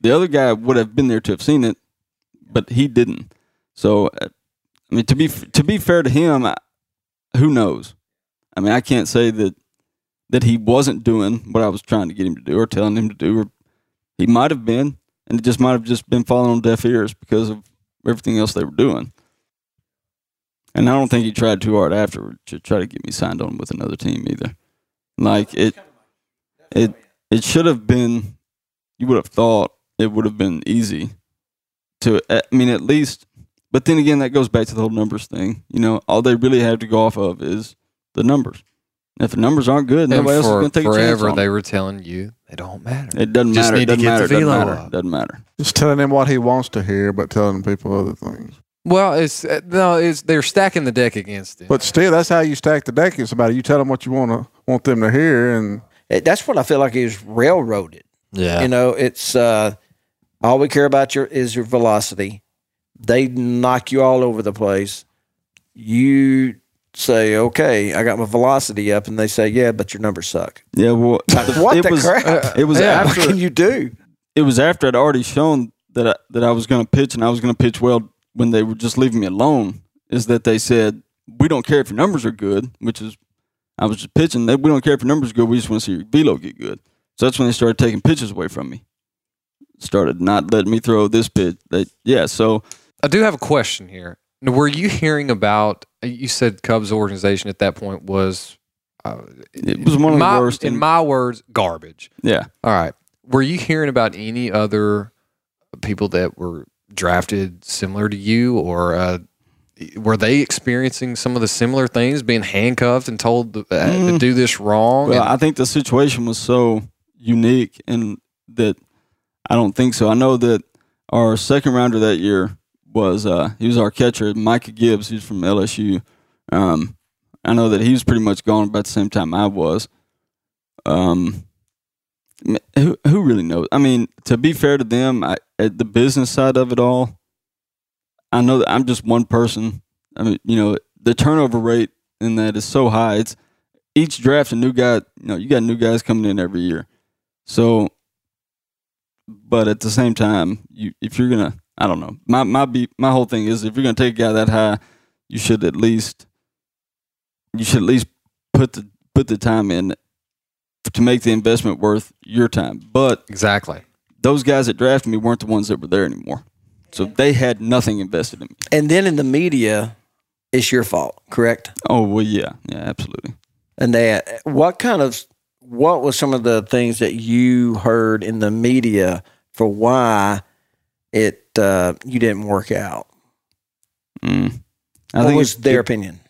L: The other guy would have been there to have seen it, but he didn't. So uh, I mean to be f- to be fair to him, I, who knows? I mean, I can't say that that he wasn't doing what I was trying to get him to do or telling him to do, or he might have been, and it just might have just been falling on deaf ears because of everything else they were doing. And I don't think he tried too hard afterward to try to get me signed on with another team either. Like it, it, it should have been. You would have thought it would have been easy to. I mean, at least. But then again, that goes back to the whole numbers thing. You know, all they really have to go off of is the numbers. And if the numbers aren't good,
D: and
L: nobody else is
D: for
L: going to take a chance
D: forever
L: on
D: they were telling you they don't matter.
L: it doesn't
D: Just
L: matter.
D: need
L: It
D: to
L: doesn't
D: get
L: matter.
D: the
L: It doesn't
D: velo
L: matter.
D: up.
L: Doesn't matter.
E: Just telling him what he wants to hear, but telling people other things.
D: Well, it's uh, no, it's they're stacking the deck against it.
E: But still, that's how you stack the deck. It's about you tell them what you want to want them to hear, and
C: that's what I feel like is railroaded.
E: Yeah.
C: You know, it's uh, all we care about your is your velocity. They knock you all over the place. You say, "Okay, I got my velocity up," and they say, "Yeah, but your numbers suck."
L: Yeah, well,
C: what
L: it
C: the
L: was, uh,
C: crap?
L: It was
C: Yeah, what
L: after.
C: can you do?
L: It was after I'd already shown that I, that I was going to pitch and I was going to pitch well when they were just leaving me alone. Is that they said we don't care if your numbers are good, which is I was just pitching. That we don't care if your numbers are good. We just want to see your velo get good. So that's when they started taking pitches away from me. Started not letting me throw this pitch. They, yeah. So
D: I do have a question here. Now, Were you hearing about? uh, You said Cubs organization at that point was uh,
L: it was one of the
D: my,
L: worst
D: In
L: in-
D: my words, garbage.
L: yeah.
D: All right. Were you hearing about any other people that were drafted similar to you, or uh, were they experiencing some of the similar things, being handcuffed and told to, uh, to
L: Mm.
D: do this wrong?
L: Well,
D: and-
L: I think the situation was so unique and that I don't think so. I know that our second rounder that year was uh, he was our catcher, Micah Gibbs. He's from LSU. Um, I know that he was pretty much gone about the same time I was. Um, m- who who really knows? I mean, to be fair to them, I, at the business side of it all, I know that I'm just one person. I mean, you know, the turnover rate in that is so high. It's each draft a new guy. You know, you got new guys coming in every year. So, but at the same time, you if you're gonna, I don't know. My my be my whole thing is if you're gonna take a guy that high, you should at least you should at least put the put the time in to make the investment worth your time. But
D: exactly,
L: those guys that drafted me weren't the ones that were there anymore. So they had nothing invested in me.
C: And then in the media, it's your fault, correct?
L: Oh well, yeah, yeah, absolutely.
C: And that what kind of what was some of the things that you heard in the media for why it uh, you didn't work out?
L: Mm.
C: what was
L: it's-
C: their opinion?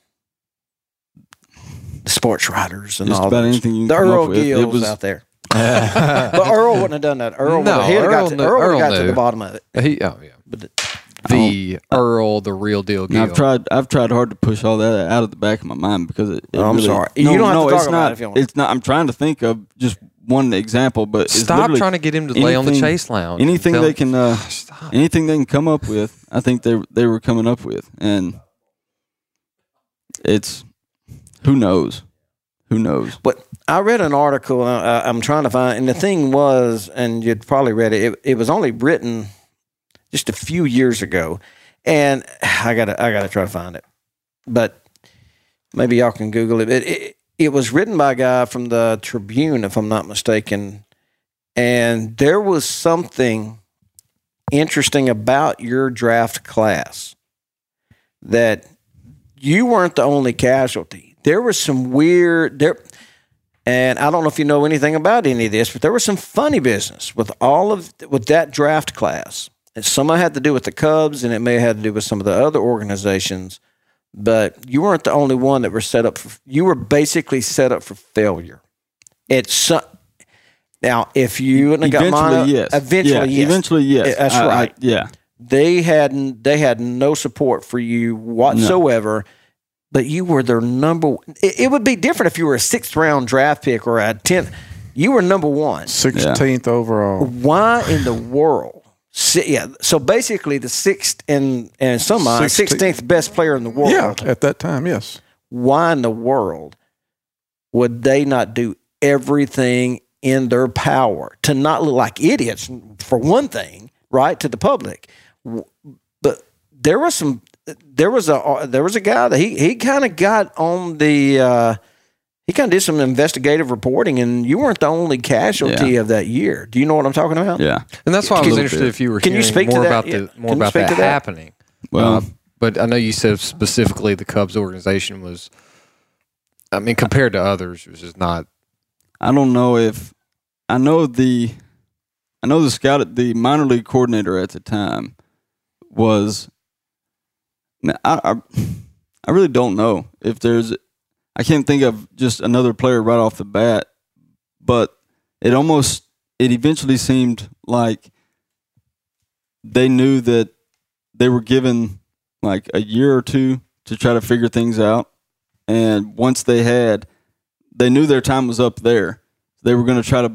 C: The sports writers and
L: Just
C: all
L: about
C: those.
L: anything you can
C: the
L: come up
C: Earl
L: with, it
C: Gills
L: was-
C: out there. but Earl wouldn't have done that. Earl,
D: No,
C: would have, he'd have
D: Earl
C: got to,
D: knew-
C: Earl would have
D: Earl
C: got to
D: knew.
C: the bottom of it.
D: He, oh yeah. the Earl, the real deal.
L: And I've
D: Gill.
L: tried. I've tried hard to push all that out of the back of my mind because it. it
D: Oh, I'm
L: really-
D: sorry.
L: No,
D: You don't have
L: no,
D: to talk
L: it's
D: about
L: not.
D: it if you don't want.
L: It's not. I'm trying to think of just one example, but it's
D: Stop
L: literally
D: trying to get him to lay on the
L: anything-
D: chase lounge.
L: Anything
D: Tell-
L: they can. Uh, anything they can come up with, I think they they were coming up with, and it's who knows, who knows.
C: But I read an article. Uh, I'm trying to find, and the thing was, and you'd probably read it. It, it was only written just a few years ago, and I gotta, I gotta try to find it. But maybe y'all can Google it. It, it, it was written by a guy from the Tribune, if I'm not mistaken, and there was something interesting about your draft class that you weren't the only casualty. There was some weird there, and I don't know if you know anything about any of this, but there was some funny business with all of with that draft class. And some of it had to do with the Cubs, and it may have had to do with some of the other organizations. But you weren't the only one that were set up for. You were basically set up for failure. It's some, now if you and
L: Eventually,
C: Gamana,
L: yes. Yeah,
C: eventually, yes,
L: eventually, yes.
C: Yeah, that's
L: I- I-
C: right.
L: yeah.
C: they had they had no support for you whatsoever. But you were their number. It, it would be different if you were a sixth round draft pick or a tenth. You were number one.
I: Sixteenth overall.
C: Why in the world? Si- yeah. So basically, the sixth and and some minds,
I: Sixteenth.
C: sixteenth best player in the world.
I: Yeah, at that time, yes.
C: Why in the world would they not do everything in their power to not look like idiots for one thing, right, to the public? W- But there was some. There was a there was a guy that he he kind of got on the. Uh, he kind of did some investigative reporting, and you weren't the only casualty
D: Yeah.
C: of that year. Do you know what I'm talking about?
D: and that's why I
C: Can-
D: was interested if you were
C: Can you
D: hearing
C: speak to
D: more
C: that?
D: about
C: Yeah.
D: the more
C: Can you
D: about
C: speak
D: that,
C: to that?
D: happening.
L: Well-
D: Um, but I know you said specifically the Cubs organization was. I mean, compared to others, it was just not.
L: I don't know if I know the I know the scout the minor league coordinator at the time was now, I, I I really don't know if there's I can't think of just another player right off the bat, but it almost it eventually seemed like they knew that they were given like a year or two to try to figure things out. And once they had, they knew their time was up there. They were going to try to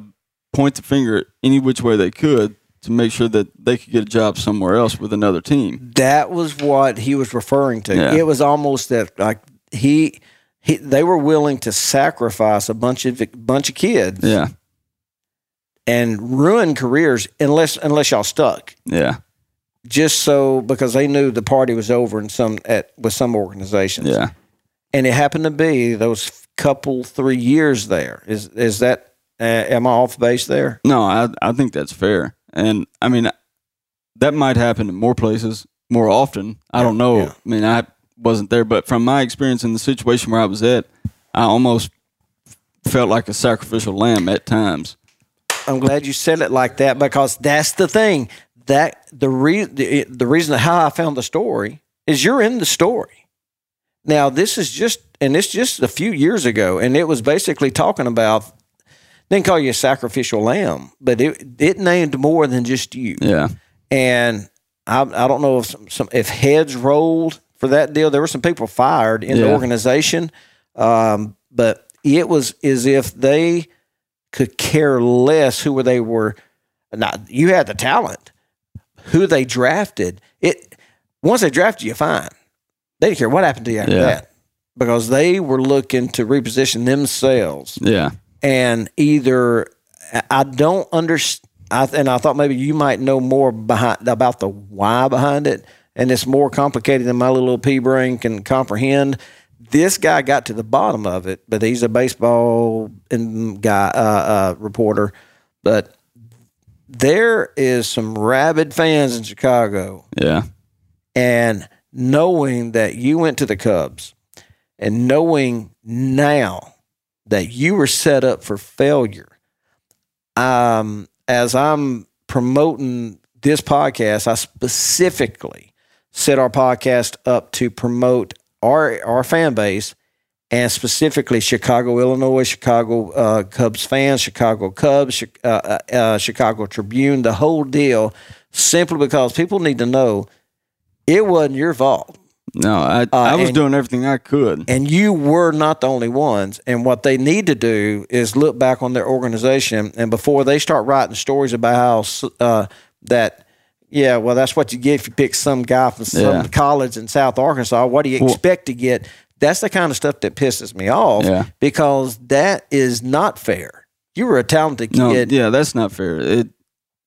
L: point the finger any which way they could to make sure that they could get a job somewhere else with another team.
C: That was what he was referring to.
L: Yeah.
C: It was almost that like he, he they were willing to sacrifice a bunch of bunch of kids
L: Yeah.
C: and ruin careers unless unless y'all stuck
L: Yeah.
C: just so because they knew the party was over in some at with some organizations.
L: Yeah.
C: And it happened to be those couple three years there. Is is that uh, am I off base there?
L: No, I I think that's fair, and I mean that might happen in more places more often. I don't know. I mean, I wasn't there, but from my experience in the situation where I was at, I almost felt like a sacrificial lamb at times.
C: I'm glad you said it like that because that's the thing that the re- the, the reason how I found the story is you're in the story. Now this is just and it's just a few years ago, and it was basically talking about didn't call you a sacrificial lamb, but it it named more than just you.
L: Yeah.
C: And I I don't know if some, some if heads rolled for that deal. There were some people fired in the
L: Yeah.
C: organization, um, but it was as if they could care less who were they were. Not you had the talent, who they drafted. It once they drafted you, fine. They didn't care what happened to you after
L: Yeah.
C: that because they were looking to reposition themselves
L: Yeah.
C: and either I- I don't understand, and I thought maybe you might know more behind about the why behind it, and it's more complicated than my little pea brain can comprehend. This guy got to the bottom of it, but he's a baseball and guy uh, uh, reporter. But there is some rabid fans in Chicago
L: Yeah.
C: and knowing that you went to the Cubs and knowing now that you were set up for failure, um, as I'm promoting this podcast, I specifically set our podcast up to promote our our fan base and specifically Chicago, Illinois, Chicago uh, Cubs fans, Chicago Cubs, Chi- uh, uh, uh, Chicago Tribune, the whole deal, simply because people need to know It wasn't your fault.
L: No, I, I was
C: Uh, and-
L: doing everything I could.
C: And you were not the only ones. And what they need to do is look back on their organization and before they start writing stories about how s- uh, that, yeah, well, that's what you get if you pick some guy from some
L: Yeah.
C: college in South Arkansas. What do you
L: Well-
C: expect to get? That's the kind of stuff that pisses me off
L: Yeah.
C: because that is not fair. You were a talented
L: No,
C: kid.
L: yeah, that's not fair. It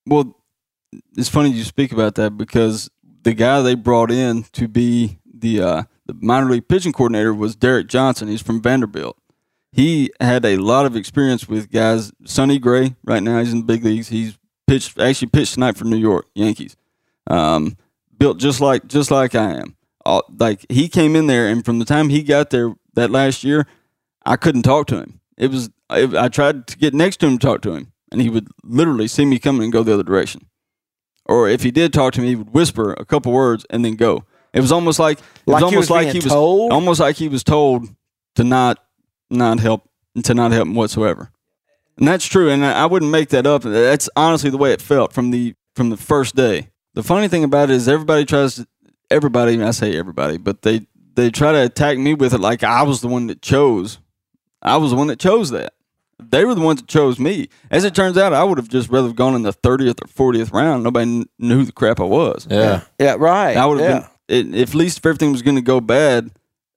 L: well, it's funny you speak about that because the guy they brought in to be the uh, the minor league pitching coordinator was Derek Johnson. He's from Vanderbilt. He had a lot of experience with guys. Sonny Gray, right now he's in the big leagues. He's pitched actually pitched tonight for New York Yankees. Um, built just like just like I am. Uh, like he came in there, and from the time he got there that last year, I couldn't talk to him. It was I, I tried to get next to him, to talk to him, and he would literally see me coming and go the other direction. Or if he did talk to me, he would whisper a couple words and then go. It was almost like it
C: Like
L: was
C: he
L: almost
C: was
L: like
C: being
L: he was
C: told?
L: almost like he was told to not not help to not help him whatsoever. And that's true, and I I wouldn't make that up. That's honestly the way it felt from the from the first day. The funny thing about it is everybody tries to everybody I say everybody, but they they try to attack me with it like I was the one that chose. I was the one that chose that. They were the ones that chose me. As it turns out, I would have just rather gone in the thirtieth or fortieth round. Nobody kn- knew who the crap I was.
G: Yeah.
C: Yeah, right.
L: I would have
C: Yeah.
L: been. It, if at least if everything was going to go bad,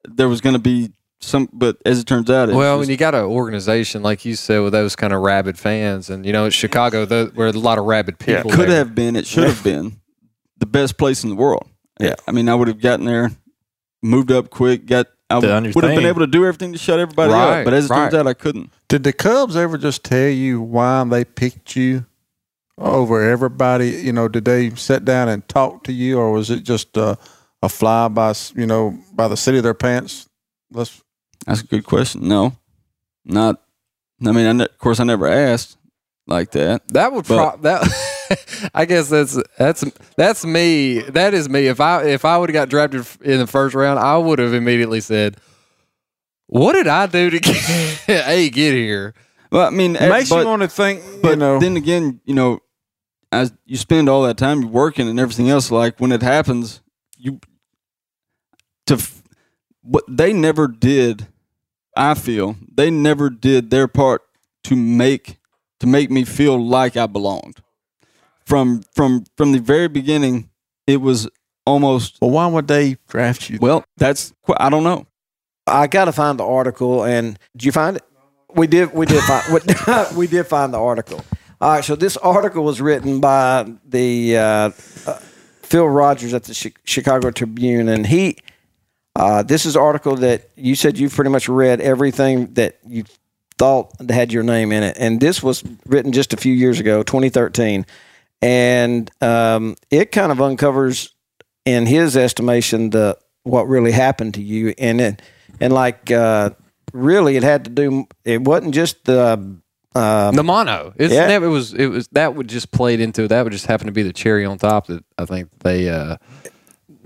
L: there was going to be some. But as it turns out, it
D: Well,
L: was-
D: when you got an organization like you said with those kind of rabid fans, and you know, it's Chicago, tho- where a lot of rabid people
L: It could
D: there.
L: have been, it should have been the best place in the world. Yeah. I mean, I would have gotten there, moved up quick, got
E: Done
L: I would
E: your
L: have been
E: thing.
L: able to do everything to shut everybody
E: Right,
L: up. But as it
E: right.
L: turns out, I couldn't.
E: Did the Cubs ever just tell you why they picked you over everybody? You know, did they sit down and talk to you, or was it just uh, a fly by s- you know by the seat of their pants? Let's
L: That's a good question. No, not. I mean, I ne- of course, I never asked like that.
D: That would
L: But-
D: pro- that. I guess that's that's that's me. That is me. If I if I would have got drafted in the first round, I would have immediately said, "What did I do to get, a get here?"
L: Well, I mean, eh,
E: makes
L: but-
E: you want to think.
L: But then again, you know, as you spend all that time working and everything else, like when it happens, you to f- what they never did. I feel they never did their part to make to make me feel like I belonged. From from from the very beginning, it was almost.
E: Well, why would they draft you?
L: Well, that's qu- I don't know.
C: I got to find the article. And did you find it? We did. We did find. we, we did find the article. All right. So this article was written by the uh, uh, Phil Rogers at the Chi- Chicago Tribune, and he. Uh, this is an article that you said you pretty much read everything that you thought that had your name in it, and this was written just a few years ago, 2013, and um, it kind of uncovers in his estimation the what really happened to you and it, and like uh, really it had to do it wasn't just the uh,
D: The mono. It's
C: Yeah.
D: never, it was it was that would just played into it. That would just happen to be the cherry on top that I think they uh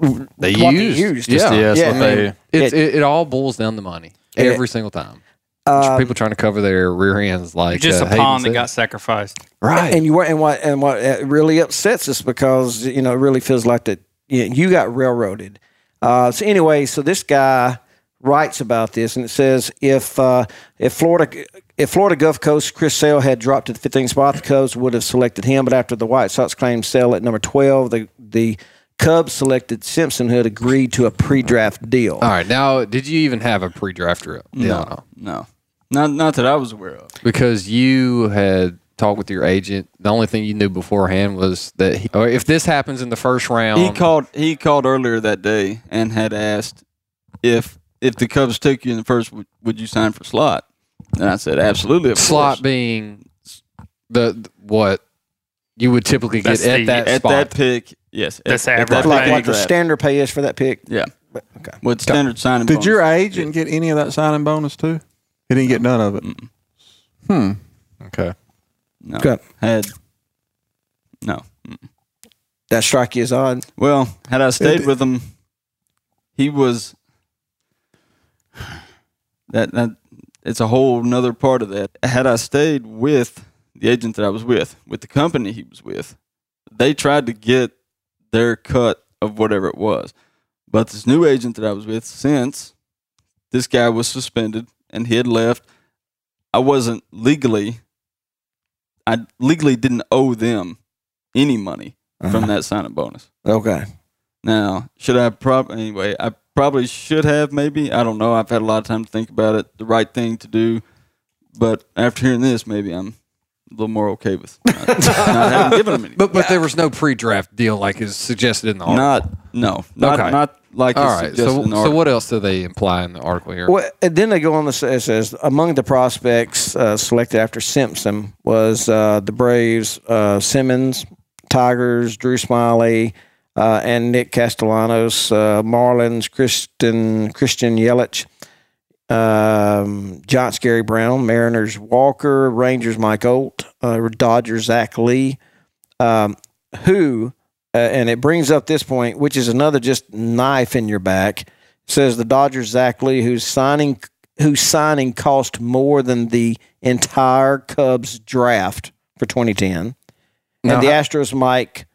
D: they
C: What they
D: used.
C: used.
D: Yeah,
C: Yeah, it's Yeah, what I mean, they-
D: it's,
C: it-
D: it, it all boils down to money
C: It-
D: every single time.
C: Uh,
D: people trying to cover their rear ends like
H: Just
D: uh,
H: a
D: Hayden
H: pawn that
D: said.
H: got sacrificed.
D: Right.
C: and you were and what and what uh, really upsets us because you know it really feels like that you, you got railroaded uh, so anyway so this guy writes about this and it says if uh, if Florida if Florida Gulf Coast Chris Sale had dropped to the 15th spot the Cubs would have selected him but after the White Sox claimed Sale at number 12 the the Cubs selected Simpson who had agreed to a pre-draft deal
D: All right, now did you even have a pre-draft rep? No,
L: no, not not that I was aware of.
D: because you had talked with your agent. The only thing you knew beforehand was that he, or if this happens in the first round,
L: He called. He called earlier that day and had asked if if the Cubs took you in the first, would, would you sign for slot? And I said, absolutely. Of
D: slot
L: course.
D: being the, the- what you would typically get
L: That's
D: at
L: the-
D: that
L: at
D: spot.
L: that pick. Yes,
D: That's
L: at,
D: average.
L: that
C: like
L: pick.
C: what the standard pay is for that pick
L: Yeah. Okay. With standard signing.
E: Did
L: bonus.
E: your agent get any of that signing bonus too? He didn't get none of it. Hmm.
D: Okay.
L: No.
C: Okay.
L: Had no.
C: that strike you as odd
L: Well, had I stayed with him, he was that that it's a whole nother part of that. Had I stayed with the agent that I was with, with the company he was with, they tried to get their cut of whatever it was. But this new agent that I was with, since this guy was suspended and he had left, I wasn't legally, I legally didn't owe them any money
C: Uh-huh.
L: from that signing bonus.
C: Okay.
L: Now, should I prob anyway? I probably should have. Maybe I don't know. I've had a lot of time to think about it. The right thing to do, but after hearing this, maybe I'm a little more okay with not, not having given them any.
D: But but there was no pre-draft deal like is suggested in the article.
L: Not no, not not like
D: All
L: it's
D: right.
L: suggested
D: So
L: in the
D: so
L: article.
D: what else do they imply in the article here?
C: Well, and then they go on to say, it says among the prospects uh, selected after Simpson was uh, the Braves, uh, Simmons, Tigers, Drew Smiley, uh, and Nick Castellanos, uh, Marlins, Christian Christian Yelich, um, Giants, Gary Brown, Mariners, Walker, Rangers, Mike Olt, uh, Dodgers, Zach Lee, um, who, uh, and it brings up this point, which is another just knife in your back. Says the Dodgers, Zach Lee, whose signing whose signing cost more than the entire Cubs draft for 2010,
D: Now,
C: and the
D: how-
C: Astros, Mike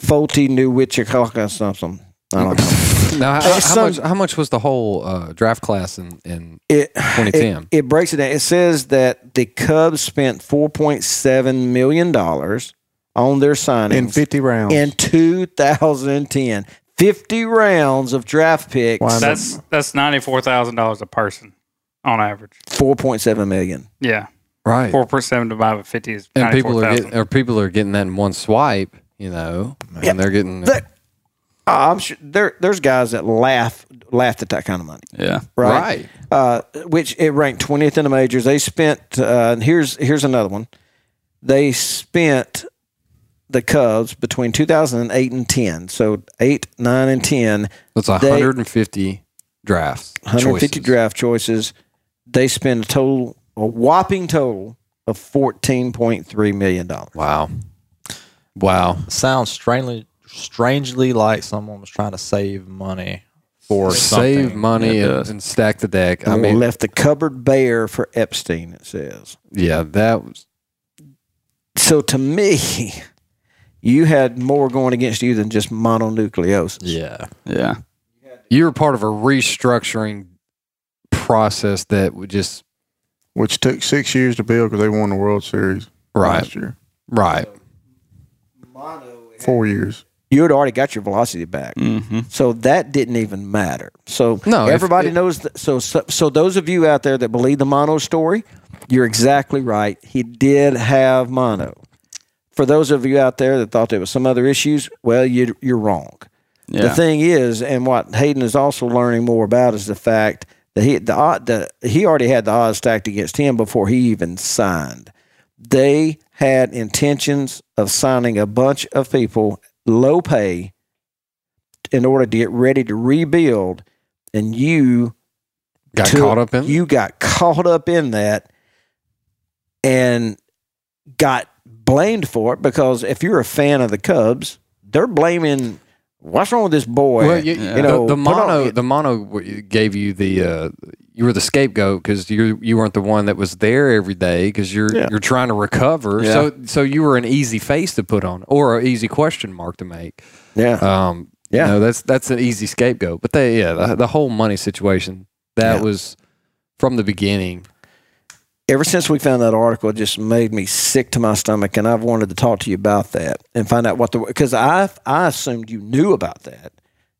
C: Folty, New Wichita, something. I don't know.
D: Now, how,
C: It's
D: how
C: some-
D: much how much was the whole uh, draft class in in
C: It-
D: 2010?
C: It, it breaks it down. It says that the Cubs spent four point seven million dollars on their signings
E: In 50 rounds.
C: in 2010. 50 rounds of draft picks.
H: That's that's ninety four thousand dollars a person on average.
C: 4.7 million.
H: Yeah,
D: Right.
H: Four point seven divided by fifty is
D: and
H: ninety four
D: people are
H: thousand.
D: getting or people are getting that in one swipe, you know, and they're getting
C: That- Uh, I'm sure there, there's guys that laugh laughed at that kind of money.
L: Yeah.
C: right? Uh, which it ranked twentieth in the majors. They spent. Uh, and here's here's another one. They spent the Cubs between 2008 and 10. So eight, nine, and ten.
D: That's
C: They-
D: 150 drafts.
C: 150 draft choices. They spend a total, a whopping total of 14.3 million dollars.
D: Wow. Wow.
G: Sounds strangely strangely like someone was trying to save money for
D: save
G: something.
D: money
G: It
D: and,
G: does.
D: and stack the deck. I
C: I
D: mean,
C: left the cupboard bare for Epstein. It says.
D: yeah, that was
C: So to me, you had more going against you than just mononucleosis.
D: yeah,
L: yeah.
D: You were part of a restructuring process that would just
E: which took six years to build because they won the World Series
D: Right.
E: last year.
D: Right.
E: Four years.
C: You had already got your velocity back, so that didn't even matter. So
E: No, if-
C: everybody
E: if-
C: knows. That, so, so so those of you out there that believe the mono story, you're exactly right. He did have mono. For those of you out there that thought there was some other issues, well, you you're wrong. The
L: Yeah.
C: thing is, and what Hayden is also learning more about is the fact that he the, odd- the he already had the odds stacked against him before he even signed. They had intentions of signing a bunch of people low pay in order to get ready to rebuild, and you
D: Got caught up in?
C: you got caught up in that and got blamed for it because if you're a fan of the Cubs, they're blaming what's wrong with this boy.
D: Well, you, you know, the, mono, the mono w- gave you the uh, you were the scapegoat because you you weren't the one that was there every day because you're
L: Yeah.
D: you're trying to recover.
L: Yeah.
D: So so you were an easy face to put on or an easy question mark to make.
C: Yeah.
D: Um. Yeah. that's that's an easy scapegoat. But they yeah the, the whole money situation that
C: Yeah.
D: was from the beginning.
C: ever since we found that article, it just made me sick to my stomach, and I've wanted to talk to you about that and find out what the because I I assumed you knew about that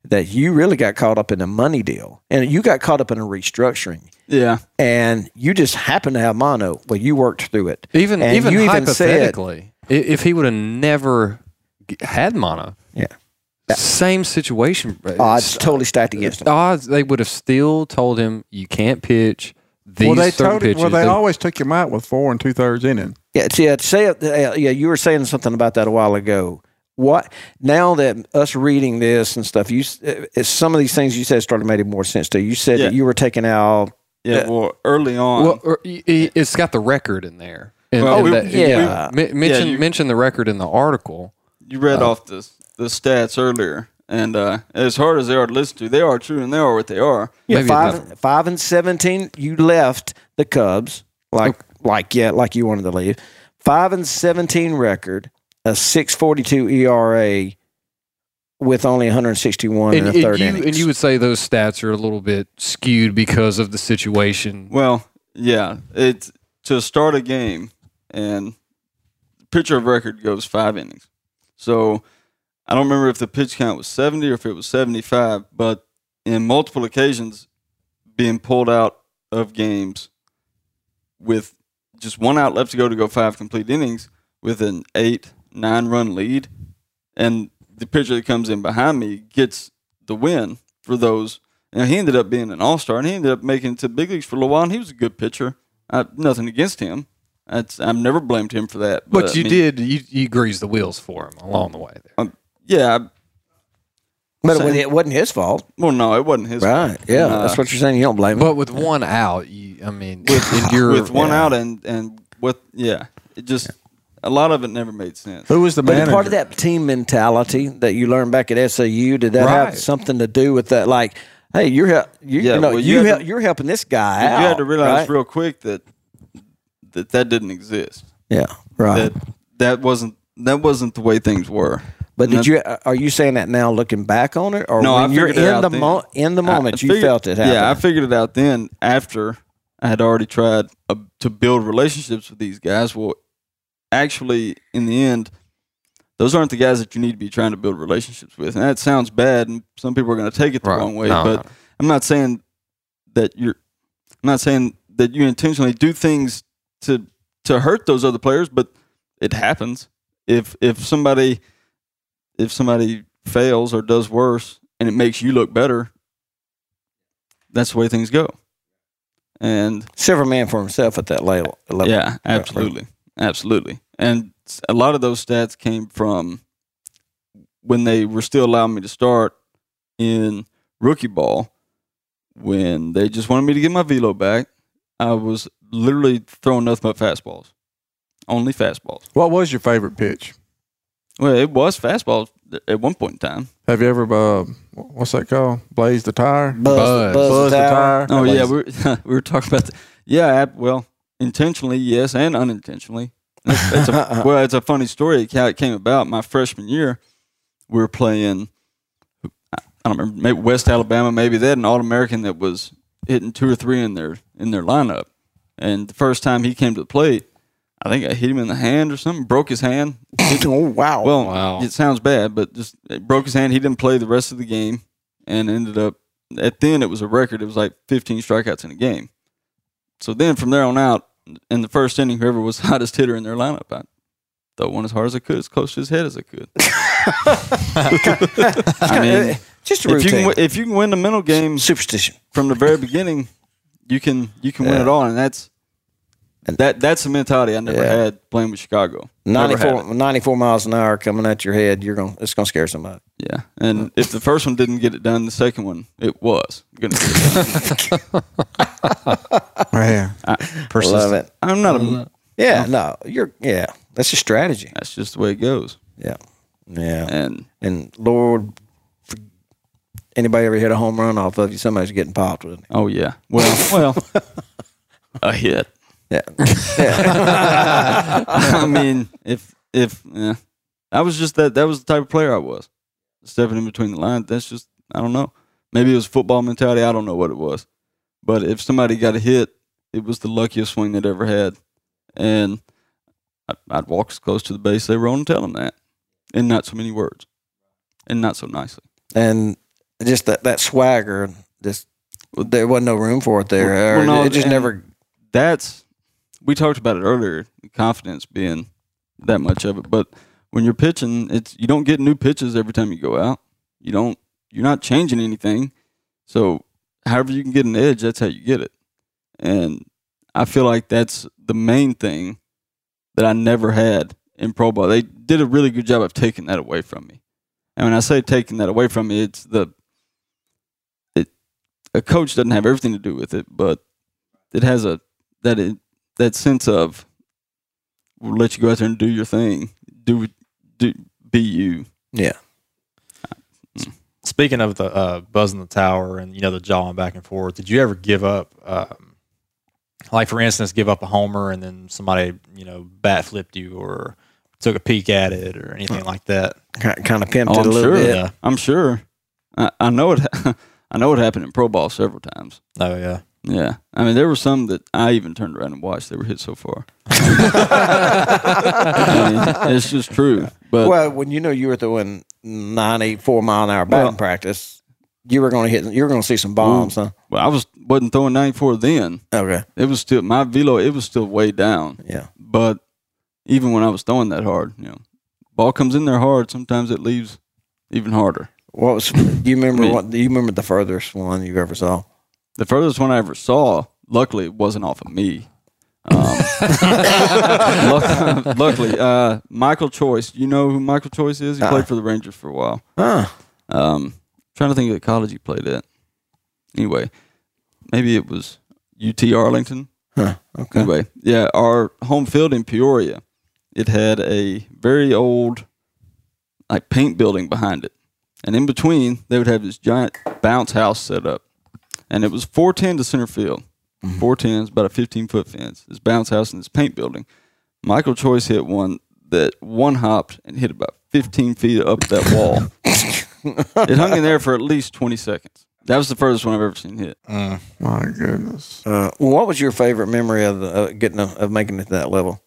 C: that you really got caught up in a money deal and you got caught up in a restructuring
L: Yeah.
C: and you just happened to have mono. Well, you worked through it.
D: Even
C: And
D: even
C: you even said-
D: hypothetically, i- if he would have never g- had mono,
C: yeah,
D: same situation. bro.
C: odds totally stacked against him.
D: odds they would have still told him you can't pitch these
E: well, they
D: certain
E: told
D: pitches.
E: well, they always took him out with four and two thirds inning.
C: Yeah, see, I'd say uh, yeah, you were saying something about that a while ago. What now that us reading this and stuff, you s- uh, uh, some of these things you said started making more sense to you. You said
L: Yeah.
C: that you were taking out.
L: Yeah. Well, early on.
D: well, or, y- y- it's got the record in there. And,
L: Well,
D: and
L: we-
D: that-
L: yeah.
D: yeah,
L: we-
D: Me- mention
L: yeah, you-
D: mention the record in the article.
L: you read
D: Uh,
L: off the the stats earlier, and uh, as hard as they are to listen to, they are true and they are what they are.
C: Yeah, five, five and seventeen. You left the Cubs like like yeah, like you wanted to leave. Five and seventeen record, E a six forty two ERA, with only 161 and,
D: and,
C: a third
D: you,
C: inning.
D: and you would say those stats are a little bit skewed because of the situation.
L: Well, yeah, it's to start a game, and pitcher of record goes five innings. So I don't remember if the pitch count was seventy or if it was seventy-five, but in multiple occasions, being pulled out of games with just one out left to go to go five complete innings with an eight nine run lead, and the pitcher that comes in behind me gets the win for those. Now he ended up being an all star, and he ended up making it to big leagues for a little while. And he was a good pitcher. I, nothing against him. That's, I've never blamed him for that.
D: But,
L: I
D: you
L: mean,
D: did you, you greased the wheels for him along the way. There.
L: yeah. I-
C: But
L: Same.
C: it wasn't his fault.
L: Well, no, it wasn't his
C: right.
L: fault.
C: Yeah,
L: Nah.
C: that's what you're saying. You don't blame him.
D: But with one out, you, I mean, and you're,
L: with one
D: yeah.
L: out and and with yeah, it just a lot of it never made sense.
C: Who was the but Part of that team mentality that you learned back at SAU did that
L: Right.
C: have something to do with that? Like, hey, you're hel- you,
L: Yeah,
C: you know
L: well, you
C: you,
L: had
C: hel-
L: to-
C: you're helping this guy out.
L: you had to realize
C: right?
L: real quick that that that didn't exist.
C: yeah, right.
L: That that wasn't that wasn't the way things were.
C: but
L: And
C: did
L: that-
C: you uh, are you saying that now looking back on it, or
L: No,
C: when
L: I
C: you're
L: figured it
C: in
L: out
C: the
L: then.
C: mo- in the
L: I- I
C: moment you
L: figured-
C: felt it happen?
L: Yeah, I figured it out then after I had already tried uh, to build relationships with these guys. Well, actually, in the end, those aren't the guys that you need to be trying to build relationships with. And that sounds bad, and some people are going to take it the
D: Right.
L: wrong way.
D: No, no,
L: but I'm not saying that you're. I'm not saying that you intentionally do things to to hurt those other players, but it happens. If if somebody if somebody fails or does worse and it makes you look better, that's the way things go. And
C: Silver man for himself at that level. level.
L: yeah, absolutely, absolutely. And s- a lot of those stats came from when they were still allowing me to start in rookie ball. When they just wanted me to get my velo back, I was literally throwing nothing but fastballs, only fastballs.
E: What was your favorite pitch?
L: Well, it was fastballs th- at one point in time.
E: Have you ever, uh, what's that called? Blaze the tire?
L: Buzz.
E: Buzz, the tire.
L: Oh yeah, we were, we were talking about. The, yeah, I- well, intentionally, yes, and unintentionally. It's, it's a, well, it's a funny story how it came about. My freshman year, we were playing. I don't remember, maybe West Alabama, maybe they had an All American that was hitting two or three in their in their lineup. And the first time he came to the plate, I think I hit him in the hand or something, broke his hand.
C: oh wow!
L: Well, it sounds bad, but just it broke his hand. He didn't play the rest of the game, and ended up at then it was a record. It was like 15 strikeouts in a game. So then from there on out, in the first inning, whoever was the hottest hitter in their lineup, I threw one as hard as I could, as close to his head as I could. I mean,
C: Uh, Just a
L: if you can,
C: routine.
L: wi- if you can win the mental game,
C: superstition
L: from the very beginning, you can you can win
C: Yeah.
L: it all, and that's that that's the mentality I never had playing with Chicago. Never had
C: 94, 94 miles an hour coming at your head. You're going. to It's going to scare somebody.
L: Yeah, and if the first one didn't get it done, the second one it was gonna get it done.
E: Man.
L: I,
C: Love it.
L: I'm not a.
C: Yeah, no, you're. Yeah, that's your strategy.
L: That's just the way it goes.
C: Yeah, yeah.
L: And
C: and Lord, for- anybody ever hit a home run off of you? Somebody's getting popped with it.
L: Oh yeah. Well, well, Oh, a hit.
C: Yeah.
L: I mean, if if yeah, I was just that that was the type of player I was, stepping in between the lines. That's just I don't know. Maybe it was football mentality. I don't know what it was, but if somebody got a hit, it was the luckiest swing they'd ever had, and I- I'd walk as close to the base they were on and tell them that, in not so many words, and not so nicely.
C: and just that that swagger. Just there wasn't no room for it there. or
L: Well, no,
C: it just
L: and
C: never.
L: That's we talked about it earlier. Confidence being that much of it, but when you're pitching, it's you don't get new pitches every time you go out. You don't. You're not changing anything. So, however you can get an edge, that's how you get it. And I feel like that's the main thing that I never had in pro ball. They did a really good job of taking that away from me. And when I say taking that away from me, it's the it a coach doesn't have everything to do with it, but it has a that it, that sense of we'll let you go out there and do your thing, do what- do be you.
C: Yeah.
G: Speaking of the uh, buzzing the tower and you know the jawing back and forth, did you ever give up? Um, like for instance, give up a homer and then somebody you know bat flipped you or took a peek at it or anything like that.
C: Kind of pimped
L: Oh,
C: it a
L: I'm
C: little
L: sure.
C: bit.
L: I'm sure. I, I know it. I know it happened in pro ball several times.
G: Oh yeah.
L: Yeah. I mean, there were some that I even turned around and watched. They were hit so far. I mean, it's just true. But
C: well, when you know you were throwing ninety four mile an hour batting practice, you were going to hit. You were going to see some bombs, huh?
L: Well, I was wasn't throwing 94 then.
C: Okay.
L: It was still my velo. It was still way down.
C: Yeah.
L: But even when I was throwing that hard, you know, ball comes in there hard. Sometimes it leaves even harder.
C: What was? Do you remember
L: I mean-
C: what? Do you remember the furthest one you ever saw?
L: The furthest one I ever saw, luckily, it wasn't off of me. Um, luck- luckily, uh, Michael Choice. You know who Michael Choice is? He played for the Rangers for a while.
C: Huh.
L: Um, trying to think of the college he played at. Anyway, maybe it was UT Arlington.
C: Huh. Okay.
L: Anyway, yeah, our home field in Peoria, it had a very old, like paint building behind it, and in between they would have this giant bounce house set up, and it was four ten to center field,
C: Mm-hmm.
L: four tens about a fifteen foot fence, this bounce house and this paint building. Michael Choice hit one that one hopped and hit about fifteen feet up that wall. it hung in there for at least twenty seconds. That was the furthest one I've ever seen hit.
G: Mm.
E: My goodness.
C: Uh, what was your favorite memory of the, uh, getting a, of making it to that level?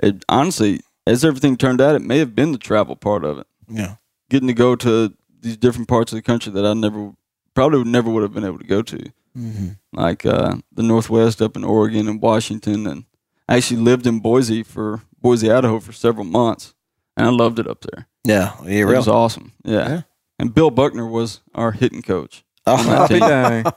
L: It honestly, as everything turned out, it may have been the travel part of it.
C: Yeah.
L: Getting to go to these different parts of the country that I never probably would never would have been able to go to,
C: Mm-hmm.
F: Mhm.
L: like uh, the Northwest up in Oregon and Washington, and I actually lived in Boise for Boise, Idaho, for several months, and I loved it up there.
C: Yeah, yeah,
L: it
C: really.
L: was awesome. Yeah.
C: Yeah.
L: and Bill Buckner was our hitting coach. on
C: Oh.
L: that team.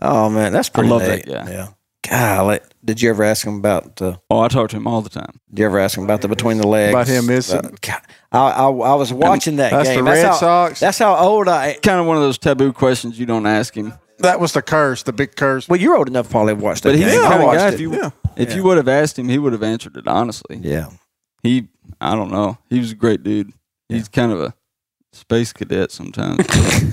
C: Oh man, that's
L: I
C: pretty.
L: love
C: neat.
L: that guy.
C: Yeah. Golly, did you ever ask him about? Uh,
L: oh, I talked to him all the time.
C: Did you ever ask him about the between the legs?
E: About him missing.
C: Uh, God, I, I, I was watching that
E: That's
C: game.
E: the Red
C: how,
E: Sox.
C: That's how old I.
L: Kind of one of those taboo questions you don't ask him.
E: That was the curse, the big curse.
C: Well, you're old enough probably to watch
L: But he's the kind of guy.
E: watched
L: If
E: it.
L: you
E: Yeah.
L: if
E: Yeah.
L: you would have asked him, he would have answered it honestly.
C: Yeah.
L: He, I don't know. He was a great dude. He's kind of a space cadet sometimes.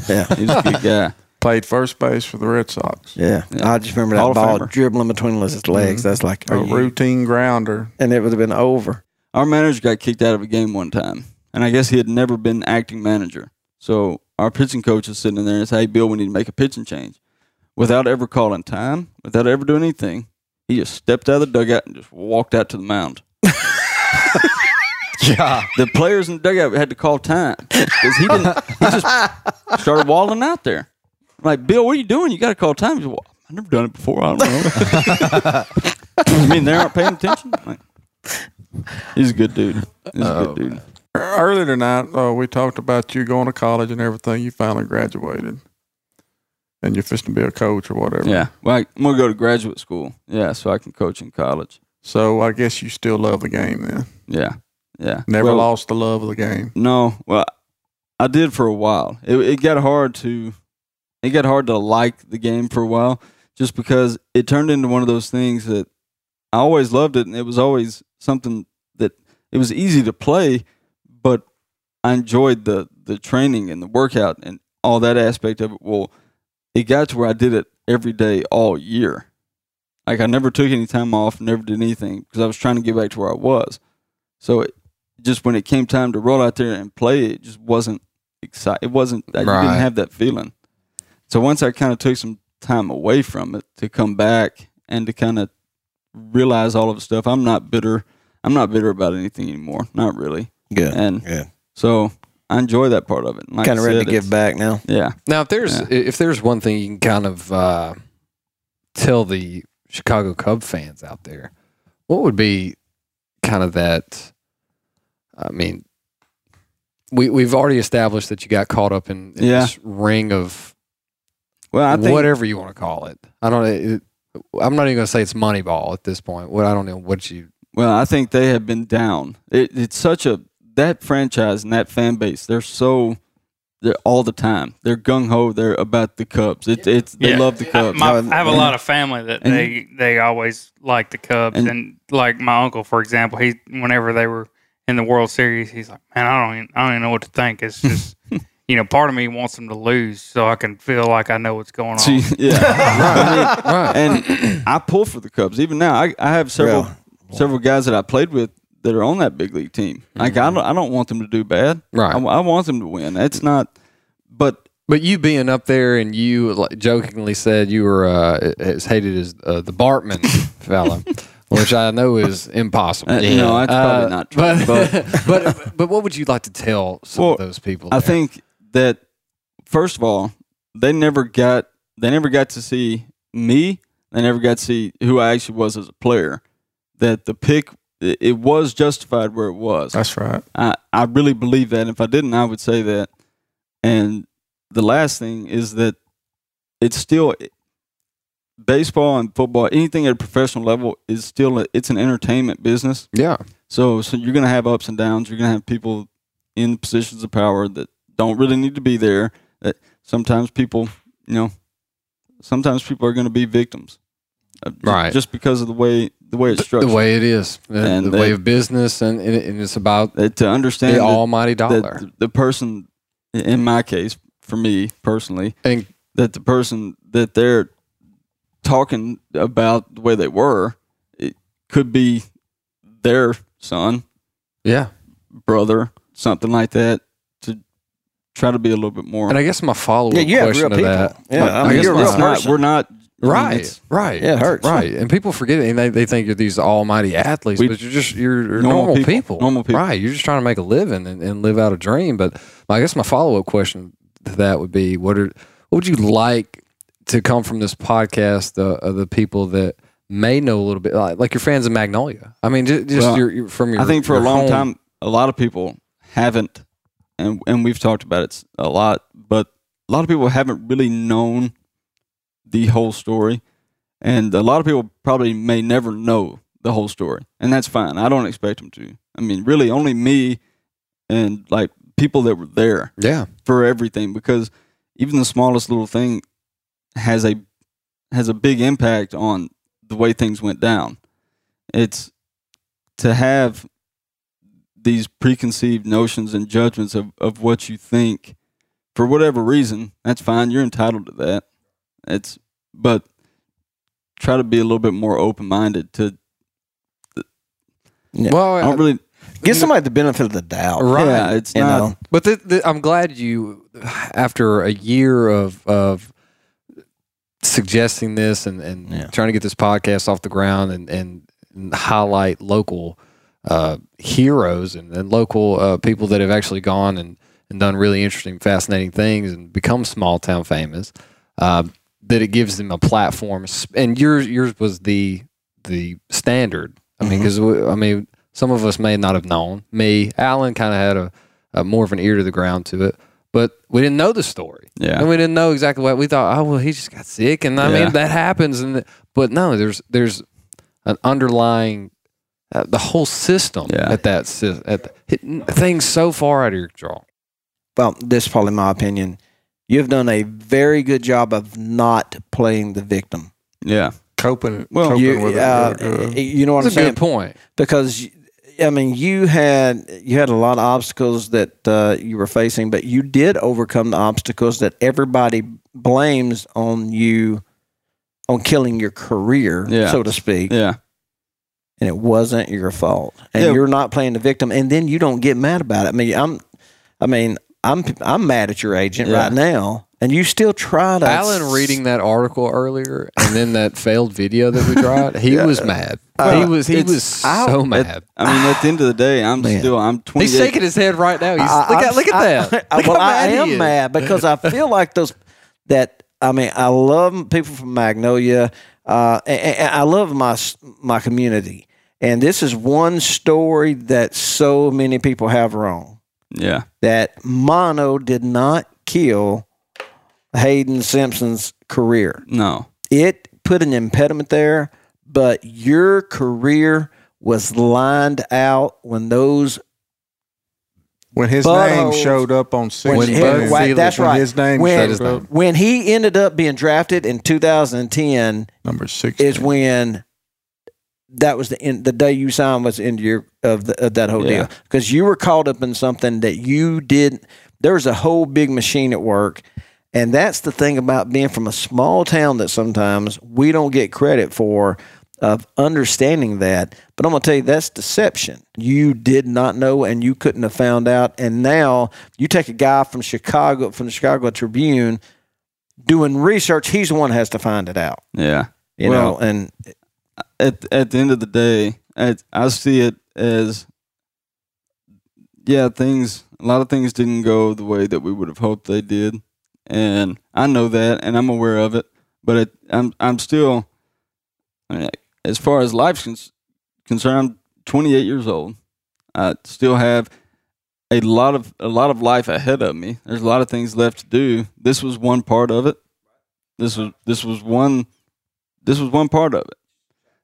C: yeah,
L: he's a good guy.
E: Played first base for the Red Sox.
C: Yeah, I just remember that
E: Hall of
C: ball
E: Famer.
C: dribbling between his legs. That's like
E: Mm-hmm. A routine grounder.
C: and it would have been over.
L: Our manager got kicked out of a game one time, and I guess he had never been acting manager. So our pitching coach is sitting in there and says, "Hey, Bill, we need to make a pitching change." Without ever calling time, without ever doing anything, he just stepped out of the dugout and just walked out to the mound. yeah, the players in the dugout had to call time because he didn't. He just started walling out there. I'm like, Bill, what are you doing? You got to call time. He's like, well, I've never done it before. I don't know. I mean, they aren't paying attention. I'm like, He's a good dude. He's a good dude.
E: Earlier tonight, uh, we talked about you going to college and everything. You finally graduated, and you're fixing to be a coach or whatever.
L: Yeah. Well, I, I'm gonna go to graduate school. Yeah, so I can coach in college.
E: So I guess you still love the game then.
L: Yeah. Yeah.
E: Never
L: Well,
E: lost the love of the game.
L: No. Well, I did for a while. It, it got hard to, it got hard to like the game for a while, just because it turned into one of those things that I always loved it, and it was always something that it was easy to play, but I enjoyed the the training and the workout and all that aspect of it. Well, it got to where I did it every day all year. Like I never took any time off, never did anything because I was trying to get back to where I was. So it, just when it came time to roll out there and play, it just wasn't exciting. It wasn't. I
F: Right.
L: didn't have that feeling. So once I kind of took some time away from it to come back and to kind of realize all of the stuff, I'm not bitter. I'm not bitter about anything anymore. Not really.
C: Good.
L: And So I enjoy that part of it. Like I
C: Kinda ready to
L: said,
C: give
L: it's-
C: back now.
L: Yeah.
D: Now, if there's
L: Yeah.
D: if there's one thing you can kind of uh, tell the Chicago Cub fans out there, what would be kind of that? I mean, we we've already established that you got caught up in, in
L: Yeah.
D: this ring of
L: well, I think
D: whatever you want to call it. I don't. It, I'm not even going to say it's Moneyball at this point. What I don't know what you.
L: Well, I think they have been down. It, it's such a that franchise and that fan base. They're so they're all the time. They're gung ho. They're about the Cubs. It's it's they
H: Yeah.
L: love the Cubs.
H: My- I have a lot of family that
L: and-
H: they they always like the Cubs,
L: and-
H: and, like my uncle, for example, he whenever they were in the World Series, he's like, "Man, I don't even, I don't even know what to think." It's just you know, part of me wants them to lose so I can feel like I know what's going on.
L: See, yeah, right, And I pull for the Cubs even now. I, I have several several guys that I played with that are on that big league team. Like
C: Mm-hmm.
L: I don't, I don't want them to do bad.
D: Right.
L: I, I want them to win. It's not, but
D: but you being up there and you like, jokingly said you were uh, as hated as uh, the Bartman fella, which I know is impossible.
L: Uh, no, that's probably not true,
D: But but, but what would you like to tell some
L: Well,
D: of those people?
L: I
D: there?
L: think that first of all, they never got they never got to see me. They never got to see who I actually was as a player. That the pick it it was justified where it was.
E: That's right.
L: I, I really believe that. If I didn't, I would say that. And the last thing is that it's still baseball and football, anything at a professional level is still a, it's an entertainment business.
D: Yeah.
L: So so you're gonna have ups and downs. You're gonna have people in positions of power that don't really need to be there. That sometimes people, you know, sometimes people are gonna be victims, uh, ju-
D: Right.
L: Just because of the way the way it's structured,
D: the way it is, uh, the,
L: And
D: the
L: they-
D: way of business, and, and, and it's about
L: to understand
D: the
L: that-
D: almighty
L: that
D: dollar.
L: the, the person, in my case, for me personally, that the person that they're talking about the way they were, it could be their son,
D: yeah,
L: brother, something like that, to try to be a little bit more.
D: And I guess my follow up question to that.
L: I, guess it's not, we're not I mean,
D: Right,
L: it's-
D: right.
L: Yeah, it hurts.
D: Right, and people forget it, and they, they think you're these almighty athletes,
L: We-
D: but you're just you're, you're
L: Normal
D: normal,
L: people.
D: people.
L: Normal people.
D: Right, you're just trying to make a living and, and live out a dream. But I guess my follow up question to that would be: what are what would you like to come from this podcast uh, of the people that may know a little bit, like, like your fans of Magnolia? I mean, just, just
L: Well,
D: your, your from your.
L: I think for a
D: your
L: long
D: home-
L: time, a lot of people haven't, and and we've talked about it a lot, but a lot of people haven't really known the whole story, and a lot of people probably may never know the whole story, and that's fine. I don't expect them to. I mean, really, only me and like people that were there,
D: yeah,
L: for everything because even the smallest little thing has a has a big impact on the way things went down. It's to have these preconceived notions and judgments of, of what you think for whatever reason, that's fine. You're entitled to that. It's but try to be a little bit more open minded to
D: Well,
L: I don't really
C: Give somebody the benefit of the doubt.
D: Right.
L: Yeah, it's
C: You
L: not
C: know.
D: Uh, But th- th- I'm glad you, after a year of of suggesting this and, and trying to get this podcast off the ground and and, and highlight local uh, heroes and, and local uh, people that have actually gone and, and done really interesting, fascinating things and become small town famous. Uh, that it gives them a platform, S- and yours yours was the the standard. I mean, because I mean, some of us may not have known. Me, Alan, kind of had a, a uh, more of an ear to the ground to it, but we didn't know the story.
L: Yeah.
D: and we didn't know exactly what we thought. Oh well, he just got sick, and I
L: Yeah.
D: mean that happens. And but no, there's there's an underlying uh, the whole system at that sy- at the, it- things so far out of your control.
C: well, this is probably my opinion. You've done a very good job of not playing the victim.
L: Yeah.
E: Coping,
C: Well,
E: coping
C: you,
E: with it.
C: uh,
E: Uh,
C: you know what
D: That's
C: I'm
D: a
C: saying?
D: good point.
C: Because y- I mean, you had you had a lot of obstacles that uh, you were facing, but you did overcome the obstacles that everybody blames on you on killing your career,
L: Yeah.
C: so to speak.
L: Yeah.
C: And it wasn't your fault, and
L: Yeah.
C: you're not playing the victim, and then you don't get mad about it. I mean, I'm, I mean, I'm I'm mad at your agent
D: Yeah.
C: right now, and you still try to
D: Alan reading that article earlier and then that failed video that we dropped, he was mad.
C: Uh,
D: he
L: Well,
D: was he
L: it's-
D: was so
L: at-
D: mad.
L: I mean, at the end of the day, I'm still I'm 28.
D: He's shaking his head right now. He's, look, at, look at that.
C: I,
D: Look
C: well,
D: how
C: I
D: mad he
C: am
D: is.
C: mad because I feel like those that I mean I love people from Magnolia, uh, and, and I love my s- my community, and this is one story that so many people have wrong.
L: Yeah.
C: That Mono did not kill Hayden Simpson's career.
L: No.
C: It put an impediment there, but your career was lined out when those
E: when his name
G: uh,
C: buttholes-
E: showed up on
C: when
E: sixty
C: his-
E: Minutes,
C: right, that's
E: when
C: right.
E: His name
C: when,
E: showed up.
C: when he ended up being drafted in 2010,
E: number six
C: is when that was the end. The day you signed was the end of, your, of, the, of that whole
L: Yeah.
C: deal because you were caught up in something that you did. There was a whole big machine at work, and that's the thing about being from a small town that sometimes we don't get credit for. of understanding that. But I'm going to tell you, that's deception. You did not know and you couldn't have found out. And now you take a guy from Chicago, from the Chicago Tribune, doing research. He's the one who has to find it out.
L: Yeah.
C: You know, and
L: at at the end of the day, I, I see it as yeah, things a lot of things didn't go the way that we would have hoped they did, and I know that, and I'm aware of it. But it, I'm I'm still, I mean, as far as life's con- concerned, I'm 28 years old. I still have a lot of a lot of life ahead of me. There's a lot of things left to do. This was one part of it. This was this was one this was one part of it.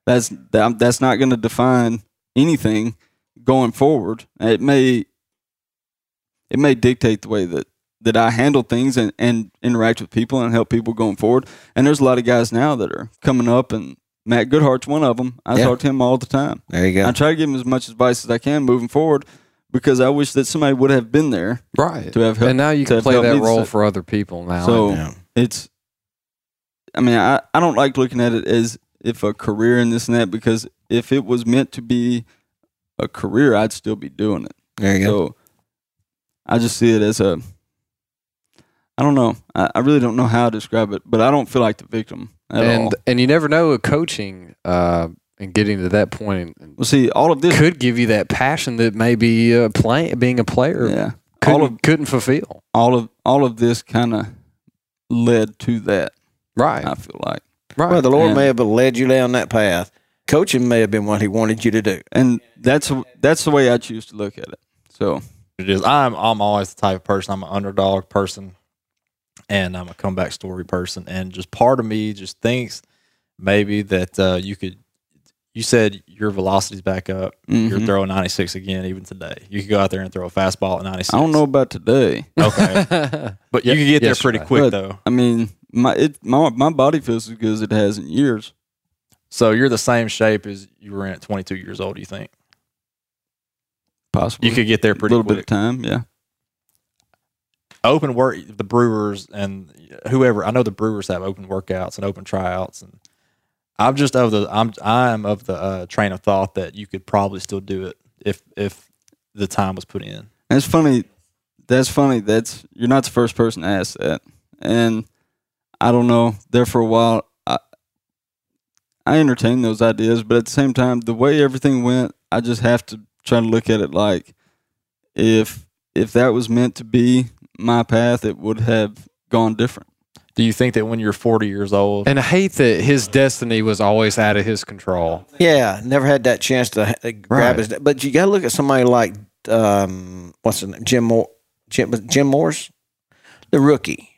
L: That's that, that's not going to define anything going forward. It may it may dictate the way that that I handle things and, and interact with people and help people going forward. And there's a lot of guys now that are coming up, and Matt Goodhart's one of them. I
C: Yeah.
L: talk to him all the time.
C: There you go.
L: I try to give him as much advice as I can moving forward because I wish that somebody would have been there,
D: Right.
L: To have helped,
D: And now you
L: to
D: can
L: have
D: play
L: helped
D: that
L: me.
D: role
L: So-
D: for other people now.
L: So it's, I mean, I, I don't like looking at it as if a career and this and that because if it was meant to be a career, I'd still be doing it.
C: There you
L: so,
C: go.
L: So I just see it as a, I don't know, I, I really don't know how to describe it, but I don't feel like the victim at
D: and
L: all.
D: and you never know coaching uh, and getting to that point.
L: Well, see, all of this
D: could give you that passion that maybe uh, play, being a player
L: Yeah.
D: couldn't,
L: All of-
D: couldn't fulfill.
L: All of all of this kind of led to that,
D: right?
L: I feel like
D: right.
C: Well, the Lord
L: And-
C: may have led you down that path. Coaching may have been what He wanted you to do.
L: and that's that's the way I choose to look at it. So
G: it is. I'm I'm always the type of person. I'm an underdog person, and I'm a comeback story person. And just part of me just thinks maybe that uh, you could. You said your velocity's back up. You're
L: Mhm.
G: throwing 96 again, even today. You could go out there and throw a fastball at 96.
L: I don't know about today.
G: Okay. But you can get there pretty quick, though.
L: I mean, my it my my body feels as good as it has in years.
G: So you're the same shape as you were in at 22 years old. You think
L: possibly
G: you could get there pretty
L: A little
G: quick.
L: bit of time, yeah.
G: open work the brewers and whoever i know the brewers have open workouts and open tryouts and i'm just of the i'm i'm of the uh, train of thought that you could probably still do it if if the time was put in
L: That's funny. That's funny. That's you're not the first person to ask that, and I don't know. There for a while, I I entertain those ideas, but at the same time, the way everything went, I just have to try to look at it like if if that was meant to be my path, it would have gone different.
G: Do you think that when you're 40 years old,
D: And I hate that his destiny was always out of his control.
C: Yeah, never had that chance to ha- uh, grab
D: Right.
C: his. But you got to look at somebody like um, what's his name, Jim Moore, Jim, was it Jim Morris, the rookie.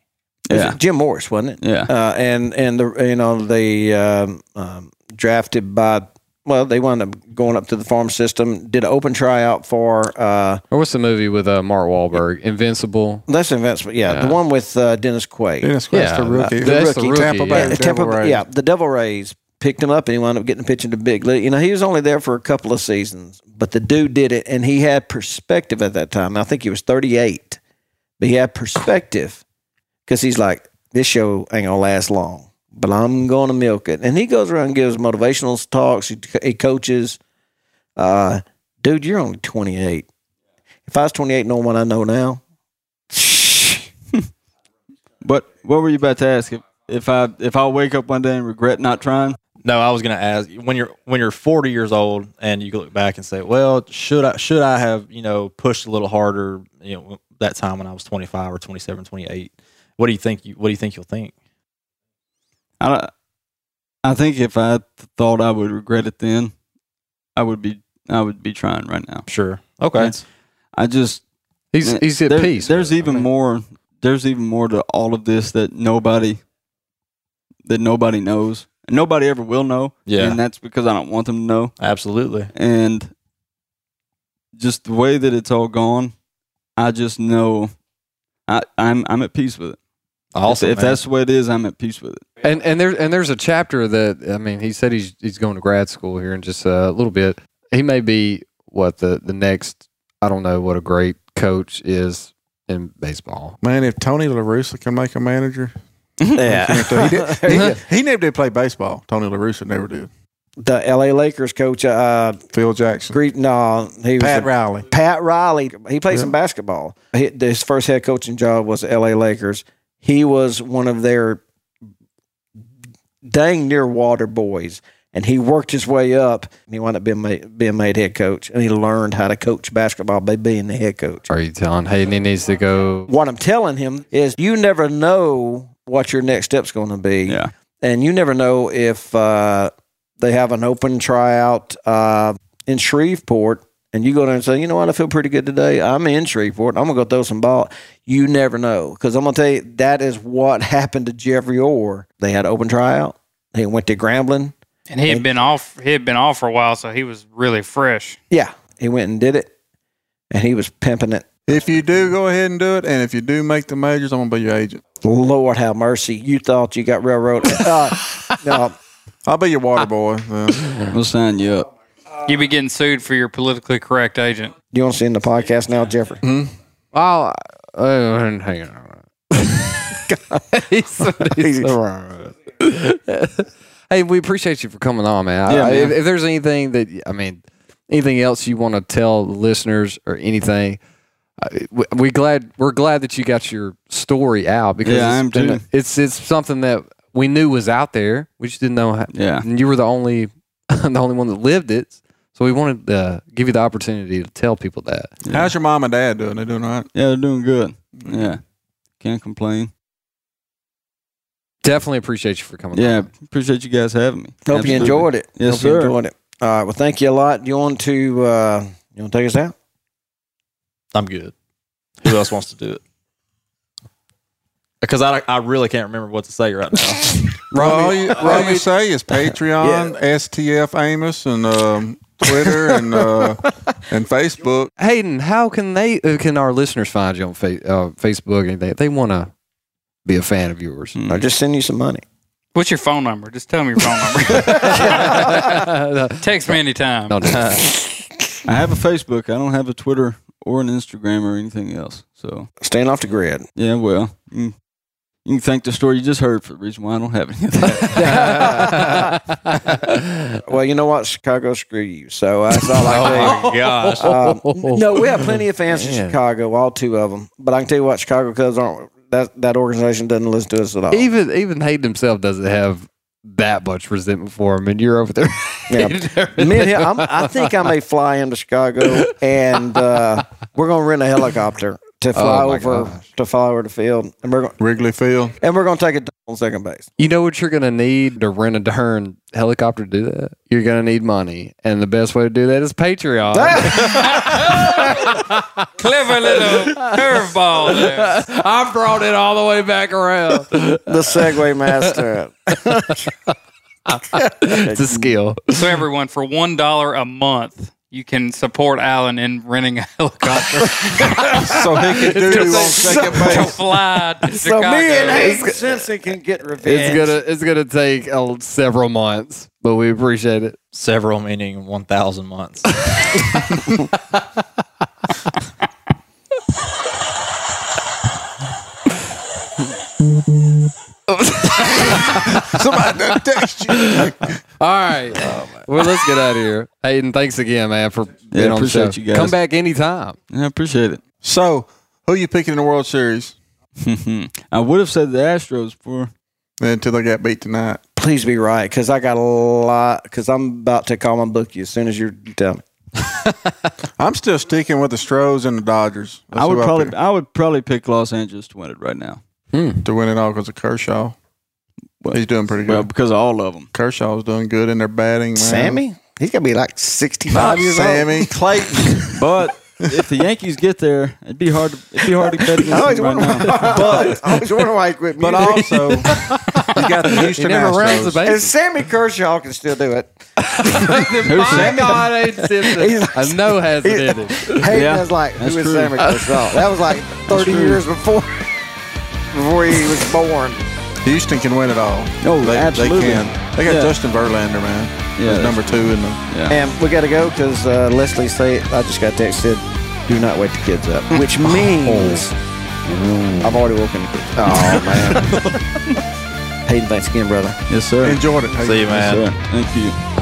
C: It was
L: Yeah.
C: Jim Morris wasn't it?
L: Yeah.
C: uh, and and the you know they um, um, drafted by well they wound up going up to the farm system, did an open tryout for uh,
D: Or what's the movie with uh, Mark Wahlberg? Invincible.
C: that's invincible, yeah, the one with uh, Dennis Quaid.
D: Dennis Quaid's the rookie. That's the rookie,
C: Tampa
D: yeah.
C: Bay,
D: Devil
C: Tampa Bay-
D: Rays.
C: yeah, the Devil Rays picked him up and he wound up getting pitched into big league. You know, he was only there for a couple of seasons, but the dude did it and he had perspective at that time. I think he was 38, but he had perspective because he's like, this show ain't gonna last long, but I'm gonna milk it. And he goes around and gives motivational talks. He, he coaches. Uh, dude, you're only 28. If I was 28, knowing what I know now,
L: But what were you about to ask? If, if I if I wake up one day and regret not trying?
G: No, I was gonna ask when you're when you're 40 years old and you look back and say, well, should I should I have you know pushed a little harder you know that time when I was 25 or 27, 28? What do you think? You, what do you think you'll think?
L: I don't- I think if I th- thought I would regret it then, I would be I would be trying right now.
G: Sure. Okay.
L: It's- I just
D: He's-
L: eh,
D: he's at
L: there-
D: peace
L: There's even more. There's even more to all of this that nobody that nobody knows. And Nobody ever will know.
G: Yeah.
L: And that's because I don't want them to know.
G: Absolutely.
L: And just the way that it's all gone, I just know I, I'm I'm at peace with it.
G: Awesome,
L: If, if
G: man.
L: that's the way it is, I'm at peace with it.
D: And and there and there's a chapter that I mean he said he's he's going to grad school here in just a little bit. He may be what the the next I don't know what a great coach is in baseball.
E: Man, if Tony La Russa can make a manager,
C: Yeah.
E: he, did, he, he never did play baseball. Tony La Russa never did.
C: the L.A. Lakers coach, uh,
E: Phil Jackson.
C: Gre- no, he was
E: Pat
C: a-
E: Riley.
C: Pat Riley. He played
E: Yeah.
C: some basketball. He, his first head coaching job was the L.A. Lakers. He was one of their dang near water boys, and he worked his way up. And he wound up being made, being made head coach, and he learned how to coach basketball by being the head coach.
D: Are you telling Hayden he needs to go?
C: What I'm telling him is, you never know what your next step's going to be, yeah. and you never know if uh, they have an open tryout uh, in Shreveport, and you go there and say, you know what, I feel pretty good today. I'm in Shreveport. I'm gonna go throw some ball. You never know, because I'm gonna tell you that is what happened to Jeffrey Orr. They had an open tryout. He went to Grambling.
H: And he had been off. He had been off for a while, so he was really fresh.
C: Yeah, he went and did it, and he was pimping it.
E: If you do, go ahead and do it. And if you do make the majors, I'm gonna be your agent.
C: Lord have mercy! You thought you got railroaded. Uh, no,
E: I'll be your water boy.
L: We'll sign you up.
H: You'd be getting sued for your politically correct agent.
C: You want to see in the podcast now, Jeffrey?
E: Mm-hmm.
D: Oh, uh, hang on. he's so, he's so wrong. hey, we appreciate you for coming on, man.
C: Yeah,
D: I,
C: man.
D: If, if there's anything that I mean, anything else you want to tell the listeners or anything, I- we, we glad we're glad that you got your story out because
L: Yeah, I
D: it's
L: am
D: been
L: too.
D: a- it's it's something that we knew was out there. We just didn't know. How,
L: Yeah.
D: and you were the only the only one that lived it. So we wanted to give you the opportunity to tell people that.
E: How's your mom and dad doing? They doing all right?
L: Yeah, they're doing good. Yeah. Can't complain.
D: Definitely appreciate you for coming.
L: Yeah, appreciate you guys having me.
C: Hope
L: Absolutely.
C: you enjoyed it.
L: Yes,
C: Hope
L: sir.
C: You enjoyed it. All right. Well, thank you a lot. You want to uh, you want to take us out?
G: I'm good. Who else wants to do it? Because I, I really can't remember what to say right now.
E: Robbie, all you, all
G: Robbie-
E: you say is Patreon, STF Amos, and um, Twitter and uh, and Facebook.
D: Hayden, how can they uh, can our listeners find you on fa- uh, Facebook and anything? If they want to be a fan of yours,
L: Mm. Mm-hmm.
C: I just send you some money.
H: What's your phone number? Just tell me your phone number. Text me anytime.
D: Don't do
L: I have a Facebook. I don't have a Twitter or an Instagram or anything else. So
C: staying off the grid.
L: Yeah, well, mm, you can thank the story you just heard for the reason why I don't have any of Hmm. that.
C: well, you know what, Chicago, screw you. So uh, that's all I
L: Oh,
C: say.
L: gosh.
C: Um, no, we have plenty of fans in
L: Oh. Man.
C: Chicago, all two of them. But I can tell you what, Chicago Cubs aren't that that organization doesn't listen to us at all.
D: even even Hayden himself doesn't have that much resentment for him, and you're over there.
C: Yeah. Me and him, I'm, I think I may fly into Chicago, and uh, we're gonna rent a helicopter to fly
D: Oh, my
C: over to fly over the field, and we're gonna,
E: Wrigley Field,
C: and we're gonna take it on second base.
D: You know what you're going to need to rent a darn helicopter to do that? You're going to need money. And the best way to do that is Patreon.
H: Clever little curveball there.
D: I brought it all the way back around.
L: Uh.
C: the Segway Master.
D: it's a skill.
H: So everyone, for one dollar a month, you can support Alan in renting a helicopter.
E: so he can do
H: To-
E: on second base.
H: to fly to
C: So me and Hank
H: Chicago.
C: Simpson can get revenge.
D: It's gonna it's gonna take uh, several months, but we appreciate it.
G: Several meaning one thousand months.
E: Somebody done text you.
D: All right. well, let's get out of here. Hayden, thanks again, man, for being on the show.
L: appreciate you guys.
D: Come back anytime.
L: I appreciate it.
E: So, who you picking in the World Series?
L: I would have said the Astros before.
E: Until they got beat tonight.
C: Please be right, because I got a lot. Because I'm about to call my book you as soon as you tell me.
E: I'm still sticking with the Stros and the Dodgers. That's
L: I would
E: who I
L: probably, I would probably pick Los Angeles to win it right now.
E: pick to win it all because of Kershaw. He's doing pretty good.
L: Well, because of all of them.
E: Kershaw's doing good in their batting. round.
C: Sammy, he's gonna be like 65
E: Not
C: years
E: Sammy.
C: old.
L: Clayton, but if the Yankees get there, it'd be hard. To, it'd be hard to bet
C: I
L: against
C: always
L: them right
C: wonder why.
L: now.
C: But I always wonder why he quit
E: But
C: music.
E: also, you got the Houston
D: never rounds the
E: Astros.
D: base.
C: and Sammy Kershaw can still do it.
D: Who's Sammy? God, Hayden Simpson. I know has it in it.
C: Hayden was like,
L: that's
C: "Who is
L: true.
C: Sammy Kershaw?" That was like 30
L: true.
C: years before before he was born.
E: Houston can win it all.
L: Oh,
E: they,
L: absolutely.
E: They can. They got
L: Yeah.
E: Justin Verlander, man.
L: Yeah,
E: He's
L: that's
E: number two in the.
L: Yeah.
C: And we got to go because uh, Leslie say I just got texted. Do not wake the kids up, which
E: Oh.
C: means
E: Mm.
C: I've already woken the kids. Oh man, Hayden, thanks again, brother.
L: Yes, sir.
E: Enjoyed it.
G: See you, man.
L: Yes, sir. Thank you.